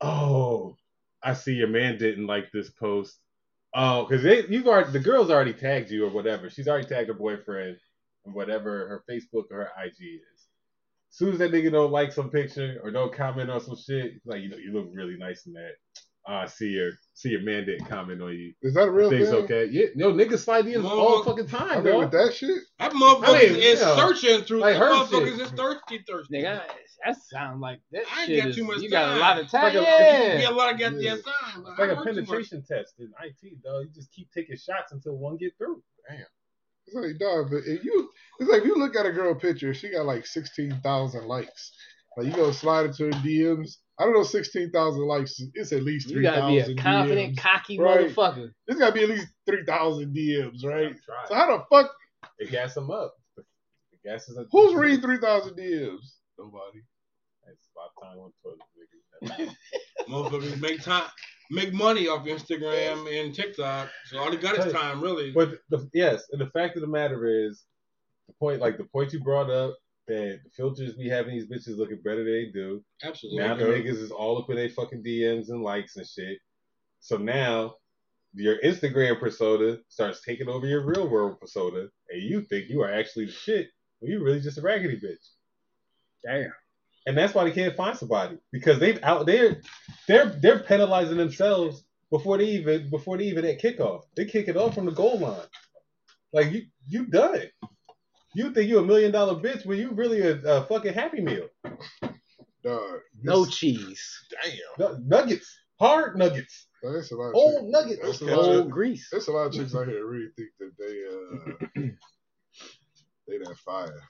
[SPEAKER 2] oh, I see your man didn't like this post. Oh, because they you already the girl's already tagged you or whatever. She's already tagged her boyfriend and whatever her Facebook or her IG is. Soon as that nigga don't like some picture or don't comment on some shit, like you know you look really nice in that. Ah, I see your see your man didn't comment on you.
[SPEAKER 1] Is that a real
[SPEAKER 2] Things
[SPEAKER 1] thing?
[SPEAKER 2] okay. Yeah, yo, niggas slide in
[SPEAKER 4] Well,
[SPEAKER 2] all fucking
[SPEAKER 1] I
[SPEAKER 2] time,
[SPEAKER 1] mean, with
[SPEAKER 2] dog.
[SPEAKER 1] that shit.
[SPEAKER 4] That motherfucker
[SPEAKER 2] I mean,
[SPEAKER 4] is
[SPEAKER 2] yeah.
[SPEAKER 4] searching through.
[SPEAKER 2] Like
[SPEAKER 4] Like
[SPEAKER 2] her
[SPEAKER 4] motherfuckers
[SPEAKER 2] shit.
[SPEAKER 4] is thirsty, thirsty.
[SPEAKER 3] Nigga, I- that sounds like that
[SPEAKER 4] I ain't
[SPEAKER 3] shit
[SPEAKER 4] got
[SPEAKER 3] is,
[SPEAKER 4] too much
[SPEAKER 3] You got a lot of
[SPEAKER 2] time. It's
[SPEAKER 3] time.
[SPEAKER 2] like a-
[SPEAKER 3] yeah.
[SPEAKER 4] Yeah, a lot of goddamn
[SPEAKER 1] Yeah.
[SPEAKER 4] time.
[SPEAKER 2] It's like
[SPEAKER 4] I
[SPEAKER 2] a
[SPEAKER 4] work too much.
[SPEAKER 2] penetration test in IT, dog. You just keep taking shots until one get through.
[SPEAKER 1] It's like, dog, but if you, it's like if you look at a girl picture, she got like sixteen thousand likes. Like you go slide into her DMs. I don't know, sixteen thousand likes. It's at least
[SPEAKER 3] You
[SPEAKER 1] three
[SPEAKER 3] gotta be a
[SPEAKER 1] thousand.
[SPEAKER 3] confident,
[SPEAKER 1] DMs.
[SPEAKER 3] cocky
[SPEAKER 1] Right.
[SPEAKER 3] motherfucker.
[SPEAKER 1] It's gotta be at least three thousand DMs, right?
[SPEAKER 2] Try
[SPEAKER 1] So
[SPEAKER 2] it.
[SPEAKER 1] how the fuck?
[SPEAKER 2] It gas them up. It gasses up.
[SPEAKER 1] Who's reading three thousand DMs? Nobody.
[SPEAKER 2] That's about time on toilet, nigga.
[SPEAKER 4] Motherfuckers make time, make money off Instagram and TikTok. So all they got is time, really.
[SPEAKER 2] But the, yes, and the fact of the matter is, the point, like the point you brought up, that the filters be having these bitches looking better than they do.
[SPEAKER 4] Absolutely.
[SPEAKER 2] Now the niggas is all up in their fucking DMs and likes and shit. So now your Instagram persona starts taking over your real world persona, and you think you are actually the shit when you're really just a raggedy bitch.
[SPEAKER 3] Damn.
[SPEAKER 2] And that's why they can't find somebody because they've out there, they're they're penalizing themselves before they even before they even at kickoff. They kick it off from the goal line. Like you you done. You think you a million dollar bitch when you really a, a fucking happy meal.
[SPEAKER 1] Dog.
[SPEAKER 3] No cheese.
[SPEAKER 2] Nu- Nuggets, hard nuggets.
[SPEAKER 1] Like, That's a lot. Of
[SPEAKER 2] Old
[SPEAKER 1] chicks.
[SPEAKER 2] nuggets.
[SPEAKER 1] That's a lot.
[SPEAKER 3] Old
[SPEAKER 1] Of,
[SPEAKER 3] grease.
[SPEAKER 1] that's a lot of chicks out here that really think that they uh they that fire.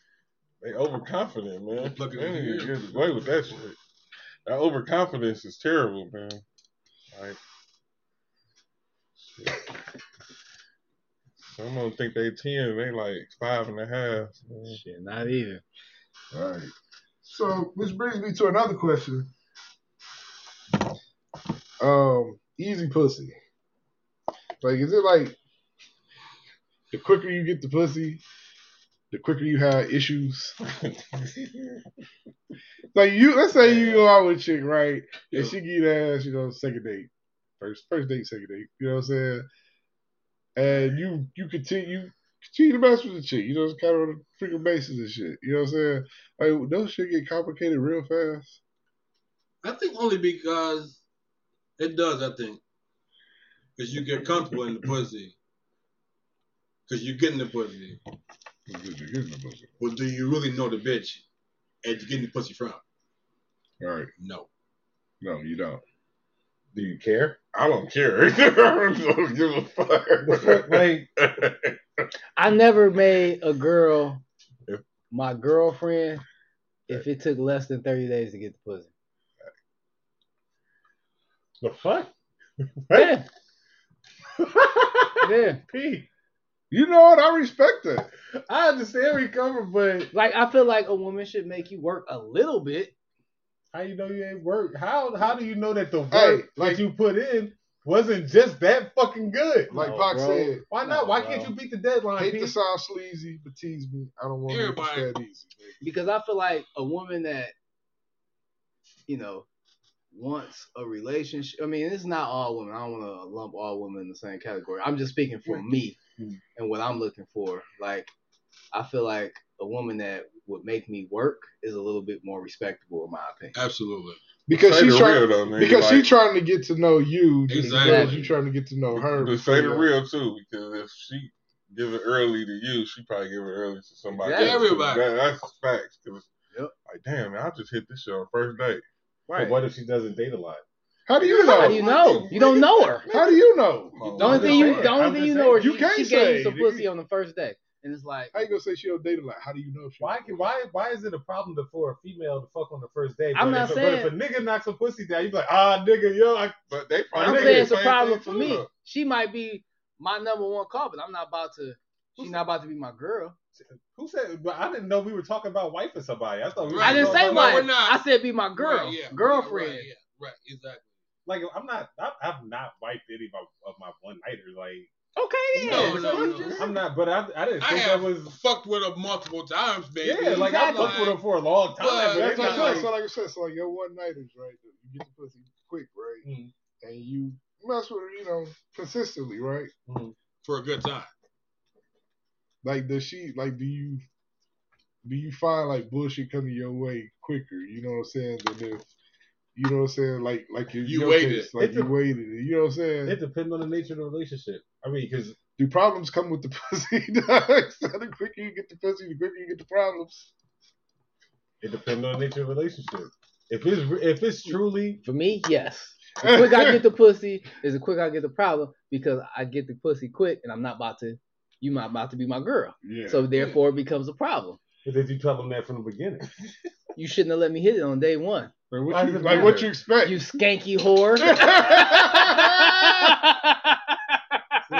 [SPEAKER 11] They overconfident, man.
[SPEAKER 4] Look at
[SPEAKER 11] they
[SPEAKER 4] you.
[SPEAKER 11] didn't get away with that shit. That overconfidence is terrible, man. Like, shit. some of them think they ten, they like five and a half. Man.
[SPEAKER 3] Shit, not even.
[SPEAKER 1] All right. So, which brings me to another question. Um, easy pussy. Like, is it like the quicker you get the pussy, the quicker you have issues? like you, let's say you go out with a chick, right? And she get ass, you know, second date, first first date, second date. You know what I'm saying? And you you continue you continue to mess with the chick. You know, it's kind of on a frequent basis and shit. You know what I'm saying? Like, don't shit get complicated real fast?
[SPEAKER 4] I think only because it does. I think because you get comfortable in the pussy. Because you're getting the pussy. Well, do you really know the bitch and you're getting the pussy from?
[SPEAKER 1] All right.
[SPEAKER 4] No.
[SPEAKER 1] No, you don't.
[SPEAKER 2] Do you care?
[SPEAKER 11] I don't care. I don't give a fuck.
[SPEAKER 2] like,
[SPEAKER 3] I never made a girl
[SPEAKER 11] Yeah.
[SPEAKER 3] my girlfriend if it took less than 30 days to get the pussy.
[SPEAKER 2] the fuck?
[SPEAKER 3] Yeah. yeah.
[SPEAKER 2] Pete,
[SPEAKER 1] You know what? I respect that.
[SPEAKER 2] I understand where you coming, but
[SPEAKER 3] Like I feel like a woman should make you work a little bit.
[SPEAKER 2] how you know you ain't work? How how do you know that the work
[SPEAKER 1] Hey,
[SPEAKER 2] like you put in wasn't just that fucking good?
[SPEAKER 1] Like
[SPEAKER 3] No,
[SPEAKER 1] Pac
[SPEAKER 3] bro.
[SPEAKER 1] said,
[SPEAKER 2] Why
[SPEAKER 3] No,
[SPEAKER 2] not? Why
[SPEAKER 3] bro.
[SPEAKER 2] can't you beat the deadline?
[SPEAKER 1] hate to
[SPEAKER 2] Pete?
[SPEAKER 1] sound sleazy, but tease me. I don't want to make it
[SPEAKER 4] Everybody-
[SPEAKER 1] that easy.
[SPEAKER 3] Because I feel like a woman that you know, wants a relationship. I mean, it's not all women. I don't want to lump all women in the same category. I'm just speaking for me
[SPEAKER 2] Mm-hmm.
[SPEAKER 3] and what I'm looking for. Like, I feel like a woman that would make me work is a little bit more respectable, in my opinion.
[SPEAKER 4] Absolutely.
[SPEAKER 1] Because
[SPEAKER 6] Say
[SPEAKER 1] she's
[SPEAKER 6] the
[SPEAKER 1] trying
[SPEAKER 6] real though, nigga.
[SPEAKER 1] because
[SPEAKER 6] like,
[SPEAKER 1] she's trying to get to know you. just as
[SPEAKER 4] Exactly.
[SPEAKER 1] well as you trying to get to know her.
[SPEAKER 6] But say the real too, because if she give it early to you, she probably give it early to somebody.
[SPEAKER 3] Exactly.
[SPEAKER 6] else.
[SPEAKER 4] Everybody.
[SPEAKER 6] That, that's facts. 'cause
[SPEAKER 3] Yep.
[SPEAKER 6] Like damn, man, I just hit this shit on first date.
[SPEAKER 2] But what if she doesn't date a lot?
[SPEAKER 1] How do you know?
[SPEAKER 3] How do you know? You don't know her.
[SPEAKER 1] How do you know?
[SPEAKER 3] The only thing you
[SPEAKER 2] saying.
[SPEAKER 3] the
[SPEAKER 2] I'm
[SPEAKER 3] only thing
[SPEAKER 2] just
[SPEAKER 3] you know is
[SPEAKER 1] saying.
[SPEAKER 3] she,
[SPEAKER 1] You can't
[SPEAKER 3] she gave
[SPEAKER 1] say.
[SPEAKER 3] you some pussy on the first day, and it's like
[SPEAKER 1] How you gonna say she don't date a lot? How do you know? if She
[SPEAKER 2] Why can why why is it a problem to, for a female to fuck on the first date?
[SPEAKER 3] I'm
[SPEAKER 2] But
[SPEAKER 3] not
[SPEAKER 2] if, a-
[SPEAKER 3] saying-
[SPEAKER 2] But if a nigga knocks a pussy down, you be like, ah, nigga, yo, I,
[SPEAKER 6] But they
[SPEAKER 3] I'm
[SPEAKER 6] probably
[SPEAKER 2] nigga,
[SPEAKER 6] did
[SPEAKER 3] saying it's
[SPEAKER 6] the
[SPEAKER 3] a
[SPEAKER 6] same
[SPEAKER 3] problem
[SPEAKER 6] thing,
[SPEAKER 3] for
[SPEAKER 6] too,
[SPEAKER 3] me.
[SPEAKER 6] though.
[SPEAKER 3] She might be my number one call, but I'm not about to. She's not about to be my girl.
[SPEAKER 2] who said? But I didn't know we were talking about wife or somebody. I thought we were
[SPEAKER 4] Right,
[SPEAKER 3] I didn't
[SPEAKER 4] no,
[SPEAKER 2] talking
[SPEAKER 3] say
[SPEAKER 4] no,
[SPEAKER 2] about-
[SPEAKER 3] wife.
[SPEAKER 4] we're not.
[SPEAKER 3] I said be my girl,
[SPEAKER 4] Right, yeah,
[SPEAKER 3] girlfriend.
[SPEAKER 4] Right, yeah, right, exactly.
[SPEAKER 2] Like I'm not, I, I've not wiped any of my, of my one nighters. Like
[SPEAKER 3] Okay, then. So
[SPEAKER 4] No, no,
[SPEAKER 3] you
[SPEAKER 4] no.
[SPEAKER 3] just-
[SPEAKER 2] I'm not, but I, I didn't
[SPEAKER 4] I
[SPEAKER 2] think
[SPEAKER 4] have
[SPEAKER 2] that was.
[SPEAKER 4] fucked with her multiple times,
[SPEAKER 2] Yeah,
[SPEAKER 4] baby.
[SPEAKER 2] like I
[SPEAKER 3] exactly.
[SPEAKER 2] fucked with her for a long time,
[SPEAKER 4] But-
[SPEAKER 2] but
[SPEAKER 1] That's
[SPEAKER 2] it's
[SPEAKER 1] like,
[SPEAKER 2] not
[SPEAKER 1] so,
[SPEAKER 2] like
[SPEAKER 1] so like I said, so like your one nighters, right? You get the pussy quick, right?
[SPEAKER 2] Mhm.
[SPEAKER 1] And you mess with her, you know, consistently, right?
[SPEAKER 4] for a good time.
[SPEAKER 1] Like does she like do you do you find like bullshit coming your way quicker? You know what I'm saying? Than if you know what I'm saying, like like in
[SPEAKER 4] You
[SPEAKER 1] your
[SPEAKER 4] waited.
[SPEAKER 1] case, like
[SPEAKER 2] It's
[SPEAKER 1] you
[SPEAKER 2] a-
[SPEAKER 1] waited. You know what I'm saying?
[SPEAKER 2] it depends on the nature of the relationship. I mean, because
[SPEAKER 1] do problems come with the pussy? dog? so the quicker you get the pussy, the quicker you get the problems.
[SPEAKER 2] it depends on the nature of the relationship. If it's re- if it's truly
[SPEAKER 3] For me, yes. The quick I get the pussy is the quick I get the problem because I get the pussy quick, and I'm not about to. You not about to be my girl,
[SPEAKER 1] Yeah.
[SPEAKER 3] so therefore it becomes a problem.
[SPEAKER 2] did you tell them that from the beginning?
[SPEAKER 3] You shouldn't have let me hit it on day one.
[SPEAKER 1] like
[SPEAKER 2] Why
[SPEAKER 1] what
[SPEAKER 2] does
[SPEAKER 1] you,
[SPEAKER 2] it
[SPEAKER 1] like what
[SPEAKER 2] matter?
[SPEAKER 1] you expect?
[SPEAKER 3] You skanky whore.
[SPEAKER 4] I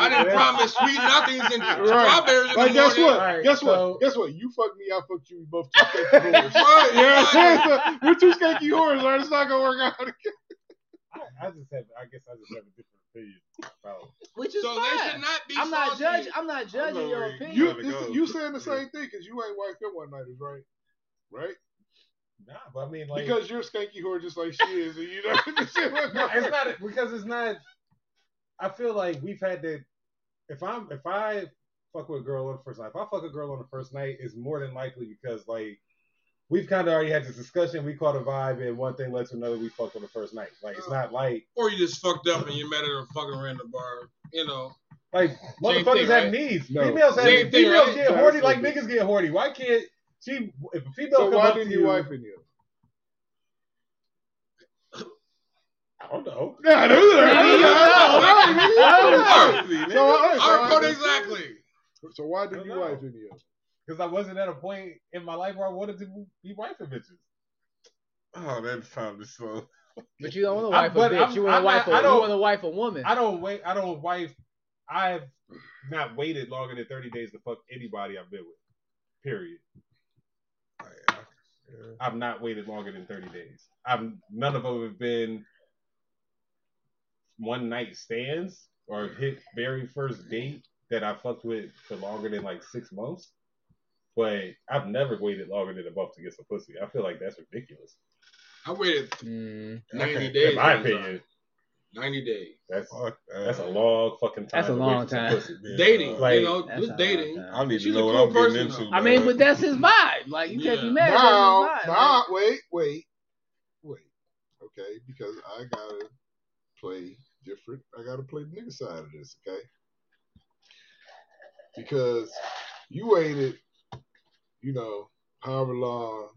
[SPEAKER 4] didn't promise sweet nothings and strawberries in
[SPEAKER 1] Like
[SPEAKER 4] the
[SPEAKER 1] guess
[SPEAKER 4] morning.
[SPEAKER 1] what?
[SPEAKER 2] Alright,
[SPEAKER 1] guess
[SPEAKER 2] so-
[SPEAKER 1] what? Guess what? You fuck me, I fuck you. We both two skanky whores.
[SPEAKER 4] Right,
[SPEAKER 1] You know what I'm
[SPEAKER 4] right.
[SPEAKER 1] saying? So, we're two skanky whores, right? It's not gonna work out.
[SPEAKER 2] I, I just have, I guess I just have a different opinion. about-
[SPEAKER 3] Which is
[SPEAKER 4] So
[SPEAKER 3] fine.
[SPEAKER 4] they should not be.
[SPEAKER 3] I'm not
[SPEAKER 4] salty.
[SPEAKER 3] judging. I'm not judging your
[SPEAKER 6] already-
[SPEAKER 3] opinion.
[SPEAKER 1] You
[SPEAKER 6] Gotta
[SPEAKER 1] this,
[SPEAKER 6] go.
[SPEAKER 1] you saying the same thing because you ain't wife your one nighters, right? Right?
[SPEAKER 2] Nah, but I mean, like,
[SPEAKER 1] because you're a skanky whore just like she is, and you know this shit won't
[SPEAKER 2] No,
[SPEAKER 1] go.
[SPEAKER 2] it's not because it's not. I feel like we've had to. If I'm if I fuck with a girl on the first night, if I fuck a girl on the first night, it's more than likely because like we've kind of already had this discussion. We caught a vibe, and one thing led to another. We fucked on the first night. Like it's not like
[SPEAKER 4] Or you just fucked up and you met at a fucking random bar. You know.
[SPEAKER 2] like
[SPEAKER 4] Same
[SPEAKER 2] motherfuckers
[SPEAKER 4] thing,
[SPEAKER 2] have
[SPEAKER 4] right?
[SPEAKER 2] needs.
[SPEAKER 1] No.
[SPEAKER 2] Females have
[SPEAKER 4] Same thing,
[SPEAKER 2] females
[SPEAKER 4] right?
[SPEAKER 2] get
[SPEAKER 1] No,
[SPEAKER 2] horny like
[SPEAKER 1] absolutely.
[SPEAKER 2] niggas get horny. Why can't she? If a female
[SPEAKER 1] So
[SPEAKER 2] come
[SPEAKER 1] why
[SPEAKER 2] up to
[SPEAKER 1] didn't
[SPEAKER 2] you,
[SPEAKER 1] you wife in you?
[SPEAKER 2] I don't know.
[SPEAKER 1] Yeah, So, all right, so
[SPEAKER 4] Our code
[SPEAKER 1] I-
[SPEAKER 4] exactly.
[SPEAKER 1] so why
[SPEAKER 2] I
[SPEAKER 1] didn't you
[SPEAKER 2] don't know.
[SPEAKER 1] wife in you?
[SPEAKER 2] Because I wasn't at a point in my life where I wanted to be wifing bitches.
[SPEAKER 6] Oh, that sounded slow.
[SPEAKER 3] But you don't want to
[SPEAKER 2] I'm-
[SPEAKER 3] wife
[SPEAKER 2] but
[SPEAKER 3] a
[SPEAKER 2] I'm-
[SPEAKER 3] bitch. You want
[SPEAKER 2] I'm
[SPEAKER 3] to
[SPEAKER 2] not-
[SPEAKER 3] wife
[SPEAKER 2] I
[SPEAKER 3] a. You
[SPEAKER 2] don't-
[SPEAKER 3] want to wife a woman.
[SPEAKER 2] I don't wait. I don't wife. I've not waited longer than thirty days to fuck anybody I've been with. Period. I've not waited longer than thirty days. I've none of them have been one night stands or hit very first date that I fucked with for longer than like six months. But I've never waited longer than a month to get some pussy. I feel like that's ridiculous.
[SPEAKER 4] I waited
[SPEAKER 3] Mm,
[SPEAKER 4] 90 days.
[SPEAKER 2] in my
[SPEAKER 4] for this
[SPEAKER 2] opinion,
[SPEAKER 4] time. 90 days.
[SPEAKER 2] that's
[SPEAKER 6] Fuck that.
[SPEAKER 2] that's a long fucking time.
[SPEAKER 3] That's a
[SPEAKER 2] to wait
[SPEAKER 3] long
[SPEAKER 2] for some
[SPEAKER 3] time.
[SPEAKER 2] pussy.
[SPEAKER 6] Yeah.
[SPEAKER 4] Dating.
[SPEAKER 2] Like,
[SPEAKER 4] you know,
[SPEAKER 3] that's
[SPEAKER 4] just
[SPEAKER 3] a-
[SPEAKER 4] dating.
[SPEAKER 6] I need
[SPEAKER 4] She's
[SPEAKER 6] to
[SPEAKER 4] a
[SPEAKER 6] know what
[SPEAKER 4] cool
[SPEAKER 6] I'm getting
[SPEAKER 4] person,
[SPEAKER 6] into.
[SPEAKER 4] though.
[SPEAKER 3] I mean,
[SPEAKER 6] dog.
[SPEAKER 3] but that's his vibe. Like you can't be
[SPEAKER 4] Yeah.
[SPEAKER 3] mad.
[SPEAKER 1] Now,
[SPEAKER 3] that's his vibe.
[SPEAKER 1] now, wait, wait, wait. Okay, because I gotta play different. I gotta play the nigga side of this, okay? Because you waited, you know, however long,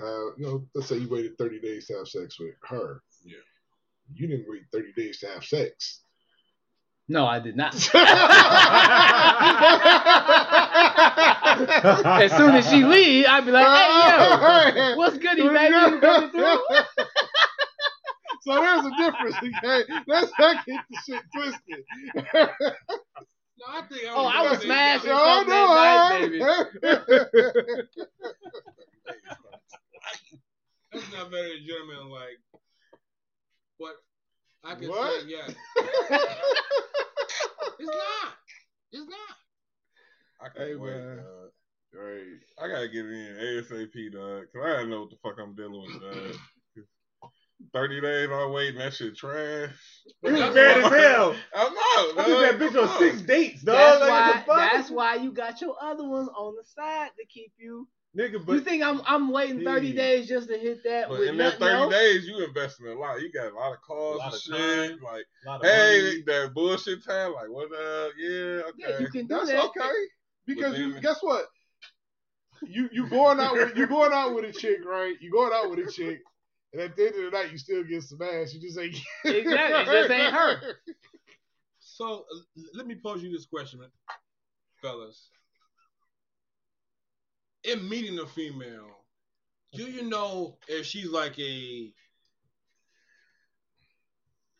[SPEAKER 1] how, you know, let's say you waited 30 days to have sex with her.
[SPEAKER 4] Yeah.
[SPEAKER 1] You didn't wait 30 days to have sex.
[SPEAKER 3] No, I did not. As soon as she leave, I'd be like, "Hey, yo, what's goody, baby? You coming through?"
[SPEAKER 1] so there's a difference, okay? Let's not get the shit twisted.
[SPEAKER 4] No, I think I
[SPEAKER 3] Oh, I was
[SPEAKER 4] dating.
[SPEAKER 3] smashing
[SPEAKER 4] I-
[SPEAKER 3] something that night, baby.
[SPEAKER 4] That's not very gentleman like. But I can
[SPEAKER 1] What?
[SPEAKER 4] say yeah. It's not. It's not.
[SPEAKER 6] I can't
[SPEAKER 1] Hey,
[SPEAKER 6] wait,
[SPEAKER 1] man.
[SPEAKER 6] dog.
[SPEAKER 1] Right.
[SPEAKER 6] I gotta get in ASAP, dog, cause I gotta know what the fuck I'm dealing with, dog. 30 days I wait, and that shit trash.
[SPEAKER 2] You was mad as hell.
[SPEAKER 6] I'm out.
[SPEAKER 2] I took that bitch on six dates, dog.
[SPEAKER 3] That's
[SPEAKER 2] like,
[SPEAKER 3] why.
[SPEAKER 2] what the fuck?
[SPEAKER 3] That's why you got your other ones on the side to keep you.
[SPEAKER 2] Nigga,
[SPEAKER 3] you
[SPEAKER 2] but
[SPEAKER 3] think I'm I'm waiting 30
[SPEAKER 2] Yeah.
[SPEAKER 3] days just to hit that
[SPEAKER 6] But
[SPEAKER 3] with
[SPEAKER 6] in that
[SPEAKER 3] nothing
[SPEAKER 6] 30
[SPEAKER 3] else?
[SPEAKER 6] days, you investing a lot. You got a lot of
[SPEAKER 2] A
[SPEAKER 6] cars
[SPEAKER 2] lot of
[SPEAKER 6] and shit.
[SPEAKER 2] time.
[SPEAKER 6] Like,
[SPEAKER 2] Lot of money.
[SPEAKER 6] hey, that bullshit time. Like, what up? Yeah,
[SPEAKER 3] Yeah, you
[SPEAKER 6] okay.
[SPEAKER 3] can do
[SPEAKER 1] That's
[SPEAKER 3] that.
[SPEAKER 1] okay. Because you
[SPEAKER 6] then-
[SPEAKER 1] guess what? You you going out with you going out with a chick, right? You going out with a chick, and at the end of the night, you still get smashed. You just ain't
[SPEAKER 3] Exactly. It just ain't her.
[SPEAKER 4] So uh, let me pose you this question, fellas. In meeting a female, do you know if she's like a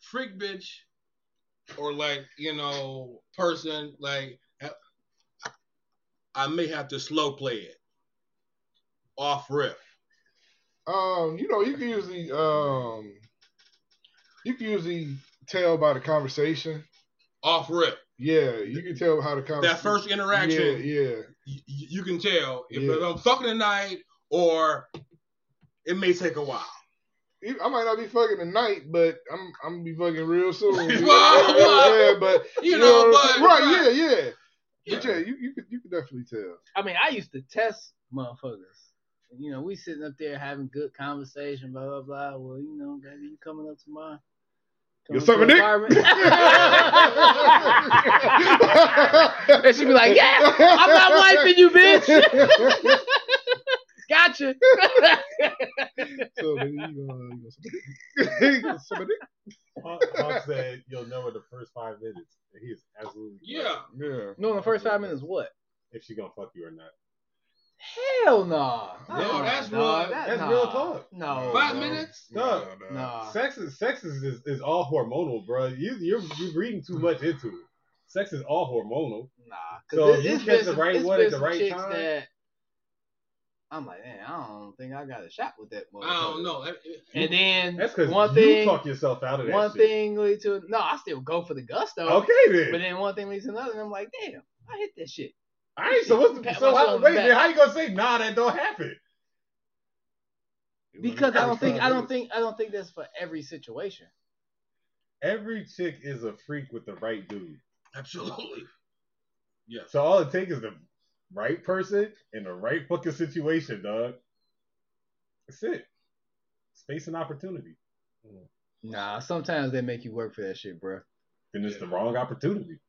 [SPEAKER 4] freak bitch or like you know person like uh, I may have to slow play it off rip.
[SPEAKER 1] Um, you know, you can usually um, you can usually tell by the conversation.
[SPEAKER 4] Off rip.
[SPEAKER 1] Yeah, you can tell how the conversation.
[SPEAKER 4] That first interaction.
[SPEAKER 1] Yeah, yeah.
[SPEAKER 4] y- you can tell if
[SPEAKER 1] Yeah.
[SPEAKER 4] I'm fucking tonight or it may take a while.
[SPEAKER 1] You- I might not be fucking tonight, but I'm I'm gonna be fucking real soon. You know
[SPEAKER 4] Oh, Well,
[SPEAKER 1] what I'm saying? but
[SPEAKER 4] You know,
[SPEAKER 1] what
[SPEAKER 4] but
[SPEAKER 1] I'm saying? right, yeah, yeah. But yeah, you, you could you could definitely tell.
[SPEAKER 3] I mean, I used to test motherfuckers. And, you know, we sitting up there having good conversation, blah blah blah. Well, you know, baby, you coming up to my
[SPEAKER 1] You
[SPEAKER 3] coming up
[SPEAKER 1] suck
[SPEAKER 3] to
[SPEAKER 1] a dick?
[SPEAKER 3] apartment? and she'd be like, "Yeah, I'm not wiping you, bitch. Gotcha."
[SPEAKER 1] so, baby, you gonna, you gonna, you gonna suck a dick?
[SPEAKER 2] Hawk, Hawk said you'll know in the first five minutes. And he is absolutely
[SPEAKER 4] Yeah.
[SPEAKER 2] right.
[SPEAKER 1] Yeah.
[SPEAKER 3] no, in the first five minutes, what?
[SPEAKER 2] If she gonna fuck you or not.
[SPEAKER 3] Hell no.
[SPEAKER 4] No, that's real-
[SPEAKER 2] that's real talk.
[SPEAKER 3] No.
[SPEAKER 4] Five
[SPEAKER 3] no.
[SPEAKER 4] minutes?
[SPEAKER 2] Duh.
[SPEAKER 3] No.
[SPEAKER 2] Sex is sex is, is, is all hormonal, bro. You you're, you're reading too much into it. Sex is all hormonal.
[SPEAKER 3] Nah,
[SPEAKER 2] So
[SPEAKER 3] cause
[SPEAKER 2] you
[SPEAKER 3] it's, it's
[SPEAKER 2] catch
[SPEAKER 3] been
[SPEAKER 2] the
[SPEAKER 3] some-
[SPEAKER 2] right
[SPEAKER 3] it's
[SPEAKER 2] one
[SPEAKER 3] been
[SPEAKER 2] at the
[SPEAKER 3] some
[SPEAKER 2] right
[SPEAKER 3] chicks
[SPEAKER 2] time.
[SPEAKER 3] That I'm like, man, I don't think I got a shot with that motherfucker.
[SPEAKER 4] I don't know. It- it-
[SPEAKER 3] And then
[SPEAKER 2] That's because
[SPEAKER 3] one
[SPEAKER 2] you
[SPEAKER 3] thing,
[SPEAKER 2] talk yourself out of that
[SPEAKER 3] one
[SPEAKER 2] shit.
[SPEAKER 3] thing leads to no. I still go for the gusto,
[SPEAKER 2] Okay then.
[SPEAKER 3] but then one thing leads to another, and I'm like, damn, I hit that shit.
[SPEAKER 2] All right, so what's the,
[SPEAKER 3] Pat
[SPEAKER 2] so
[SPEAKER 3] myself
[SPEAKER 2] how,
[SPEAKER 3] on the
[SPEAKER 2] wait,
[SPEAKER 3] back.
[SPEAKER 2] then how you gonna say nah? That don't happen.
[SPEAKER 3] Because I don't think, I don't think, I don't think that's for every situation.
[SPEAKER 2] Every chick is a freak with the right dude.
[SPEAKER 4] Absolutely. Yes.
[SPEAKER 2] So all it takes is the right person in the right fucking situation, dog. That's it. Space and opportunity.
[SPEAKER 3] Nah, sometimes they make you work for that shit, bro.
[SPEAKER 2] Then it's the wrong opportunity.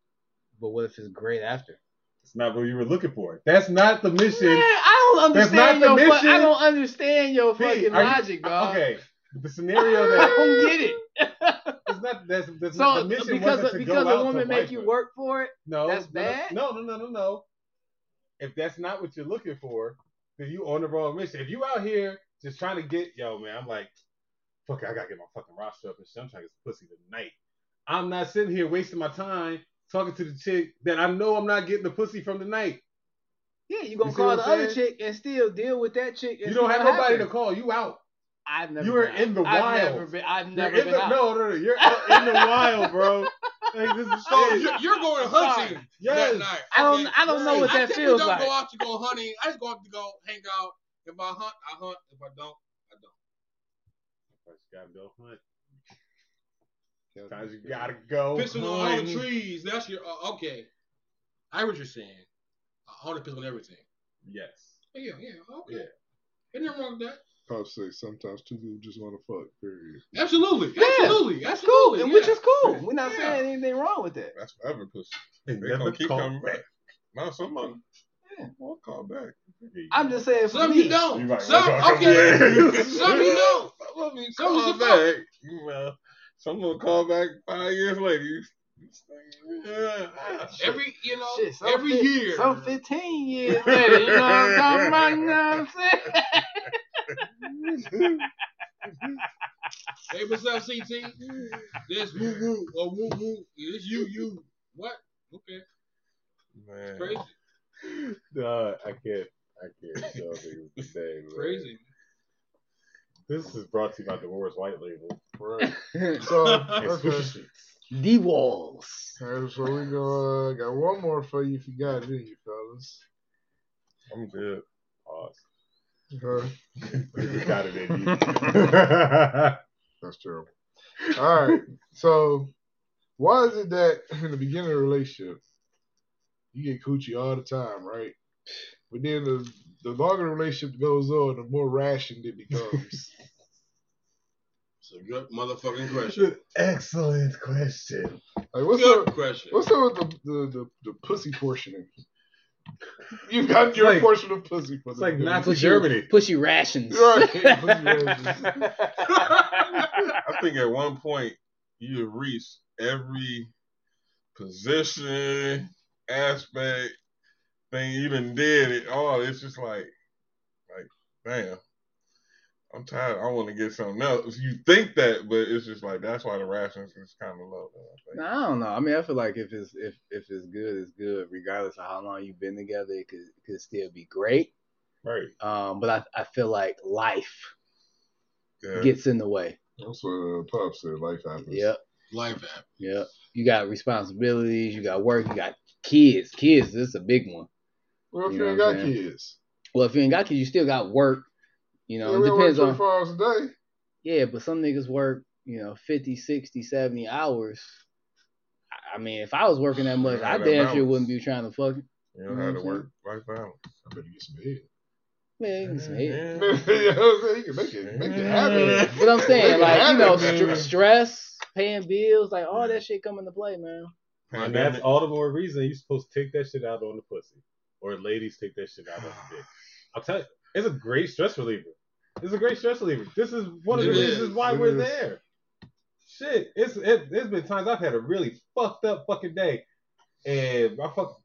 [SPEAKER 3] But what if it's great after?
[SPEAKER 2] It's not what you were looking for. That's not the mission.
[SPEAKER 3] Man, I don't
[SPEAKER 2] That's
[SPEAKER 3] understand your.
[SPEAKER 2] not the
[SPEAKER 3] Fu- I
[SPEAKER 2] mission.
[SPEAKER 3] don't understand your
[SPEAKER 2] P,
[SPEAKER 3] fucking
[SPEAKER 2] are you-
[SPEAKER 3] logic, dog.
[SPEAKER 2] Okay. The scenario
[SPEAKER 3] I
[SPEAKER 2] that
[SPEAKER 3] don't get it.
[SPEAKER 2] it's not that's, that's
[SPEAKER 3] So
[SPEAKER 2] not the mission
[SPEAKER 3] because
[SPEAKER 2] wasn't to
[SPEAKER 3] because
[SPEAKER 2] go
[SPEAKER 3] a
[SPEAKER 2] out to
[SPEAKER 3] woman make
[SPEAKER 2] wife
[SPEAKER 3] you
[SPEAKER 2] her.
[SPEAKER 3] work for it,
[SPEAKER 2] No,
[SPEAKER 3] That's
[SPEAKER 2] no,
[SPEAKER 3] bad?
[SPEAKER 2] No, no, no, no, no. If that's not what you're looking for, then you on the wrong mission. If you out here just trying to get, yo, man, I'm like, fuck, it, I gotta get my fucking roster up and shit. I'm trying to get some pussy tonight. I'm not sitting here wasting my time talking to the chick that I know I'm not getting the pussy from tonight.
[SPEAKER 3] yeah, you gonna
[SPEAKER 2] see
[SPEAKER 3] call
[SPEAKER 2] what
[SPEAKER 3] the
[SPEAKER 2] I'm
[SPEAKER 3] other
[SPEAKER 2] saying?
[SPEAKER 3] chick and still deal with that chick. and
[SPEAKER 2] You
[SPEAKER 3] see
[SPEAKER 2] don't have
[SPEAKER 3] what
[SPEAKER 2] nobody to
[SPEAKER 3] happens.
[SPEAKER 2] call. You out.
[SPEAKER 3] I've never.
[SPEAKER 2] You are
[SPEAKER 3] been out.
[SPEAKER 2] in the
[SPEAKER 3] I've
[SPEAKER 2] wild.
[SPEAKER 3] Never been, I've
[SPEAKER 2] You're
[SPEAKER 3] never
[SPEAKER 2] in
[SPEAKER 3] been
[SPEAKER 2] the,
[SPEAKER 3] out.
[SPEAKER 2] no, no, no. You're out in the wild, bro. Like, this is
[SPEAKER 4] So
[SPEAKER 2] shit.
[SPEAKER 4] you- you're going hunting that
[SPEAKER 2] Yes.
[SPEAKER 4] night.
[SPEAKER 3] I don't.
[SPEAKER 4] Okay.
[SPEAKER 3] I don't know what
[SPEAKER 4] I
[SPEAKER 3] that
[SPEAKER 4] typically
[SPEAKER 3] feels
[SPEAKER 4] don't
[SPEAKER 3] like.
[SPEAKER 4] go out to go hunting. I just go out to go hang out. If I hunt, I hunt. If I don't, I don't.
[SPEAKER 2] First you gotta go hunt. Sometimes you gotta
[SPEAKER 1] Oh,
[SPEAKER 2] go.
[SPEAKER 4] Pissing on all the
[SPEAKER 2] hunting.
[SPEAKER 4] trees. That's your uh, okay. I hear what you're saying. I want to piss on everything.
[SPEAKER 2] Yes.
[SPEAKER 4] Yeah, yeah, okay.
[SPEAKER 2] Yeah.
[SPEAKER 4] Ain't nothing wrong with that.
[SPEAKER 1] Pops say sometimes two people just want to fuck. Period.
[SPEAKER 4] Absolutely,
[SPEAKER 3] Yeah.
[SPEAKER 4] absolutely,
[SPEAKER 3] Cool,
[SPEAKER 4] absolutely.
[SPEAKER 3] and
[SPEAKER 4] yeah.
[SPEAKER 3] which is cool. We're not
[SPEAKER 4] Yeah.
[SPEAKER 3] saying anything wrong with that.
[SPEAKER 6] That's forever pussy.
[SPEAKER 2] They
[SPEAKER 6] They gonna
[SPEAKER 2] never
[SPEAKER 6] keep
[SPEAKER 2] call
[SPEAKER 6] coming
[SPEAKER 2] back.
[SPEAKER 6] back. No, some of them.
[SPEAKER 3] Yeah.
[SPEAKER 6] I'll call back.
[SPEAKER 3] I'm just saying. For
[SPEAKER 4] Some
[SPEAKER 3] me,
[SPEAKER 4] you don't.
[SPEAKER 2] You're right.
[SPEAKER 4] Some okay. Some you don't.
[SPEAKER 6] Some of them
[SPEAKER 4] Some
[SPEAKER 6] call
[SPEAKER 4] is a
[SPEAKER 6] back. Well, some will call back five years later. You- Yeah.
[SPEAKER 4] Every you know,
[SPEAKER 3] Shit, some
[SPEAKER 4] every
[SPEAKER 3] fif-
[SPEAKER 4] year.
[SPEAKER 3] some 15 years later, you know what I'm talking about? You know what I'm saying?
[SPEAKER 4] Hey, what's up, CT? This woo woo or woo woo. It's you, you. What? Okay,
[SPEAKER 6] Man.
[SPEAKER 4] crazy,
[SPEAKER 2] Nah, I can't. I can't tell you today. man.
[SPEAKER 4] crazy.
[SPEAKER 2] This is brought to you by Dolores White Label.
[SPEAKER 1] So okay.
[SPEAKER 3] The walls.
[SPEAKER 1] All right, so we go. Uh, got one more for you if you got it in you, fellas.
[SPEAKER 6] I'm good.
[SPEAKER 2] Pause.
[SPEAKER 1] Okay.
[SPEAKER 2] You got it, baby.
[SPEAKER 1] That's terrible. All right. So why is it that in the beginning of a relationship, you get coochie all the time, right? But then the, the longer the relationship goes on, the more rationed it becomes.
[SPEAKER 4] It's a good motherfucking question.
[SPEAKER 1] Excellent question. Like what's
[SPEAKER 4] good
[SPEAKER 1] up?
[SPEAKER 4] question.
[SPEAKER 1] What's up with the the, the, the pussy portioning? You got your
[SPEAKER 2] like-
[SPEAKER 1] portion of pussy for
[SPEAKER 2] It's
[SPEAKER 1] the
[SPEAKER 2] like
[SPEAKER 1] dude.
[SPEAKER 2] Nazi
[SPEAKER 3] Pussy-
[SPEAKER 2] Germany.
[SPEAKER 3] Pussy rations.
[SPEAKER 1] Right. Pussy rations.
[SPEAKER 6] I think at one point you have reached every position, aspect, thing you done did it all. It's just like, like, damn, I'm tired. I want to get something else. You think that, but it's just like that's why the rations is kind of low. though, I think.
[SPEAKER 3] I don't know. I mean, I feel like if it's if if it's good, it's good, regardless of how long you've been together. It could it could still be great.
[SPEAKER 6] Right.
[SPEAKER 3] Um, but I I feel like life
[SPEAKER 6] Yeah.
[SPEAKER 3] gets in the way.
[SPEAKER 1] That's what uh, Pop said. Life happens.
[SPEAKER 3] Yep.
[SPEAKER 4] Life app.
[SPEAKER 3] Yep. You got responsibilities. You got work. You got kids. Kids. This is a big one.
[SPEAKER 1] Well, if
[SPEAKER 3] You
[SPEAKER 1] you,
[SPEAKER 3] know
[SPEAKER 1] ain't
[SPEAKER 3] what
[SPEAKER 1] got
[SPEAKER 3] I'm saying?
[SPEAKER 1] kids,
[SPEAKER 3] Well, if you ain't got kids, you still got work. You know,
[SPEAKER 1] yeah,
[SPEAKER 3] it
[SPEAKER 1] we work
[SPEAKER 3] depends on.
[SPEAKER 1] 24 hours a day.
[SPEAKER 3] Yeah, but some niggas work, you know, 50, 60, 70 hours. I- I mean, if I was working that much,
[SPEAKER 6] Yeah,
[SPEAKER 3] I
[SPEAKER 6] that
[SPEAKER 3] damn sure
[SPEAKER 6] balance.
[SPEAKER 3] wouldn't be trying to fuck.
[SPEAKER 6] You know how
[SPEAKER 3] Mhm.
[SPEAKER 6] to work life balance.
[SPEAKER 1] I better get some head.
[SPEAKER 3] Man, it's me.
[SPEAKER 1] you know what I'm saying? You can make it, make it happen.
[SPEAKER 3] But I'm saying, like, you know,
[SPEAKER 1] Yeah.
[SPEAKER 3] str- stress, paying bills, like all that shit come into play, man.
[SPEAKER 2] And that's all the more reason you're supposed to take that shit out on the pussy. Or ladies take that shit out on the dick. I'm telling you, it's a great stress reliever. It's a great stress reliever. This is one of
[SPEAKER 4] It
[SPEAKER 2] the
[SPEAKER 4] is.
[SPEAKER 2] reasons why
[SPEAKER 1] It
[SPEAKER 2] we're
[SPEAKER 1] is.
[SPEAKER 2] there. Shit, it's it, there's been times I've had a really fucked up fucking day, and my fuck,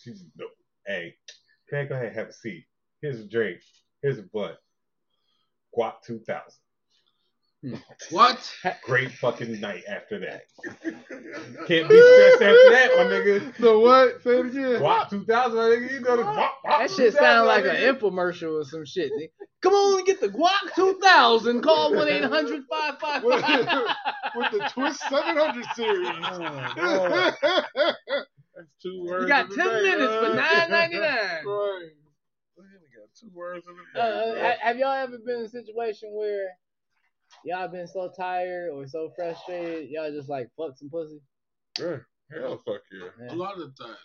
[SPEAKER 2] she's no, hey, can I go ahead and have a seat? Here's a drink. Here's a blunt. Guap two thousand.
[SPEAKER 4] What?
[SPEAKER 2] Great fucking night after that. Can't be stressed after that, my nigga.
[SPEAKER 1] So what? Say it again.
[SPEAKER 2] WAP 2000, my nigga. You go to WAP.
[SPEAKER 3] That shit sound like an infomercial or some shit. nigga. Come on and get the Guac 2000. Call 1 800
[SPEAKER 1] with,
[SPEAKER 3] 555.
[SPEAKER 1] with the Twist 700 series.
[SPEAKER 6] That's two
[SPEAKER 3] Oh, You
[SPEAKER 6] words.
[SPEAKER 3] got
[SPEAKER 6] in a
[SPEAKER 3] 10
[SPEAKER 6] day,
[SPEAKER 3] minutes for
[SPEAKER 6] huh?
[SPEAKER 3] nine ninety nine.
[SPEAKER 1] right.
[SPEAKER 6] We got two words in a day,
[SPEAKER 3] Uh,
[SPEAKER 6] bro.
[SPEAKER 3] ha- have y'all ever been in a situation where y'all been so tired or so frustrated, y'all just like fuck some pussy?
[SPEAKER 6] Yeah. Hell fuck yeah.
[SPEAKER 4] A lot of the time.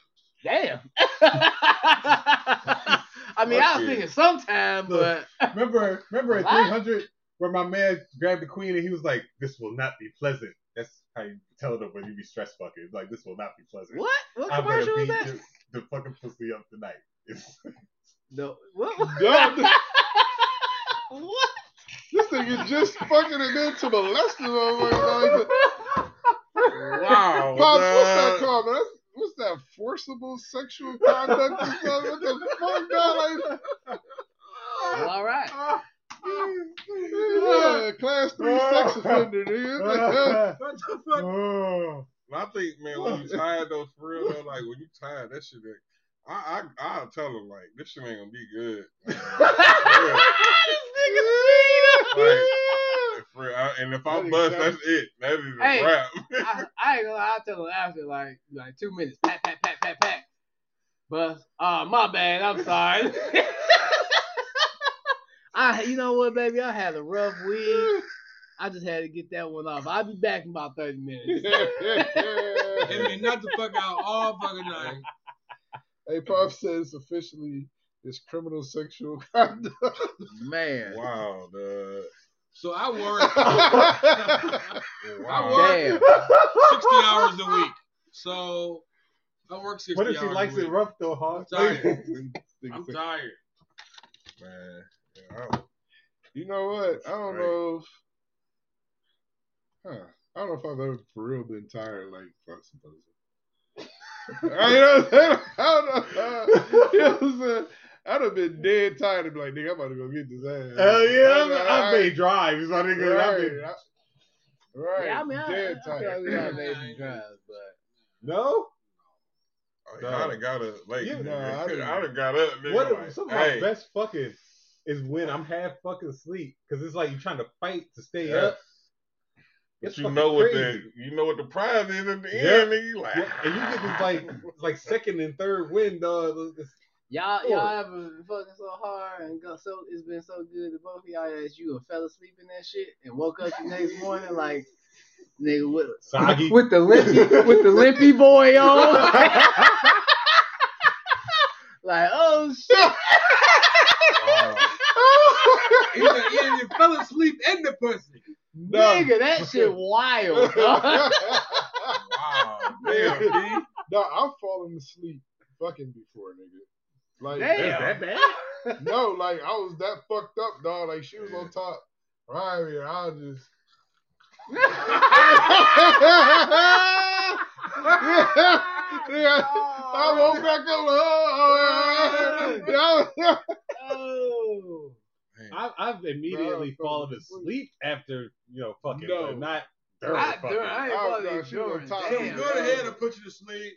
[SPEAKER 3] Damn. I mean, I
[SPEAKER 6] Fuck
[SPEAKER 3] was thinking sometime, but
[SPEAKER 2] Remember, remember at
[SPEAKER 3] What?
[SPEAKER 2] 300 where my man grabbed the queen and he was like, this will not be pleasant. That's how you tell them when you be stress fucking. It's Like, this will not be pleasant.
[SPEAKER 3] what? What
[SPEAKER 2] I'm gonna
[SPEAKER 3] commercial was
[SPEAKER 2] beat
[SPEAKER 3] that?
[SPEAKER 2] the, the fucking pussy up tonight. It's,
[SPEAKER 3] No. What? what-
[SPEAKER 1] Dumb.
[SPEAKER 3] What?
[SPEAKER 1] This nigga just fucking it into molesting over
[SPEAKER 6] Wow. Oh,
[SPEAKER 1] Pops, what's that
[SPEAKER 6] dog.
[SPEAKER 1] called, man? That's, what's that forcible sexual conduct? or something? what the fuck, man? Like,
[SPEAKER 3] Well, all right.
[SPEAKER 1] yeah, class three sex offender, nigga.
[SPEAKER 4] What the fuck?
[SPEAKER 2] oh.
[SPEAKER 6] I think, man, when you tired though, for real though, like when you tired, that shit. ain't- I I I'll tell them like this shit ain't gonna be good. Like, for real. Like, for real. I- and if I
[SPEAKER 1] That
[SPEAKER 6] bust,
[SPEAKER 1] is-
[SPEAKER 6] that's it. That is a
[SPEAKER 3] Hey.
[SPEAKER 6] wrap.
[SPEAKER 3] I, I ain't gonna lie, I'll tell him after like like two minutes. Pat, pat, pat, pat, pat. But uh my bad, I'm sorry. I you know what, baby, I had a rough week. I just had to get that one off. I'll be back in about 30 minutes.
[SPEAKER 4] It mean not the fuck out all fucking night.
[SPEAKER 1] hey, Pop says officially it's criminal sexual conduct.
[SPEAKER 3] Man.
[SPEAKER 6] Wow, dude.
[SPEAKER 4] So I work I
[SPEAKER 6] Wow.
[SPEAKER 4] work
[SPEAKER 3] Damn.
[SPEAKER 4] 60 hours a week. So I work 60
[SPEAKER 2] What if she
[SPEAKER 4] hours
[SPEAKER 2] likes
[SPEAKER 4] a week.
[SPEAKER 2] it rough though, huh?
[SPEAKER 4] I'm tired. I'm
[SPEAKER 1] you
[SPEAKER 4] tired.
[SPEAKER 6] Man. Yeah, I-
[SPEAKER 1] know what? I don't
[SPEAKER 6] Right.
[SPEAKER 1] know if. Huh. I don't know if I've ever for real been tired like fuck some pussy. I, you know, what I'm saying? I don't know. You know what I'm saying? I'd have been dead tired and be like, nigga, I'm about to go get this ass.
[SPEAKER 2] Hell yeah.
[SPEAKER 1] I'm
[SPEAKER 2] I,
[SPEAKER 1] like,
[SPEAKER 2] I
[SPEAKER 1] "All
[SPEAKER 2] made drives, my nigga. I
[SPEAKER 1] Right.
[SPEAKER 2] made-
[SPEAKER 1] I- Right.
[SPEAKER 3] Yeah, I mean, I, I,
[SPEAKER 1] dead
[SPEAKER 3] I
[SPEAKER 1] tired.
[SPEAKER 3] feel like we all made some drives, but
[SPEAKER 2] No?
[SPEAKER 6] I I'd have got up late.
[SPEAKER 2] You-
[SPEAKER 6] nigga.
[SPEAKER 1] Nah, I
[SPEAKER 6] I'd
[SPEAKER 1] didn't-
[SPEAKER 6] have got up. Nigga,
[SPEAKER 2] What
[SPEAKER 6] like,
[SPEAKER 2] some of my
[SPEAKER 6] hey,
[SPEAKER 2] best fucking is when I'm half fucking asleep because it's like you're trying to fight to stay
[SPEAKER 6] Yeah.
[SPEAKER 2] up.
[SPEAKER 6] but
[SPEAKER 2] It's
[SPEAKER 6] you
[SPEAKER 2] fucking
[SPEAKER 6] know what
[SPEAKER 2] crazy.
[SPEAKER 6] the you know what the prize is at the
[SPEAKER 2] Yeah.
[SPEAKER 6] end, nigga. You like,
[SPEAKER 2] Yeah, and you get this like it's like second and third win, dog. It's,
[SPEAKER 1] Oh.
[SPEAKER 3] Y'all, y'all ever fucking so hard and go so it's been so good to both of y'all that you and fell asleep in that shit and woke up the next morning like nigga with
[SPEAKER 2] Soggy.
[SPEAKER 3] with the lippy with the lippy boy on. like oh shit,
[SPEAKER 6] Oh,
[SPEAKER 4] yeah, yeah, you fell asleep in the pussy.
[SPEAKER 3] nigga, that shit wild. dog.
[SPEAKER 4] Wow.
[SPEAKER 1] Damn,
[SPEAKER 4] Damn,
[SPEAKER 1] No, I've fallen asleep fucking before, nigga. Like
[SPEAKER 3] Damn, that bad.
[SPEAKER 1] no, like I was that fucked up, dog. Like she was on top. Right here, I just. yeah, I woke back up. Oh, yeah.
[SPEAKER 2] Oh. I, I've immediately
[SPEAKER 1] Bro,
[SPEAKER 2] fallen
[SPEAKER 1] bro.
[SPEAKER 2] asleep after you know fucking,
[SPEAKER 1] No.
[SPEAKER 2] but not during
[SPEAKER 3] I,
[SPEAKER 2] fucking.
[SPEAKER 3] dude, I ain't
[SPEAKER 1] Oh,
[SPEAKER 3] fucking
[SPEAKER 1] God, she was
[SPEAKER 3] enjoying.
[SPEAKER 1] top.
[SPEAKER 4] You
[SPEAKER 3] Damn,
[SPEAKER 4] go to
[SPEAKER 3] dog.
[SPEAKER 4] hell to put you to sleep.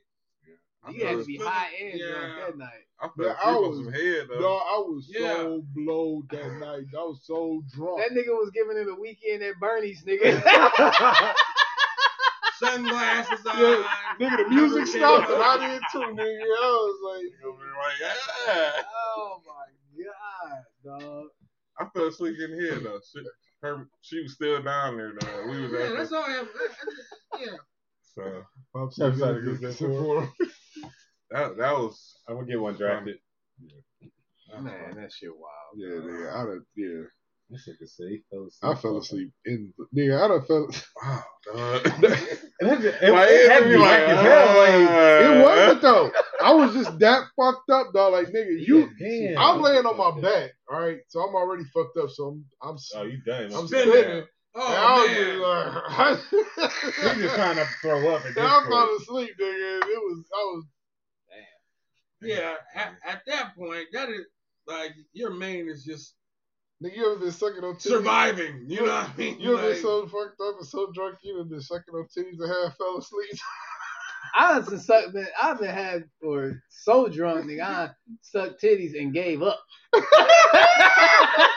[SPEAKER 3] you had to be high and drunk
[SPEAKER 4] Yeah.
[SPEAKER 3] that night.
[SPEAKER 6] I fell
[SPEAKER 1] Yeah,
[SPEAKER 6] asleep
[SPEAKER 1] I was-
[SPEAKER 6] on some head though.
[SPEAKER 1] No, I was
[SPEAKER 4] Yeah.
[SPEAKER 1] so blowed that night. I was so drunk.
[SPEAKER 3] That nigga was giving it a weekend at Bernie's, nigga.
[SPEAKER 4] Sunglasses on.
[SPEAKER 1] Yeah, nigga, the music stopped and I did too, nigga. I was like,
[SPEAKER 6] You'll be like, "Ah."
[SPEAKER 3] oh my god, dog.
[SPEAKER 6] I fell asleep in here though. She, her, she was still down there though. We was
[SPEAKER 4] Yeah,
[SPEAKER 6] at
[SPEAKER 4] that's
[SPEAKER 6] the,
[SPEAKER 4] all I have. Yeah.
[SPEAKER 6] so
[SPEAKER 1] I'm
[SPEAKER 2] I'm sorry, this is
[SPEAKER 1] for
[SPEAKER 6] that that was
[SPEAKER 2] I'm gonna get one drafted.
[SPEAKER 3] Man, that shit wild.
[SPEAKER 1] Yeah, nigga, I done, yeah.
[SPEAKER 2] This nigga say he fell asleep.
[SPEAKER 1] I fell asleep in, nigga, I done fell.
[SPEAKER 6] wow. dog.
[SPEAKER 2] And that's- it,
[SPEAKER 6] Like,
[SPEAKER 2] it
[SPEAKER 6] it'd
[SPEAKER 2] had to
[SPEAKER 6] be
[SPEAKER 2] be
[SPEAKER 6] like,
[SPEAKER 2] like, as hell, like,
[SPEAKER 1] It wasn't though. I was just that fucked up, dog. Like, nigga, you,
[SPEAKER 2] Damn.
[SPEAKER 1] I'm laying on my back, all right. So I'm already fucked up. So I'm, I'm,
[SPEAKER 2] Oh, you done?
[SPEAKER 1] I'm
[SPEAKER 2] I'm
[SPEAKER 4] spinning.
[SPEAKER 1] spinning. and
[SPEAKER 4] Oh, man.
[SPEAKER 1] I was just like,
[SPEAKER 2] you just trying to throw up. At this
[SPEAKER 1] Yeah, I
[SPEAKER 2] point.
[SPEAKER 1] fell asleep, nigga. It was, I was,
[SPEAKER 4] Yeah, at, at that point, that is like your main is just
[SPEAKER 1] nigga. You ever been sucking on titties?
[SPEAKER 4] surviving. You know what I mean?
[SPEAKER 1] You ever
[SPEAKER 4] Like,
[SPEAKER 1] been so fucked up and so drunk you done been sucking on titties and half fell asleep?
[SPEAKER 3] I done sucked, man. I've been had or so drunk, nigga. I done sucked titties and gave up.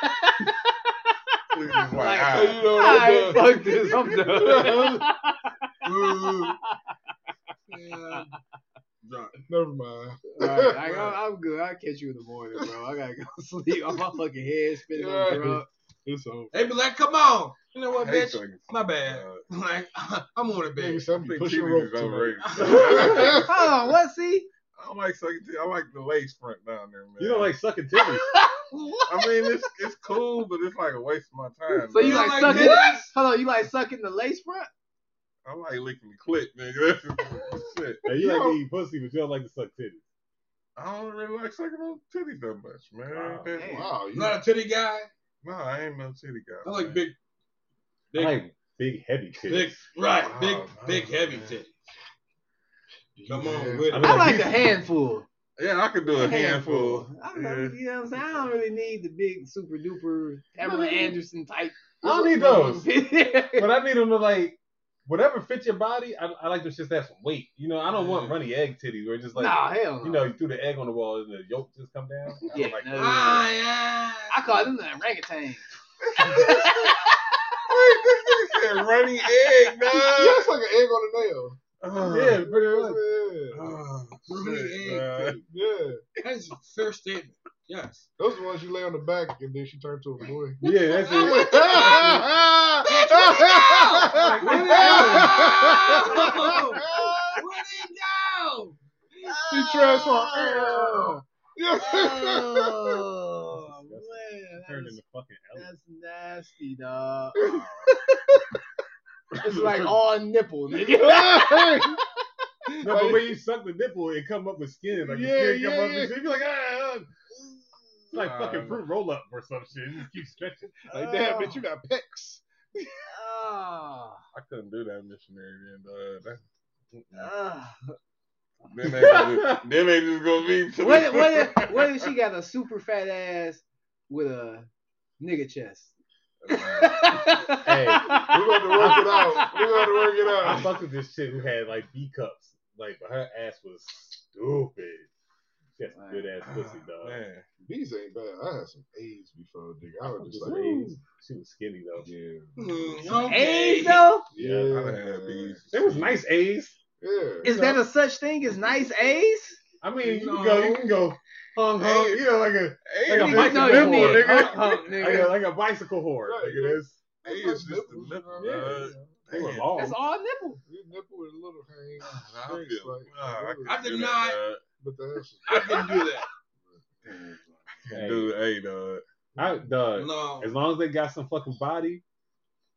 [SPEAKER 6] We was like,
[SPEAKER 3] Like,
[SPEAKER 6] ah.
[SPEAKER 1] you know what I'm
[SPEAKER 3] I
[SPEAKER 1] doing?
[SPEAKER 3] fuck this. I'm done.
[SPEAKER 4] ooh. Yeah. Drunk.
[SPEAKER 1] Never mind.
[SPEAKER 3] All right, I, I'm- I'm good. I'll catch you in the morning, bro. I gotta go sleep. I'm my fucking head spinning. I'm
[SPEAKER 1] Yeah.
[SPEAKER 3] drunk.
[SPEAKER 1] It's over.
[SPEAKER 4] They be like, come on. You know what,
[SPEAKER 6] I hate Uh,
[SPEAKER 4] bitch?
[SPEAKER 6] sucking.
[SPEAKER 4] My bad. Like, I'm on it,
[SPEAKER 1] Nigga,
[SPEAKER 4] bitch.
[SPEAKER 1] some
[SPEAKER 6] Big
[SPEAKER 1] pushing
[SPEAKER 6] titties
[SPEAKER 1] rope
[SPEAKER 6] is
[SPEAKER 1] tonight.
[SPEAKER 6] overrated.
[SPEAKER 3] Hold on, what? See?
[SPEAKER 6] I don't like sucking. T- I like the lace front down there, man.
[SPEAKER 2] You don't like sucking titties.
[SPEAKER 3] What?
[SPEAKER 6] I mean, it's it's cool, but it's like a waste of my time.
[SPEAKER 3] So you
[SPEAKER 6] dog.
[SPEAKER 3] like,
[SPEAKER 4] like
[SPEAKER 3] sucking?
[SPEAKER 4] this?
[SPEAKER 3] Hold on, you like sucking the lace front?
[SPEAKER 6] I like licking the clit, nigga. That's just shit.
[SPEAKER 2] Now, you like to eat pussy, but you don't like to suck titties.
[SPEAKER 6] I don't really like sucking on titties that much, man.
[SPEAKER 2] Wow.
[SPEAKER 6] That-
[SPEAKER 3] Damn.
[SPEAKER 1] Wow, you
[SPEAKER 4] Not a titty guy.
[SPEAKER 6] No, I ain't no titty guy.
[SPEAKER 4] I like
[SPEAKER 6] man.
[SPEAKER 4] big,
[SPEAKER 2] I
[SPEAKER 4] big,
[SPEAKER 2] like big, heavy titties.
[SPEAKER 4] big, right?
[SPEAKER 6] Wow,
[SPEAKER 4] Big,
[SPEAKER 6] wow,
[SPEAKER 4] big, heavy
[SPEAKER 6] Oh, man.
[SPEAKER 4] titty.
[SPEAKER 1] you
[SPEAKER 4] Come
[SPEAKER 1] mad.
[SPEAKER 4] on, with
[SPEAKER 2] I
[SPEAKER 4] it.
[SPEAKER 2] mean,
[SPEAKER 3] I like
[SPEAKER 2] these-
[SPEAKER 3] a handful.
[SPEAKER 6] Yeah, I could do a handful.
[SPEAKER 3] I don't know, you know what I'm saying? I don't really need the big super duper Pamela Anderson type.
[SPEAKER 2] I don't need those.
[SPEAKER 3] yeah,
[SPEAKER 2] But I need them to like whatever fits your body. I, I like them shits that have some weight. You know, I don't want runny egg titties where it's just like
[SPEAKER 3] Nah, hell no.
[SPEAKER 2] you know you threw the egg on the wall and the yolk just come down. I don't like
[SPEAKER 3] no.
[SPEAKER 4] Ah, yeah.
[SPEAKER 3] I call them the orangutan.
[SPEAKER 6] Wait, this nigga said running egg,
[SPEAKER 1] Yeah,
[SPEAKER 6] dog.
[SPEAKER 1] it's like an egg on a nail.
[SPEAKER 2] yeah, pretty much.
[SPEAKER 1] Yeah,
[SPEAKER 4] Oh,
[SPEAKER 6] Shit,
[SPEAKER 4] really
[SPEAKER 6] dog.
[SPEAKER 4] egg.
[SPEAKER 1] yeah.
[SPEAKER 4] That's a fair statement. Yes.
[SPEAKER 1] Those are the ones you lay on the back and then she turned to a boy.
[SPEAKER 2] Yeah, that's
[SPEAKER 4] I
[SPEAKER 2] it.
[SPEAKER 4] want that.
[SPEAKER 2] Like, what
[SPEAKER 4] Where'd it
[SPEAKER 2] the
[SPEAKER 4] go? Where'd it go?
[SPEAKER 1] She transformed.
[SPEAKER 3] Oh, man. that
[SPEAKER 2] Turned
[SPEAKER 3] is-
[SPEAKER 2] into fucking elephant.
[SPEAKER 3] That's nasty, dog. it's like all nipple, nigga.
[SPEAKER 2] No, but when you suck the nipple, it come up with skin. Like
[SPEAKER 1] Yeah,
[SPEAKER 2] the skin
[SPEAKER 1] yeah,
[SPEAKER 2] come up
[SPEAKER 1] yeah.
[SPEAKER 2] with skin. You be like, ah, ah. It's like
[SPEAKER 6] Uh,
[SPEAKER 2] fucking fruit roll up or some shit. You just keep stretching.
[SPEAKER 1] Like, damn, bitch, you got pecs.
[SPEAKER 3] Ah,
[SPEAKER 6] I couldn't do that missionary then, dog. That-
[SPEAKER 3] ah.
[SPEAKER 6] Then they, just, then they just gonna be to
[SPEAKER 3] What, if- what, if, what if she got a super fat ass with a nigga chest?
[SPEAKER 1] We're going to work it out. We're going to work it
[SPEAKER 2] I
[SPEAKER 1] out.
[SPEAKER 2] fucked with this chick who had like B cups. Like but her ass was stupid. She had some good ass pussy, dog.
[SPEAKER 6] Man,
[SPEAKER 1] These ain't bad. I had some A's before, nigga. I was
[SPEAKER 2] Just
[SPEAKER 1] just
[SPEAKER 2] like,
[SPEAKER 1] like,
[SPEAKER 2] A's. She was skinny though.
[SPEAKER 1] yeah.
[SPEAKER 4] Hmm,
[SPEAKER 3] Hey,
[SPEAKER 4] okay.
[SPEAKER 3] though,
[SPEAKER 1] Yeah.
[SPEAKER 6] I done had these.
[SPEAKER 2] It was nice A's.
[SPEAKER 1] Yeah.
[SPEAKER 3] is that a such thing as nice A's?
[SPEAKER 2] I mean, you can go, you can go, hung, hung, you know, like a like a
[SPEAKER 3] nigga, no,
[SPEAKER 2] bicycle
[SPEAKER 3] you
[SPEAKER 2] horde,
[SPEAKER 3] did.
[SPEAKER 2] nigga.
[SPEAKER 3] Hung, hung,
[SPEAKER 2] Like
[SPEAKER 3] nigga.
[SPEAKER 2] a, like a bicycle horde, nigga. That's
[SPEAKER 4] He is just a little.
[SPEAKER 2] Yeah.
[SPEAKER 4] Uh,
[SPEAKER 2] they were
[SPEAKER 4] damn.
[SPEAKER 2] long.
[SPEAKER 3] That's all nipple.
[SPEAKER 1] Your nipple is a little hang.
[SPEAKER 4] I feel-
[SPEAKER 1] It's like-
[SPEAKER 4] nah, I-
[SPEAKER 12] I did not.
[SPEAKER 1] But the ass is
[SPEAKER 12] I can do that.
[SPEAKER 2] Hey.
[SPEAKER 4] Dude, hey, dog.
[SPEAKER 2] I, dog,
[SPEAKER 12] No.
[SPEAKER 2] as long as they got some fucking body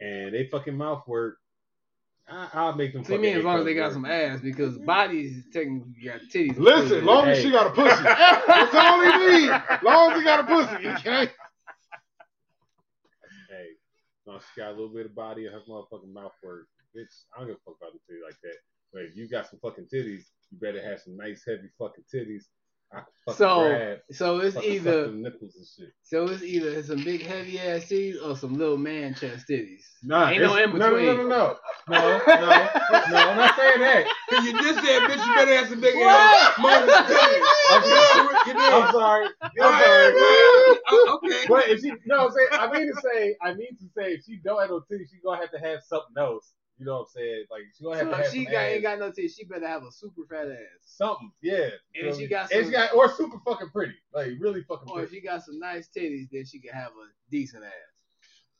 [SPEAKER 2] and they fucking mouth work, I, I'll make them.
[SPEAKER 3] To
[SPEAKER 2] fucking
[SPEAKER 3] me, as long as
[SPEAKER 2] A-cup
[SPEAKER 3] they got
[SPEAKER 2] work.
[SPEAKER 3] some ass, because bodies technically got titties.
[SPEAKER 1] Listen, long as
[SPEAKER 2] Hey.
[SPEAKER 1] she got a pussy. That's all he need. Long as he got a pussy. He can't.
[SPEAKER 2] Hey, as long as she got a little bit of body and her motherfucking mouth work, bitch, I don't give a fuck about the titty like that. But if you got some fucking titties, you better have some nice heavy fucking titties. I can fucking
[SPEAKER 3] So,
[SPEAKER 2] grab,
[SPEAKER 3] so it's
[SPEAKER 2] fucking
[SPEAKER 3] either
[SPEAKER 2] suck them nipples and shit.
[SPEAKER 3] so it's either some big heavy ass titties or some little man chest titties.
[SPEAKER 2] Nah,
[SPEAKER 3] Ain't no
[SPEAKER 2] it's- No,
[SPEAKER 3] in
[SPEAKER 2] no, no, no,
[SPEAKER 3] between.
[SPEAKER 2] no, no, no, no. I'm not saying that.
[SPEAKER 12] Cause you just said, bitch, you better have some big ass.
[SPEAKER 3] What?
[SPEAKER 12] Mother's titties.
[SPEAKER 2] I'm sorry.
[SPEAKER 12] You
[SPEAKER 2] I'm
[SPEAKER 12] did.
[SPEAKER 2] sorry. I'm
[SPEAKER 12] Yeah,
[SPEAKER 2] sorry.
[SPEAKER 12] yeah.
[SPEAKER 4] Oh,
[SPEAKER 12] Okay.
[SPEAKER 2] But if she, no, I'm saying, I mean to say, I mean to say, if she don't have no titties, she gonna have to have something else. You know what I'm saying? Like she gonna have
[SPEAKER 3] So
[SPEAKER 2] to have
[SPEAKER 3] if she
[SPEAKER 2] some
[SPEAKER 3] got,
[SPEAKER 2] ass.
[SPEAKER 3] ain't got no titties, she better have a super fat ass.
[SPEAKER 2] something, yeah. You know
[SPEAKER 3] And
[SPEAKER 2] what I
[SPEAKER 3] she
[SPEAKER 2] mean? and
[SPEAKER 3] got some-
[SPEAKER 2] she got, or super fucking pretty, like really fucking
[SPEAKER 3] Or if
[SPEAKER 2] pretty.
[SPEAKER 3] she got some nice titties, then she can have a decent ass.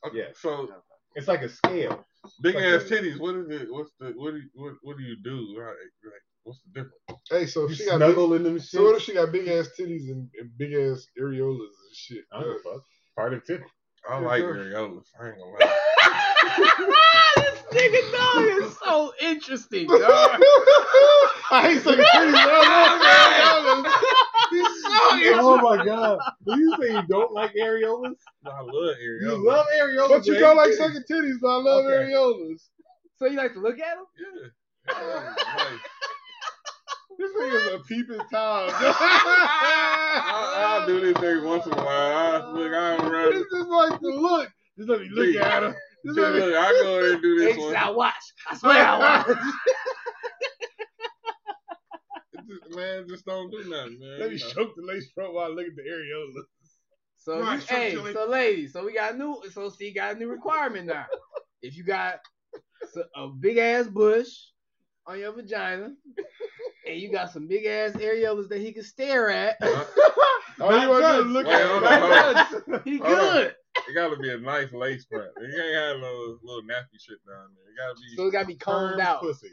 [SPEAKER 4] Okay,
[SPEAKER 2] Yeah.
[SPEAKER 4] So
[SPEAKER 2] It's like a scale.
[SPEAKER 4] big
[SPEAKER 2] Fuck
[SPEAKER 4] ass
[SPEAKER 2] yeah.
[SPEAKER 4] titties. What is it? What's the what? Do you, what, what do you do? Like, like, what's the difference?
[SPEAKER 1] Hey, so if
[SPEAKER 2] You
[SPEAKER 1] she got big,
[SPEAKER 2] snuggle in them shit.
[SPEAKER 1] so what if she got big ass titties and, and big ass areolas and shit?
[SPEAKER 2] I don't give a fuck. Part of titty.
[SPEAKER 4] I
[SPEAKER 1] Yeah,
[SPEAKER 4] like
[SPEAKER 1] sure.
[SPEAKER 4] areolas. I ain't gonna lie.
[SPEAKER 3] this nigga dog is so interesting. dog.
[SPEAKER 1] I hate sucking titties. but I love areolas.
[SPEAKER 2] Oh my god! Did you say you don't like areolas?
[SPEAKER 4] I love areolas.
[SPEAKER 2] You love areolas,
[SPEAKER 1] But you
[SPEAKER 2] ain't
[SPEAKER 1] don't like
[SPEAKER 2] titties.
[SPEAKER 1] sucking titties, but I love
[SPEAKER 2] Okay.
[SPEAKER 1] areolas.
[SPEAKER 3] So you like to look at him?
[SPEAKER 4] Yeah. Areolas, like,
[SPEAKER 1] This nigga's a peeping time.
[SPEAKER 4] I, I do this every once in a while. I, look, I don't
[SPEAKER 1] this
[SPEAKER 4] run.
[SPEAKER 1] is like the look. Just let me look
[SPEAKER 4] Yeah.
[SPEAKER 1] at him. Just let me
[SPEAKER 4] Look, I go in and do this
[SPEAKER 3] Hey,
[SPEAKER 4] one.
[SPEAKER 3] I watch. I swear I watch.
[SPEAKER 4] Just- Man, just don't do nothing, man.
[SPEAKER 1] let me
[SPEAKER 4] You know.
[SPEAKER 1] choke the lace front while I look at the areola.
[SPEAKER 3] So
[SPEAKER 12] Right,
[SPEAKER 3] you-
[SPEAKER 12] sure,
[SPEAKER 3] hey,
[SPEAKER 12] Julie.
[SPEAKER 3] so ladies, so we got a new, so see, got a new requirement now. if you got s- a big ass bush on your vagina, and you got some big ass areolas that he can stare at,
[SPEAKER 4] Oh,
[SPEAKER 1] All you want to do is look
[SPEAKER 4] Wait,
[SPEAKER 1] at
[SPEAKER 4] hold
[SPEAKER 1] him.
[SPEAKER 4] on, hold on.
[SPEAKER 3] he
[SPEAKER 4] Hold on.
[SPEAKER 3] good.
[SPEAKER 4] It gotta be a nice lace front. It ain't got no little nappy shit down there. It gotta be
[SPEAKER 3] So it gotta be combed
[SPEAKER 1] Perm
[SPEAKER 3] out.
[SPEAKER 1] Pussy.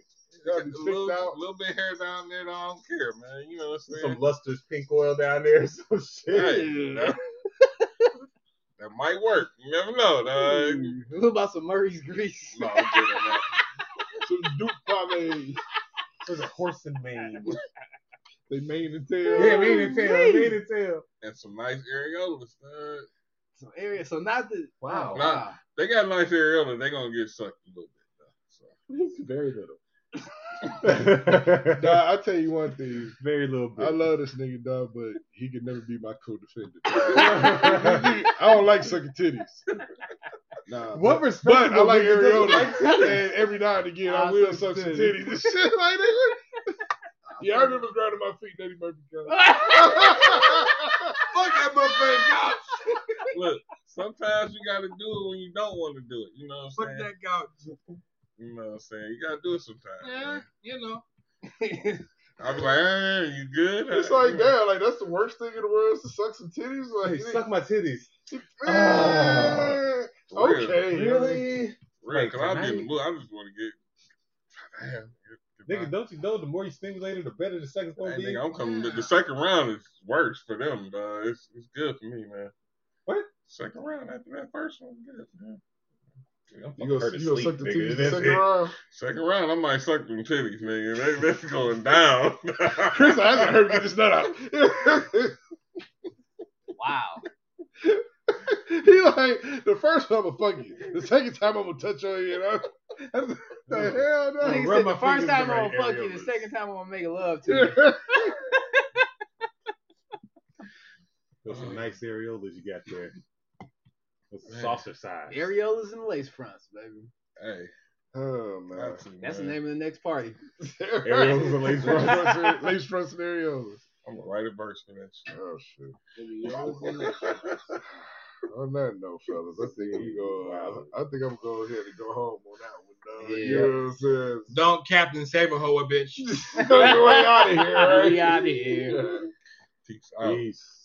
[SPEAKER 4] got
[SPEAKER 1] gotta
[SPEAKER 4] a
[SPEAKER 1] be
[SPEAKER 4] little,
[SPEAKER 1] fixed out.
[SPEAKER 4] little bit hair down there. That I don't care, man. You know what I'm
[SPEAKER 2] Some
[SPEAKER 4] saying?
[SPEAKER 2] lustrous pink oil down there, or some shit.
[SPEAKER 4] Hey, that, that might work. You never know. Dog.
[SPEAKER 3] What about some Murray's grease?
[SPEAKER 4] No, I'm kidding, man.
[SPEAKER 1] Some Duke pomade.
[SPEAKER 2] There's a horse and mane.
[SPEAKER 1] They mane and tail.
[SPEAKER 2] Yeah, mane and tail,
[SPEAKER 3] Wait.
[SPEAKER 2] mane and tail.
[SPEAKER 4] And some nice areolas. Dog.
[SPEAKER 3] Some area. So not the
[SPEAKER 2] Wow.
[SPEAKER 3] Oh,
[SPEAKER 4] Nah. They got nice areolas. They gonna get sucked a little bit. Dog. So
[SPEAKER 2] Very little.
[SPEAKER 1] Nah, I tell you one thing.
[SPEAKER 2] Very little
[SPEAKER 1] I
[SPEAKER 2] bit.
[SPEAKER 1] love this nigga, dog, but he could never be my co-defendant. I don't like sucking titties. Nah.
[SPEAKER 2] What
[SPEAKER 1] But
[SPEAKER 2] respect?
[SPEAKER 1] I like areolas.
[SPEAKER 2] areola.
[SPEAKER 1] and every now and again,
[SPEAKER 2] Ah,
[SPEAKER 1] I,
[SPEAKER 3] I
[SPEAKER 1] will suck
[SPEAKER 3] suck
[SPEAKER 1] some
[SPEAKER 3] titties.
[SPEAKER 1] titties and shit like that. Yeah, I remember grinding my feet, Eddie Murphy. got
[SPEAKER 12] Fuck that motherfucking couch.
[SPEAKER 4] look, sometimes you gotta do it when you don't want to do it. You know what I'm
[SPEAKER 12] Fuck
[SPEAKER 4] saying?
[SPEAKER 12] that couch.
[SPEAKER 4] You know what I'm saying? You gotta do it sometimes.
[SPEAKER 12] Yeah,
[SPEAKER 4] man.
[SPEAKER 12] you know.
[SPEAKER 4] I'll be like, hey, you good?
[SPEAKER 1] It's like, damn, like that's the worst thing in the world is to suck some titties.
[SPEAKER 2] Hey,
[SPEAKER 1] Like,
[SPEAKER 2] suck my Ah. titties.
[SPEAKER 1] man,
[SPEAKER 4] For real.
[SPEAKER 1] okay,
[SPEAKER 2] Really?
[SPEAKER 4] Right,
[SPEAKER 2] Like,
[SPEAKER 4] because I'm
[SPEAKER 2] tonight-
[SPEAKER 4] getting blue. I just want to get. Damn. get- get
[SPEAKER 2] Nigga, don't you know the more you stimulated, the better the sex
[SPEAKER 4] my-
[SPEAKER 2] gonna
[SPEAKER 4] Hey,
[SPEAKER 2] be?
[SPEAKER 4] nigga, I'm coming. The, the second round is worse for them, but it's, it's good for me, man.
[SPEAKER 2] What?
[SPEAKER 4] Second round after that first one, good, man.
[SPEAKER 1] You gonna,
[SPEAKER 2] to
[SPEAKER 1] you gonna
[SPEAKER 2] sleep,
[SPEAKER 1] suck the
[SPEAKER 2] nigga.
[SPEAKER 1] titties in the
[SPEAKER 2] That's
[SPEAKER 1] second
[SPEAKER 2] it.
[SPEAKER 1] round?
[SPEAKER 4] Second round, I might suck them titties, nigga. They, that's going down.
[SPEAKER 1] Chris, I haven't heard get this nut out.
[SPEAKER 3] wow.
[SPEAKER 1] he like the first time I'm gonna fuck you. The second time I'm gonna touch on you. You know, That's- the hell no.
[SPEAKER 3] Nigga
[SPEAKER 2] rub
[SPEAKER 3] said
[SPEAKER 2] my
[SPEAKER 3] the first
[SPEAKER 2] fingers
[SPEAKER 3] time I'm
[SPEAKER 2] around
[SPEAKER 3] gonna fuck you, the
[SPEAKER 2] areolas.
[SPEAKER 3] second time I'm gonna make love to you.
[SPEAKER 1] Yeah.
[SPEAKER 2] Those some nice areolas you got there. With the
[SPEAKER 4] Man.
[SPEAKER 2] saucer size.
[SPEAKER 3] Areolas and lace fronts, baby.
[SPEAKER 4] Hey,
[SPEAKER 1] Oh man.
[SPEAKER 4] got to,
[SPEAKER 3] That's
[SPEAKER 4] man.
[SPEAKER 3] the name of the next party.
[SPEAKER 2] Areolas and lace fronts.
[SPEAKER 1] Lace front scenarios.
[SPEAKER 4] I'm gonna write a verse for that shit.
[SPEAKER 1] Oh shit. On that note, fellas, I think we go. I think I'm gonna go ahead and go home on that one. dog.
[SPEAKER 5] Yeah.
[SPEAKER 1] You know what I'm saying?
[SPEAKER 4] Don't Captain Saberhoe a bitch.
[SPEAKER 1] Go your way out of here, right?
[SPEAKER 3] We out of here.
[SPEAKER 6] Peace out.
[SPEAKER 2] Peace.